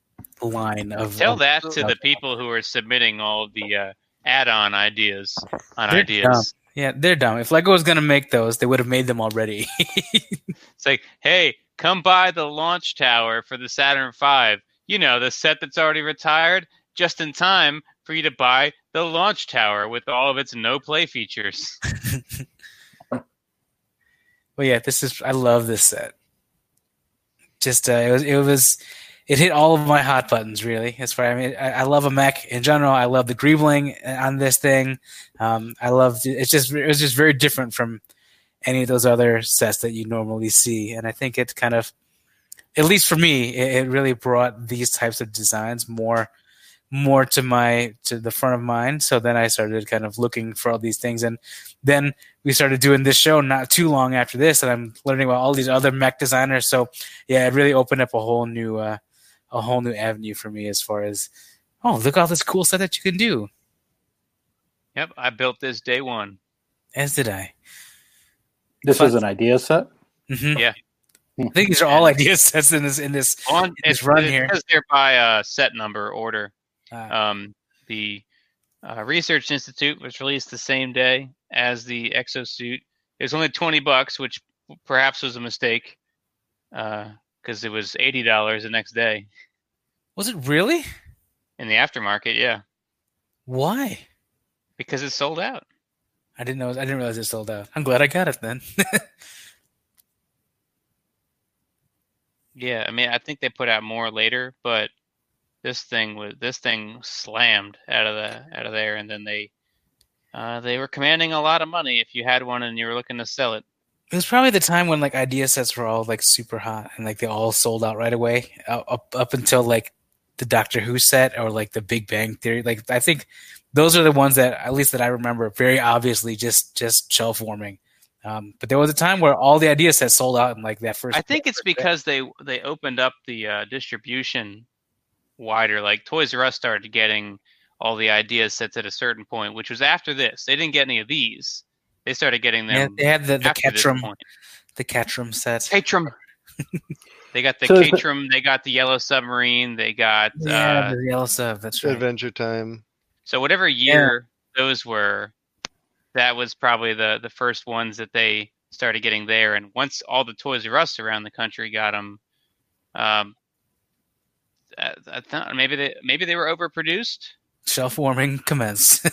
B: line of.
A: Tell
B: of-
A: that to the people who are submitting all the uh, add-on ideas on
B: They're
A: ideas.
B: dumb. Yeah, they're dumb. If Lego was gonna make those, they would have made them already.
A: It's like, hey, come by the launch tower for the Saturn V. You know, the set that's already retired, just in time for you to buy the launch tower with all of its no play features.
B: Well, yeah, this is I love this set. Just uh, it was it was it hit all of my hot buttons really. As far I mean, I, I love a mech in general. I love the greebling on this thing. Um, I love it's just it was just very different from any of those other sets that you normally see, and I think it kind of, at least for me, it, it really brought these types of designs more more to my to the front of mind. So then I started kind of looking for all these things, and then we started doing this show not too long after this, and I'm learning about all these other mech designers. So yeah, it really opened up a whole new uh, a whole new avenue for me as far as oh look at all this cool stuff that you can do.
A: Yep, I built this day one.
B: As did I.
C: This
B: But-
C: is an idea set.
B: Mhm.
A: Yeah.
B: I think these are all ideas that's in this in this.
A: On
B: It's run
A: it
B: here.
A: says there by uh, set number order.
B: Uh,
A: Um, the uh, Research Institute was released the same day as the exosuit. It was only twenty bucks, which perhaps was a mistake, because it was eighty dollars the next day
B: was it really?
A: in the aftermarket. Yeah,
B: Why?
A: because it sold out.
B: I didn't know. I didn't realize it sold out. I'm glad I got it then.
A: Yeah, I mean, I think they put out more later, but this thing was this thing slammed out of the out of there, and then they uh, they were commanding a lot of money if you had one and you were looking to sell it.
B: It was probably the time when like idea sets were all like super hot and like they all sold out right away. Up up, up until like the Doctor Who set or like the Big Bang Theory. Like I think those are the ones that at least that I remember very obviously just just shelf warming. Um, but there was a time where all the idea sets sold out in like that first.
A: I think it's
B: first day.
A: because they they opened up the uh, distribution wider. Like Toys R Us started getting all the ideas sets at a certain point, which was after this. They didn't get any of these. They started getting
B: Yeah,
A: them.
B: they had the the
A: after this
B: Ketchum
A: point.
B: the Ketchum set.
A: Catrum. they got the
C: So is the-
A: Catrum. They got the Yellow Submarine. They got
B: yeah,
A: uh,
B: the yellow stuff. That's right.
D: Adventure Time.
A: so whatever year those were. That was probably the the first ones that they started getting there. And once all the Toys R Us around the country got them, um, I, I thought maybe they maybe they were overproduced.
B: Shelf warming commence.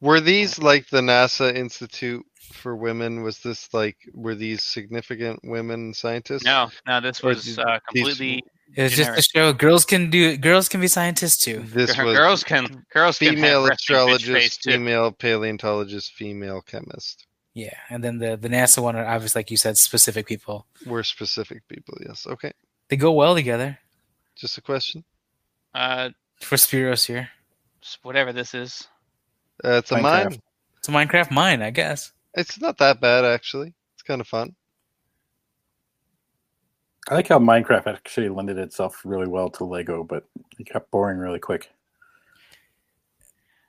D: Were these
A: Oh.
D: like the NASA Institute for Women? Was this like were these significant women scientists?
A: No, no, this
D: Or
A: was
D: these-
A: uh, completely.
B: It was just to
A: Generic.
B: show girls can do girls can be scientists too.
D: This was
A: girls can girls can have
D: female
A: breast and bitch face,
D: astrologist,
A: too.
D: female paleontologist, female chemist.
B: Yeah, and then the the NASA one are obviously like you said specific people.
D: We're specific people, yes. Okay.
B: They go well together
D: Just a question.
A: Uh,
B: for Spiros here.
A: whatever this is.
D: Uh, it's a
C: Minecraft.
D: mine.
B: It's a Minecraft mine, I guess.
D: It's not that bad actually. It's kind of fun.
C: I like how Minecraft actually lended itself really well to Lego, but it got boring really quick.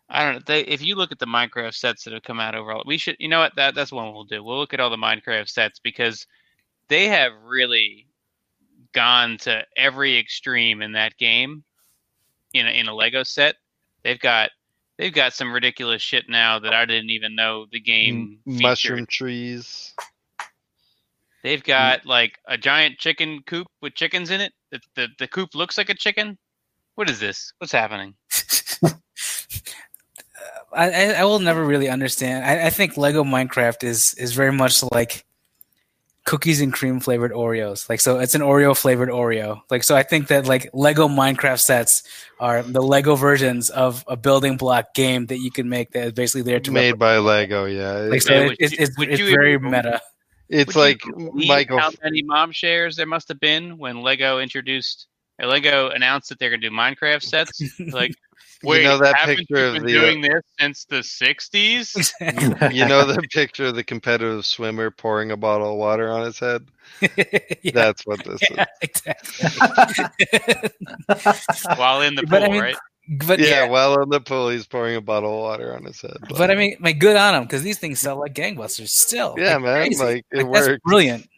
A: I don't know. They, if you look at the Minecraft sets that have come out overall, we should. You know what? That that's one we'll do. We'll look at all the Minecraft sets because they have really gone to every extreme in that game. In a, in a Lego set, they've got they've got some ridiculous shit now that I didn't even know the game
D: M-
A: featured.
D: Mushroom trees.
A: They've got like a giant chicken coop with chickens in it. The, the the coop looks like a chicken. What is this? What's happening?
B: Uh, I, I, I will never really understand. I, I think Lego Minecraft is is very much like cookies and cream flavored Oreos. Like so, it's an Oreo flavored Oreo. Like so, I think that like Lego Minecraft sets are the Lego versions of a building block game that you can make that is basically there to
D: Made by Lego, yeah.
B: Like,
D: It-
B: so
A: Yeah,
B: it-
A: would
B: it's,
A: you-
B: it's,
A: would
B: it's
A: you
B: very
A: even-
B: meta.
D: it's
A: Would
D: like
A: you believe
D: Michael
A: How many mom shares there must have been when Lego introduced or Lego announced that they're going to do Minecraft sets? Like, wait,
D: know that
A: haven't
D: picture
A: you
D: of
A: been
D: the, uh,
A: doing this since the '60s?
D: you know the picture of the competitive swimmer pouring a bottle of water on his head?
B: Yeah,
D: That's what this
B: yeah,
D: is.
B: exactly.
A: While in the pool,
B: But I mean,
A: right?
B: but
D: Yeah,
B: yeah,
D: while in the pool, he's pouring a bottle of water on his head.
B: But I mean, my good on them because these things sell like gangbusters still.
D: yeah,
B: Like,
D: man,
B: crazy.
D: like it
B: Like,
D: works.
B: That's brilliant.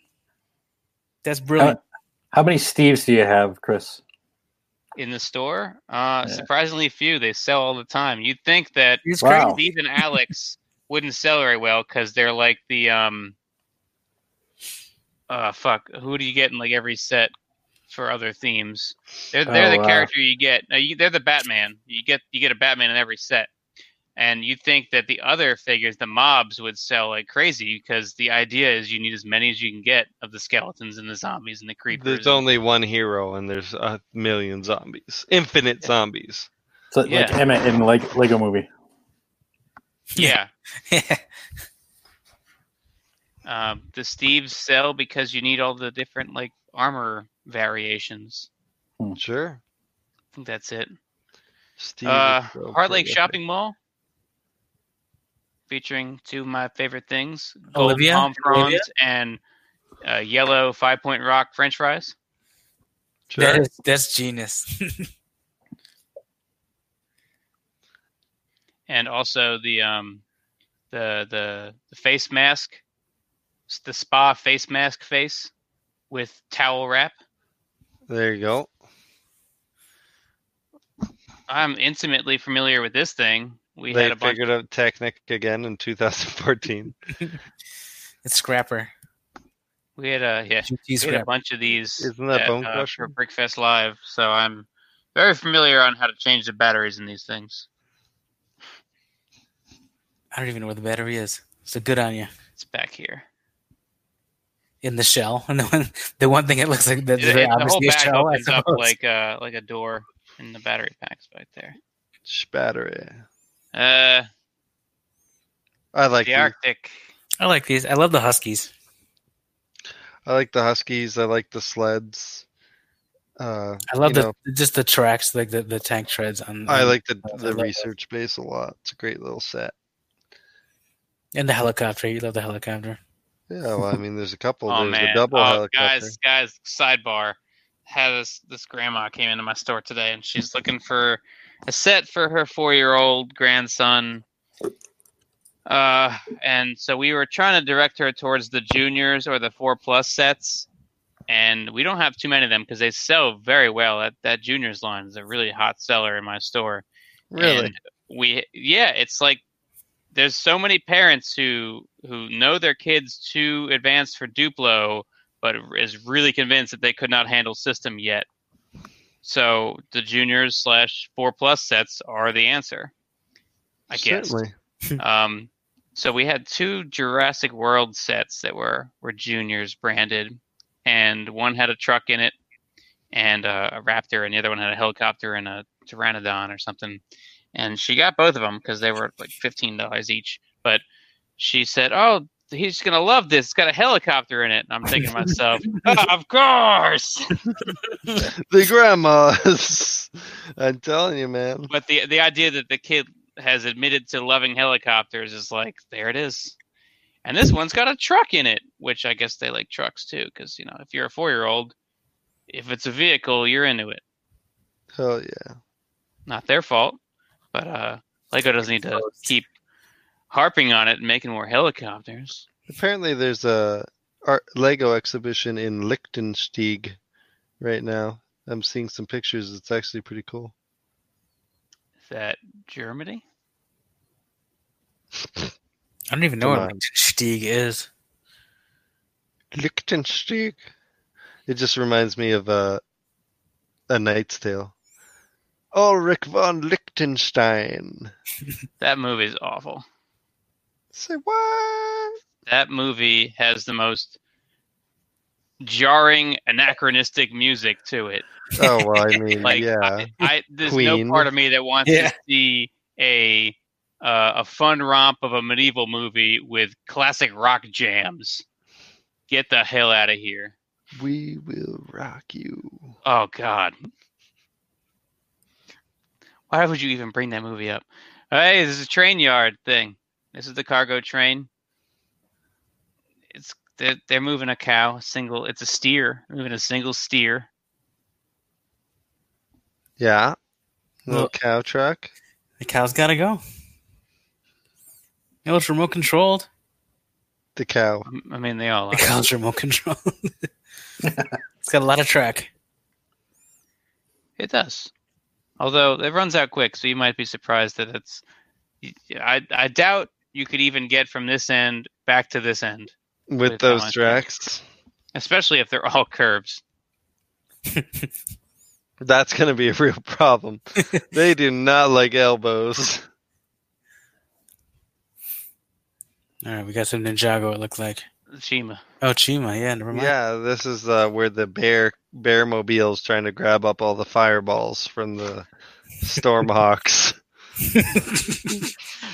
B: That's brilliant.
C: How many Steves do you have, Chris?
A: In the store, uh,
C: Yeah.
A: surprisingly few. They sell all the time. You'd think that
B: It's
C: Wow.
B: crazy.
A: Steve and Alex wouldn't sell very well because they're like the um. Uh, fuck. Who do you get in like every set for other themes? They're they're
C: Oh,
A: the
C: wow.
A: character you get. No, you, they're the Batman. You get you get a Batman in every set, and you think that the other figures, the mobs, would sell like crazy because the idea is you need as many as you can get of the skeletons and the zombies and the creepers.
D: There's only one hero, and there's a million zombies, infinite zombies.
C: So like
A: Yeah.
C: Emma in like Lego Movie.
A: yeah. um, the Steves sell because you need all the different like armor variations. I
D: Sure,
A: think that's it.
D: Steve.
A: Uh,
D: is so
A: Heart Lake
D: prolific.
A: Shopping Mall, featuring two of my favorite things: gold
B: Olivia?
A: palm
B: Olivia?
A: fronds and uh, yellow Five Point Rock French fries.
D: Sure.
B: that is that's genius.
A: and also the um the the, the face mask s- the spa face mask face with towel wrap
D: there you go.
A: i'm intimately familiar with this thing we
D: they
A: had a bunch
D: figured out Technic again in 2014.
B: it's Scrapper.
A: we had a yeah
B: GT
A: we had a
B: Scrapper.
A: bunch of these
D: Isn't that
A: at,
D: Bone
A: uh,
D: Crusher?
A: for brickfest live so i'm very familiar on how to change the batteries in these things
B: I don't even know where the battery is. So good on you.
A: It's back here.
B: In the shell, and the one, the one thing it looks like that's
A: It-
B: very
A: it- the whole
B: obviously a
A: back
B: shell. I
A: opens up
B: suppose.
A: like uh like a door, and the battery pack's back there.
D: Spatter it.
A: Uh,
D: I like
A: the
D: the,
A: Arctic.
B: I like these. I love the Huskies.
D: I like the Huskies. I like the sleds. Uh,
B: I love
D: you
B: the
D: know,
B: just the tracks, like the, the tank treads on.
D: I like the
B: I
D: the
B: love it.
D: research base a lot. It's a great little set.
B: and the helicopter. You love the helicopter.
D: Yeah, well, I mean, there's a couple.
A: Oh
D: there's
A: man,
D: a double
A: oh,
D: helicopter.
A: guys, guys. Sidebar: had this this grandma came into my store today, and she's looking for a set for her four year old grandson. Uh, and so we were trying to direct her towards the juniors or the four plus sets, and we don't have too many of them because they sell very well. That that juniors line is a really hot seller in my store.
D: Really?
A: And we yeah, it's like there's so many parents who who know their kids too advanced for Duplo, but is really convinced that they could not handle system yet. So the juniors slash four plus sets are the answer, I guess.
D: Certainly.
A: Um, so we had two Jurassic World sets that were were juniors branded, and one had a truck in it, and uh, a raptor, and the other one had a helicopter and a pteranodon or something. And she got both of them because they were like fifteen dollars each. But she said, "Oh, he's gonna love this. It's got a helicopter in it." And I'm thinking to myself, "Ah, "Of course."
D: The grandmas. I'm telling you, man.
A: But the the idea that the kid has admitted to loving helicopters is like, there it is. And this one's got a truck in it, which I guess they like trucks too, because you know, if you're a four year old, if it's a vehicle, you're into it.
D: Hell yeah.
A: Not their fault, but uh, Lego doesn't need to keep harping on it and making more helicopters.
D: Apparently, there's a art Lego exhibition in Lichtensteig right now. I'm seeing some pictures. It's actually pretty cool.
A: Is that Germany?
B: I don't even know
D: Come
B: what
D: on.
B: Stieg is.
D: Lichtensteig. It just reminds me of a a Knight's Tale. Ulrich von Lichtenstein.
A: That movie's awful.
D: Say what?
A: That movie has the most jarring, anachronistic music to it.
D: Oh well, I mean,
A: like
D: yeah.
A: I, I there's
D: Queen.
A: no part of me that wants
B: Yeah.
A: to see a uh, a fun romp of a medieval movie with classic rock jams. Get the hell out of here!
D: We will rock you.
A: Oh God, why would you even bring that movie up? Hey, this is a train yard thing. This is the cargo train. It's they're, they're moving a cow, single. It's a steer, moving a single steer.
D: Yeah. Little
B: Well-
D: cow truck.
B: The cow's got to go. You know, it's remote controlled.
D: The cow.
A: I mean, they all
B: The
A: are.
B: cow's remote controlled. it's got a lot of track.
A: It does. Although it runs out quick, so you might be surprised that it's. y- I I doubt you could even get from this end back to this end,
D: With,
A: With
D: those
A: Alan
D: tracks.
A: especially if they're all curves.
D: That's gonna be a real problem. they do not like elbows.
B: All right, we got some Ninjago. It looked like.
A: Shima.
B: Oh, Chima. Yeah, never mind.
D: Yeah, this is uh, where the bear bear mobile's trying to grab up all the fireballs from the Stormhawks.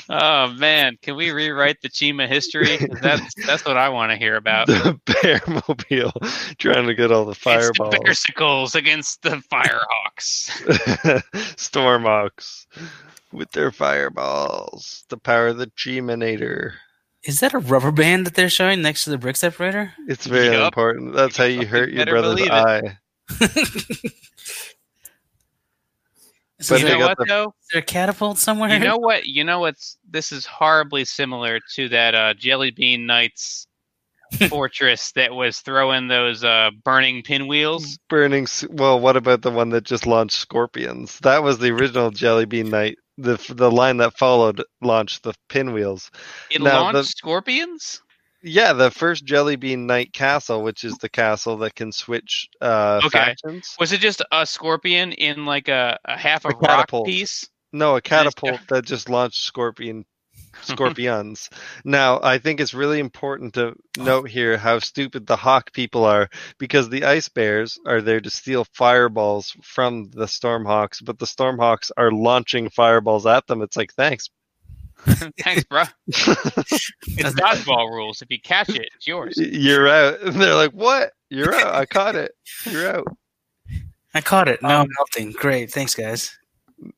A: Oh man, can we rewrite the Chima history? 'Cause That's that's what I want to hear about.
D: the bear mobile trying to get all the fireballs.
A: It's the Bearsicles against the Firehawks.
D: Stormhawks with their fireballs. The power of the Geminator.
B: Is that a rubber band that they're showing next to the brick separator?
D: It's very
A: Yup.
D: important. That's how you
A: You
D: hurt your
A: better
D: brother's
A: believe it.
D: eye.
B: So is,
D: But
A: You
D: they
B: there,
A: know what
D: got the-
A: though?
B: is there a catapult somewhere?
A: You know what? You know what's this is horribly similar to that uh, Jelly Bean Knights fortress that was throwing those uh, burning pinwheels.
D: Burning. s- Well, what about the one that just launched scorpions? That was the original Jelly Bean Knight. The the line that followed launched the pinwheels.
A: It
D: Now, the-
A: launched scorpions.
D: Yeah, the first Jelly Bean Knight castle, which is the castle that can switch uh,
A: Okay.
D: factions.
A: Was it just a scorpion in like a, a half a,
D: A
A: rock
D: catapult.
A: piece?
D: No, a
A: it's
D: catapult that just launched scorpion scorpions. now, I think it's really important to note here how stupid the hawk people are because the ice bears are there to steal fireballs from the stormhawks, but the stormhawks are launching fireballs at them. It's like, thanks.
A: Thanks, bro. It's dodgeball rules. If you catch it, it's yours.
D: You're out. And they're like, what? You're out. I caught it. You're out.
B: I caught it. Now I'm melting. Great. Thanks, guys.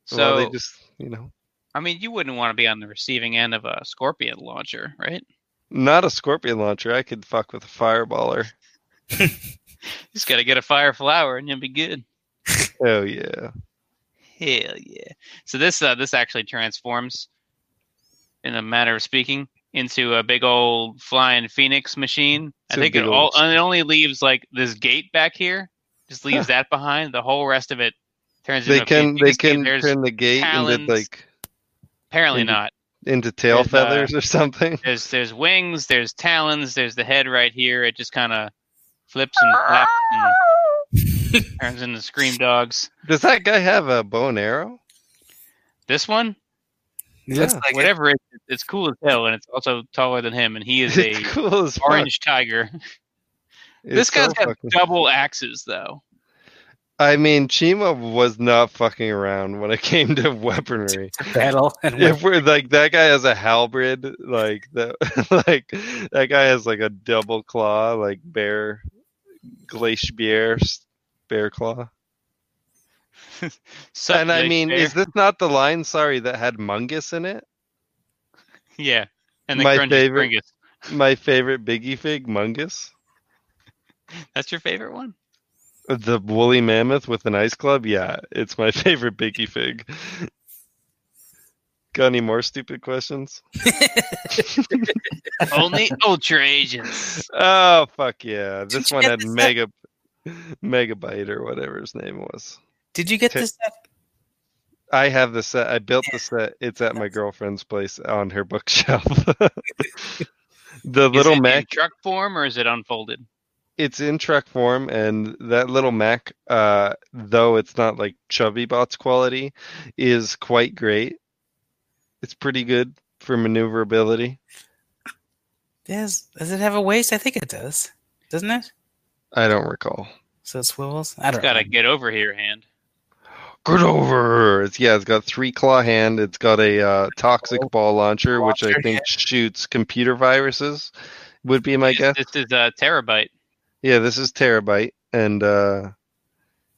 A: So
D: well, they just, you know,
A: I mean, you wouldn't want to be on the receiving end of a scorpion launcher, right?
D: not a scorpion launcher. I could fuck with a fireballer.
A: You just got to get a fire flower and you'll be good.
D: Oh, yeah.
A: Hell yeah! So this uh, this actually transforms, in a matter of speaking, into a big old flying phoenix machine. I
D: It's a
A: think it
D: big
A: all
D: old-
A: and it only leaves like this gate back here. Just leaves that behind. The whole rest of it turns
D: They
A: into a
D: can
A: phoenix
D: they
A: gate.
D: can
A: There's-
D: turn the gate
A: talons.
D: into like
A: apparently
D: into-
A: not.
D: into tail
A: There's, uh,
D: feathers or something.
A: There's there's wings. There's talons. There's the head right here. It just kind of flips and flaps and turns into scream dogs.
D: Does that guy have a bow and arrow?
A: This one,
B: He looks
D: Yeah,
B: like it.
A: whatever it is, it's cool as hell, and it's also taller than him, and he is a
D: It's cool as fuck.
A: orange tiger.
D: It's
A: this guy's
D: so
A: got
D: fucking-
A: double axes though.
D: I mean, Chima was not fucking around when it came to weaponry.
B: battle. And
D: If we're like that guy has a halberd, like that, like that guy has like a double claw, like bear, glacier bear claw.
A: Suck
D: and I
A: dick
D: mean,
A: there.
D: is this not the line? Sorry, that had Mungus in it.
A: yeah, and the
D: my
A: grungy
D: favorite?
A: Gringus.
D: My favorite Biggie Fig, Mungus,
A: That's your favorite one.
D: the woolly mammoth with an ice club. Yeah, it's my favorite Biggie Fig. Got any more stupid questions?
A: Only Ultra Agents.
D: Oh fuck yeah! This
B: you
D: one
B: get
D: had
B: this at-
D: mega, megabyte or whatever his name was.
B: Did you get
D: Okay.
B: this stuff?
D: I have the set. I built the set. It's at my girlfriend's place on her bookshelf. the
A: Is
D: little
A: it in
D: Mac.
A: truck form or is it unfolded?
D: It's in truck form, and that little Mac, uh, though it's not like Chubby Bot's quality, is quite great. It's pretty good for maneuverability.
B: Does, does it have a waist? I think it does. Doesn't it?
D: I don't recall.
B: So it swivels? I
A: It's
B: don't
A: got
B: know.
A: a get over here hand.
D: Get over! It's, yeah, it's got three claw hand. It's got a uh, toxic ball launcher, which I
B: Launcher,
D: think shoots computer viruses. Would be my guess.
A: This is a terabyte.
D: Yeah, this is terabyte, and uh,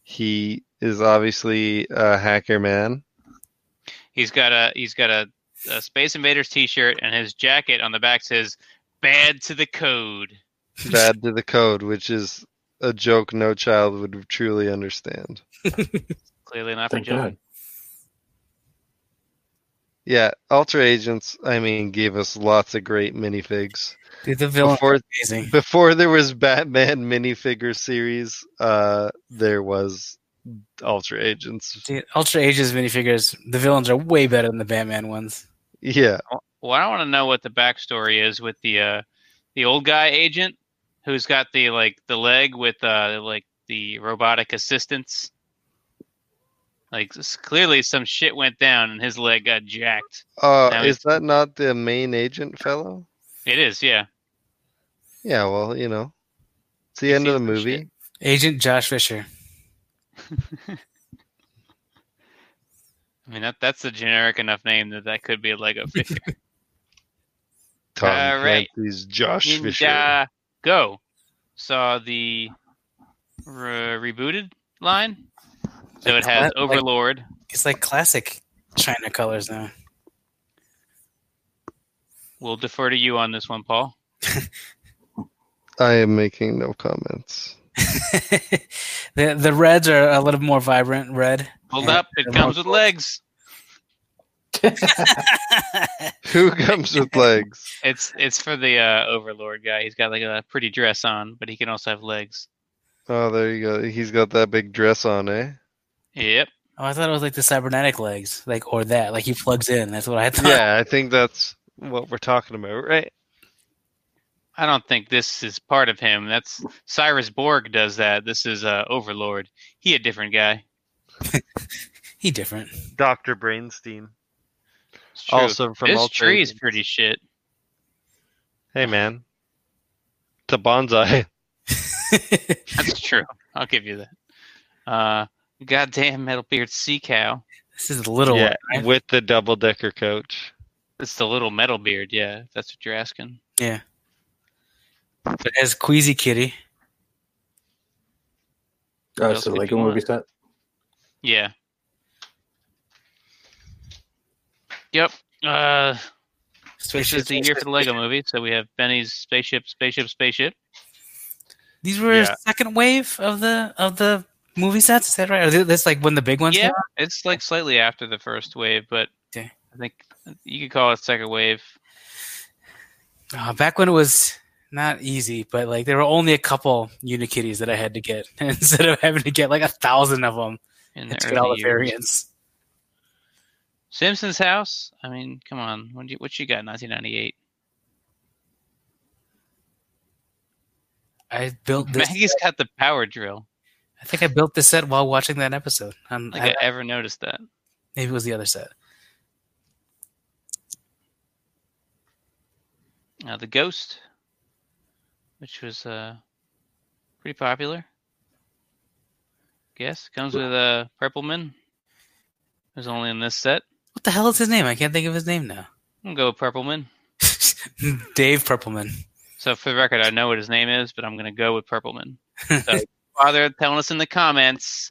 D: he is obviously a hacker man.
A: He's got a he's got a, a Space Invaders T-shirt, and his jacket on the back says "Bad to the Code."
D: Bad to the code, which is a joke no child would truly understand.
A: Clearly not for
C: Thank
A: children.
C: God.
D: Yeah, Ultra Agents. I mean, gave us lots of great minifigs.
B: Dude, the villain
D: Before
B: is amazing.
D: before there was Batman minifigure series, uh, there was Ultra Agents.
B: Dude, Ultra Ages minifigures, the villains are way better than the Batman ones.
D: Yeah,
A: Well, I want to know what the backstory is with the uh, the old guy agent who's got the like the leg with uh, like the robotic assistants. Like s- clearly, some shit went down and his leg got jacked.
D: uh,
A: Now
D: is that not the main agent fellow?
A: It is, yeah.
D: Yeah, well, you know, it's the
A: You
D: end
A: see
D: of the
A: some
D: movie.
A: shit.
B: Agent Josh Fisher.
A: I mean that that's a generic enough name that that could be a Lego figure.
D: Tom
A: All right.
D: Clancy's Josh Fisher.
A: Ninja Go saw the re- rebooted line, so it has
B: Like-
A: Overlord.
B: It's like classic China colors now.
A: We'll defer to you on this one, Paul.
D: I am making no comments.
B: the the reds are a little more vibrant red.
A: Hold
B: Yeah,
A: up, it
B: remote
A: comes with legs.
D: Who comes with legs?
A: It's it's for the uh, Overlord guy. He's got like a pretty dress on, but he can also have legs.
D: Oh, there you go. He's got that big dress on, eh?
A: Yep.
B: Oh, I thought it was like the cybernetic legs, like or that, like he plugs in. That's what I thought.
D: Yeah, I think that's what we're talking about, right?
A: I don't think this is part of him. That's Cyrus Borg does that. This is uh, Overlord. He a different guy.
B: He different.
D: Dr. Brainstein.
A: It's true.
D: Also from
A: this
D: all
A: tree is
D: trades.
A: pretty shit.
D: Hey man, it's a bonsai.
A: That's true. I'll give you that. Uh, goddamn metal beard sea cow.
B: This is the little
D: yeah,
B: one. right?
D: with the double decker coach.
A: It's the little metal beard. Yeah, if that's what you're asking.
B: But it has Queasy Kitty.
A: What
C: Oh,
A: else
C: it's a
A: would
C: Lego
A: you
C: movie
A: want?
C: set.
A: Yeah. Yep. Uh, this is the year for the Lego movie, so we have Benny's spaceship, spaceship, spaceship.
B: These were
D: Yeah.
B: second wave of the of the movie sets. Is that right? Or thi- this like when the big ones?
A: yeah,
B: came out?
A: it's like slightly after the first wave, but
B: Okay.
A: I think you could call it second wave.
B: Uh, back when it was not easy, but like there were only a couple Unikitties that I had to get instead of having to get like a thousand of them
A: In the
B: and to get all
A: early
B: the
A: years.
B: variants.
A: Simpsons House. I mean, come on. What you what you got? in 1998.
B: I built this.
A: Maggie's got the power drill.
B: I think I built this set while watching that episode. Um,
A: Like
B: I-
A: I ever noticed that.
B: maybe it was the other set.
A: Uh, the Ghost, which was uh, pretty popular. Guess comes with uh, Purpleman. Who's only in this set?
B: What the hell is his name? I can't think of his name now.
A: I'm gonna go with Purpleman.
B: Dave Purpleman.
A: So for the record, I know what his name is, but I'm gonna go with Purpleman. So, Father, telling us in the comments.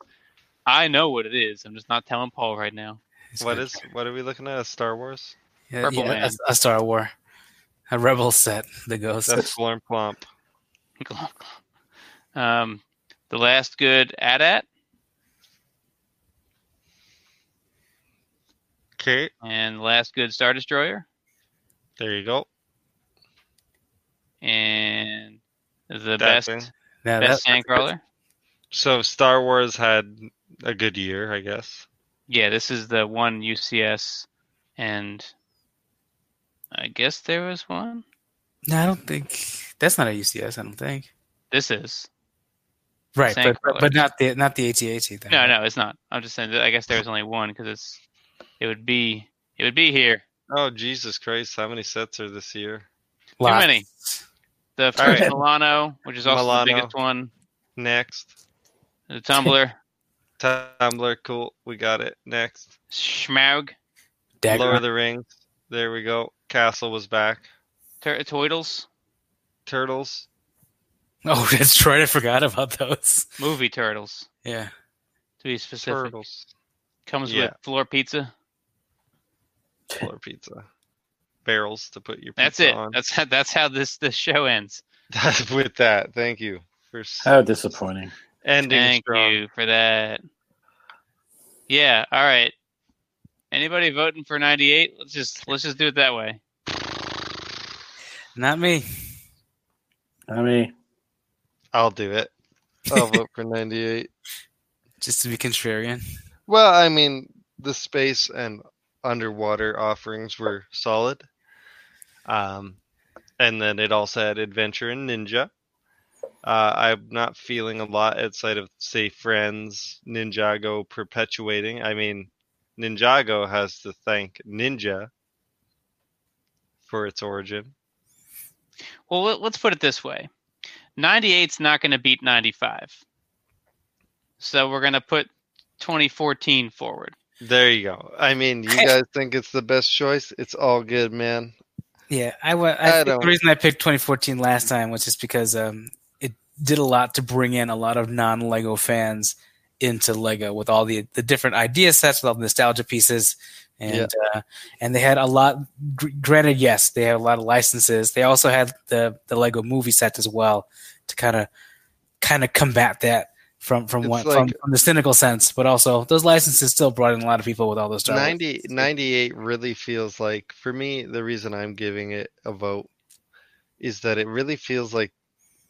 A: I know what it is. I'm just not telling Paul right now.
D: What is? What are we looking at? A Star Wars?
B: Yeah,
A: Rebel
B: yeah,
A: Man.
B: a, a Star War, a Rebel set. The Ghost.
D: That's Glorm Clomp.
A: um, the last good AT-AT
D: Okay,
A: and last good Star Destroyer.
D: there you go.
A: and the
D: That
A: best
D: thing.
B: Now
A: best
B: that-
A: Sandcrawler.
D: So Star Wars had a good year, I guess.
A: Yeah, this is the one UCS, and I guess there was one.
B: No, I don't think that's not a UCS. I don't think.
A: This is
B: Right, but, but
A: Sandcrawler.
B: but not the not the ATAT thing.
A: no, no, it's not. I'm just saying that I guess there was only one because it's it would be it would be here.
D: Oh Jesus Christ! How many sets are this year?
B: Lots.
A: many. The
D: All
A: first
D: right.
A: Milano, which is also the
D: Milano.
A: biggest one,
D: Next,
A: the Tumbler,
D: Tumblr, cool, we got it. Next,
A: Schmaug,
B: Dagger.
D: Lord of the Rings. There we go. Castle was back.
A: Tur- Toidles,
D: Turtles.
B: Oh, that's right. I forgot about those.
A: movie Turtles
B: Yeah,
A: to be specific.
D: Turtles.
A: Comes
D: Yeah.
A: with floor pizza.
D: Or pizza. Barrels to put your pizza
A: That's it.
D: on.
A: That's how, that's how this this show ends.
D: with that. Thank you for s-
C: How disappointing.
D: ending
A: Thank
D: strong.
A: you for that. Yeah. All right. Anybody voting for ninety eight? Let's just let's just do it that way.
B: not me.
C: I mean,
D: I'll do it. I'll vote for 98.
B: Just to be contrarian.
D: Well, I mean, the space and underwater offerings were solid. Um, and then it also had adventure and ninja. Uh, I'm not feeling a lot outside of, say, Friends, Ninjago perpetuating. I mean, Ninjago has to thank Ninja for its origin.
A: Well, let, us put it this way: ninety eight's not going to beat ninety five. So we're going to put twenty fourteen forward.
D: There you go. I mean, you guys think it's the best choice? It's all good, man.
B: Yeah, I, wa-
D: I
B: I, think
D: don't-
B: the reason I picked 2014 last time was just because um, it did a lot to bring in a lot of non Lego fans into Lego with all the the different idea sets, with all the nostalgia pieces, and uh, and they had a lot. Gr- granted, yes, they had a lot of licenses. They also had the the Lego movie set as well to kind of kind of combat that. From from,
D: It's
B: one,
D: like-
B: from from the cynical sense, but also those licenses still brought in a lot of people with all those Star Wars
D: 90,
B: licenses.
D: 98 really feels like for me the reason i'm giving it a vote is that it really feels like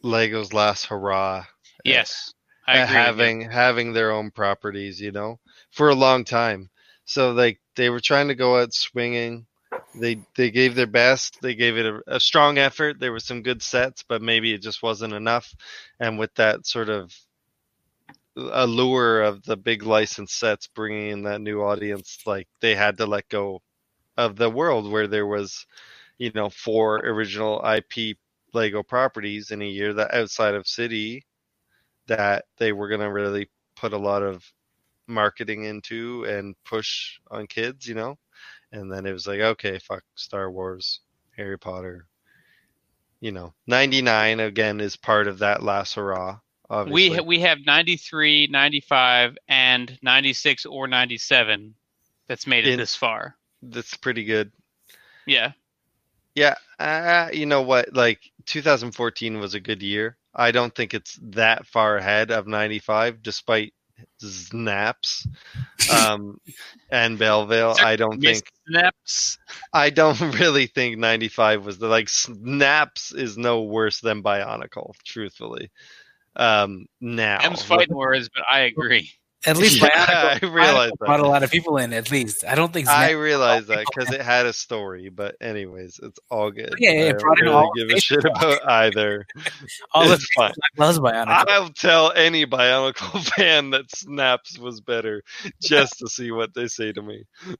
D: lego's last hurrah Yeah.
A: Yes, I agree.
D: at
A: with you.
D: uh, having having their own properties you know for a long time so like they were trying to go out swinging they they gave their best they gave it a, a strong effort there were some good sets but maybe it just wasn't enough and with that sort of allure of the big license sets bringing in that new audience like they had to let go of the world where there was, you know, four original IP Lego properties in a year that outside of City that they were going to really put a lot of marketing into and push on kids, you know? And then it was like, okay, fuck Star Wars, Harry Potter. You know, 99 again is part of that last hurrah. Obviously.
A: We ha- we have 93, 95, and 96 or 97 that's made it
D: In-
A: this far.
D: That's pretty good.
A: Yeah.
D: Yeah, uh, you know what? Like 2014 was a good year. I don't think it's that far ahead of 95, despite snaps um, and Belleville. I don't think
A: Snaps.
D: I don't really think 95 was the like snaps is no worse than Bionicle, truthfully. Um, now
A: M's fighting words, but I agree.
B: At least
D: Yeah,
B: Bionicle
D: I realize that.
B: brought a lot of people in. At least I don't think.
D: I
B: Snap-
D: realize that because it had a story, but anyways, it's all good.
B: Yeah, it
D: I don't
B: brought in
D: really
B: all
D: give
B: the
D: a shit
B: faces.
D: about either.
B: all of
D: it's fine.
B: loves Bionicle.
D: I'll tell any Bionicle fan that Snaps was better just to see what they say to me.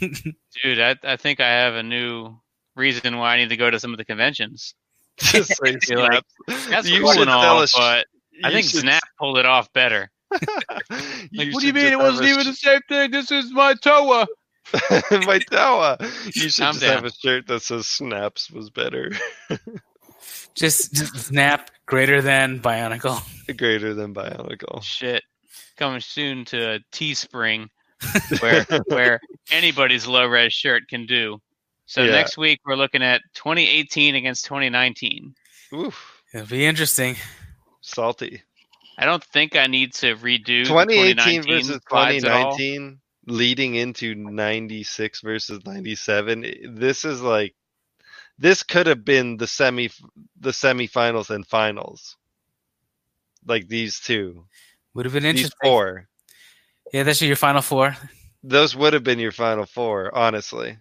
A: Dude, I, I think I have a new reason why I need to go to some of the conventions.
D: Just say
A: You're like,
D: Snaps.
A: That's
D: you
A: cool
D: should
A: and
D: tell
A: all,
D: us.
A: but I
D: you
A: think
D: should-
A: Snap pulled it off better.
D: you
A: what do
D: should
A: you mean
D: just
A: it wasn't
D: have a
A: even the same thing? This is my Toa.
D: sh- my tower? You should
A: I'm
D: just
A: down.
D: have a shirt that says Snaps was better,
B: Just, just snap greater than Bionicle.
D: greater than Bionicle.
A: Oh, Shit. Coming soon to Teespring where where anybody's low res shirt can do. So
D: Yeah.
A: next week we're looking at 2018 against 2019.
D: Oof,
B: It'll be interesting.
D: salty.
A: I don't think I need to redo
D: 2018
A: 2018
D: versus 2019 leading into 96 versus 97 i- this is like this could have been the semi the semifinals and finals like these two
B: Would have been
D: these
B: interesting.
D: four
B: Yeah, that's your final four.
D: those would have been your final four honestly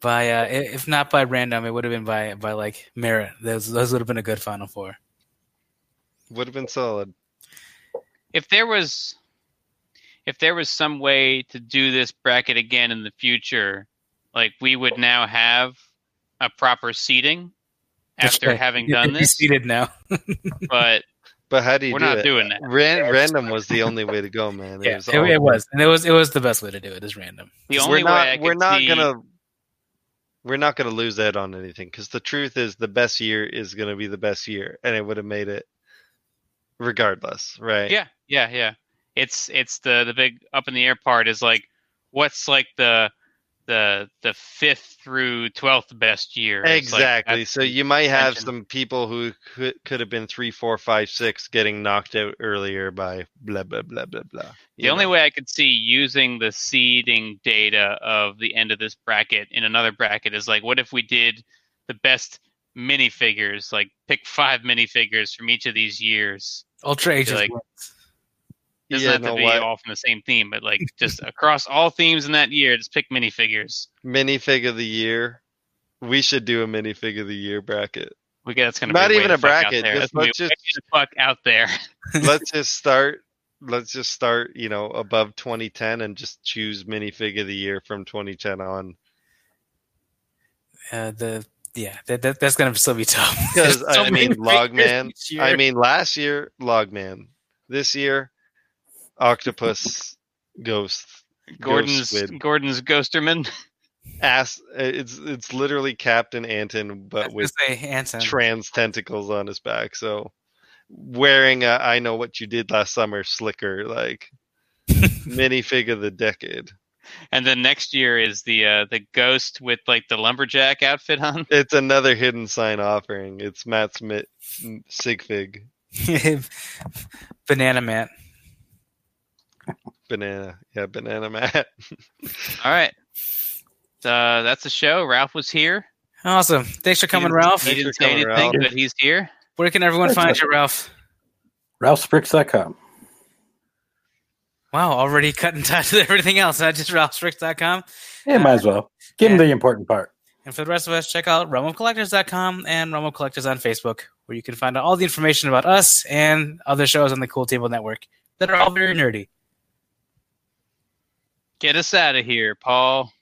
B: By uh, i- if not by random, it would have been by by like merit. Those those would have been a good final four.
D: would have been solid
A: If there was if there was some way to do this bracket again in the future, like we would now have a proper seating after
B: That's right.
A: having
B: You'd
A: done
B: be
A: this,
B: seated now.
A: but
D: but how do you
A: we're
D: do
A: not
D: it?
A: doing that.
D: Ran- random was the only way to go man
B: Yeah,
D: was
B: it,
D: all-
B: it was, and it was it was the best way to do it. Is random.
A: The
D: We're
A: only
D: not-
A: way I
D: we're
A: could
D: not
A: see-
D: gonna we're not gonna lose out on anything because the truth is the best year is gonna be the best year, and it would have made it regardless, right?
A: Yeah, yeah, yeah. It's it's the the big up in the air part is like what's like the the the fifth through twelfth best year. It's like,
D: Exactly.
A: that's-
D: so you might have
A: contention.
D: some people who could, could have been three, four, five, six getting knocked out earlier by blah blah blah blah blah.
A: the only way I could see using the seeding data of the end of this bracket in another bracket is like what if we did the best minifigures, like pick five minifigures from each of these years.
B: Ultra Agents.
A: like-
B: wins.
A: Doesn't
D: yeah,
A: have to
D: know
A: be
D: what?
A: all from the same theme, but like just across all themes in that year, just pick minifigures.
D: minifig of the year. We should do a minifig of the year bracket.
A: We got it's gonna
D: Not
A: be way
D: even
A: the
D: a
A: fuck out
D: bracket,
A: there.
D: just
A: That's gonna be
D: let's
A: way
D: just-
A: the fuck out there.
D: let's just start let's just start you know above 2010 and just choose minifig of the year from 2010 on
B: Uh, the yeah, that, that that's gonna still be tough.
D: because
B: So
D: i
B: many
D: mean
B: great
D: logman
B: years each
D: i
B: year.
D: mean last year logman this year octopus ghost
A: Gordon's
D: squid.
A: Gordon's Ghosterman.
D: ass it's it's literally captain anton
B: I
D: but
B: was
D: with
B: gonna say Anton.
D: trans tentacles on his back so wearing a i know what you did last summer slicker like minifig of the decade
A: And then next year is the uh, the ghost with like the lumberjack outfit on.
D: It's another hidden sign offering. It's Matt Smith Sigfig
B: Banana Man.
D: banana. Yeah, banana Matt.
A: All right. Uh, that's the show. Ralph was here.
B: Awesome. Thanks for coming, Ralph.
A: He
D: Thanks
A: didn't
D: for
A: say
D: coming,
A: anything,
D: Ralph.
A: but he's here.
B: Where can everyone find you, Ralph?
C: RalphSpricks.com.
B: Wow, already cut and tied with everything else. Not just RalphStrix.com.
C: Yeah, might as well. Give them the important part.
B: And for the rest of us, check out realmofcollectors.com and Realm of Collectors on Facebook, where you can find out all the information about us and other shows on the Cool Table Network that are all very nerdy.
A: Get us out of here, Paul.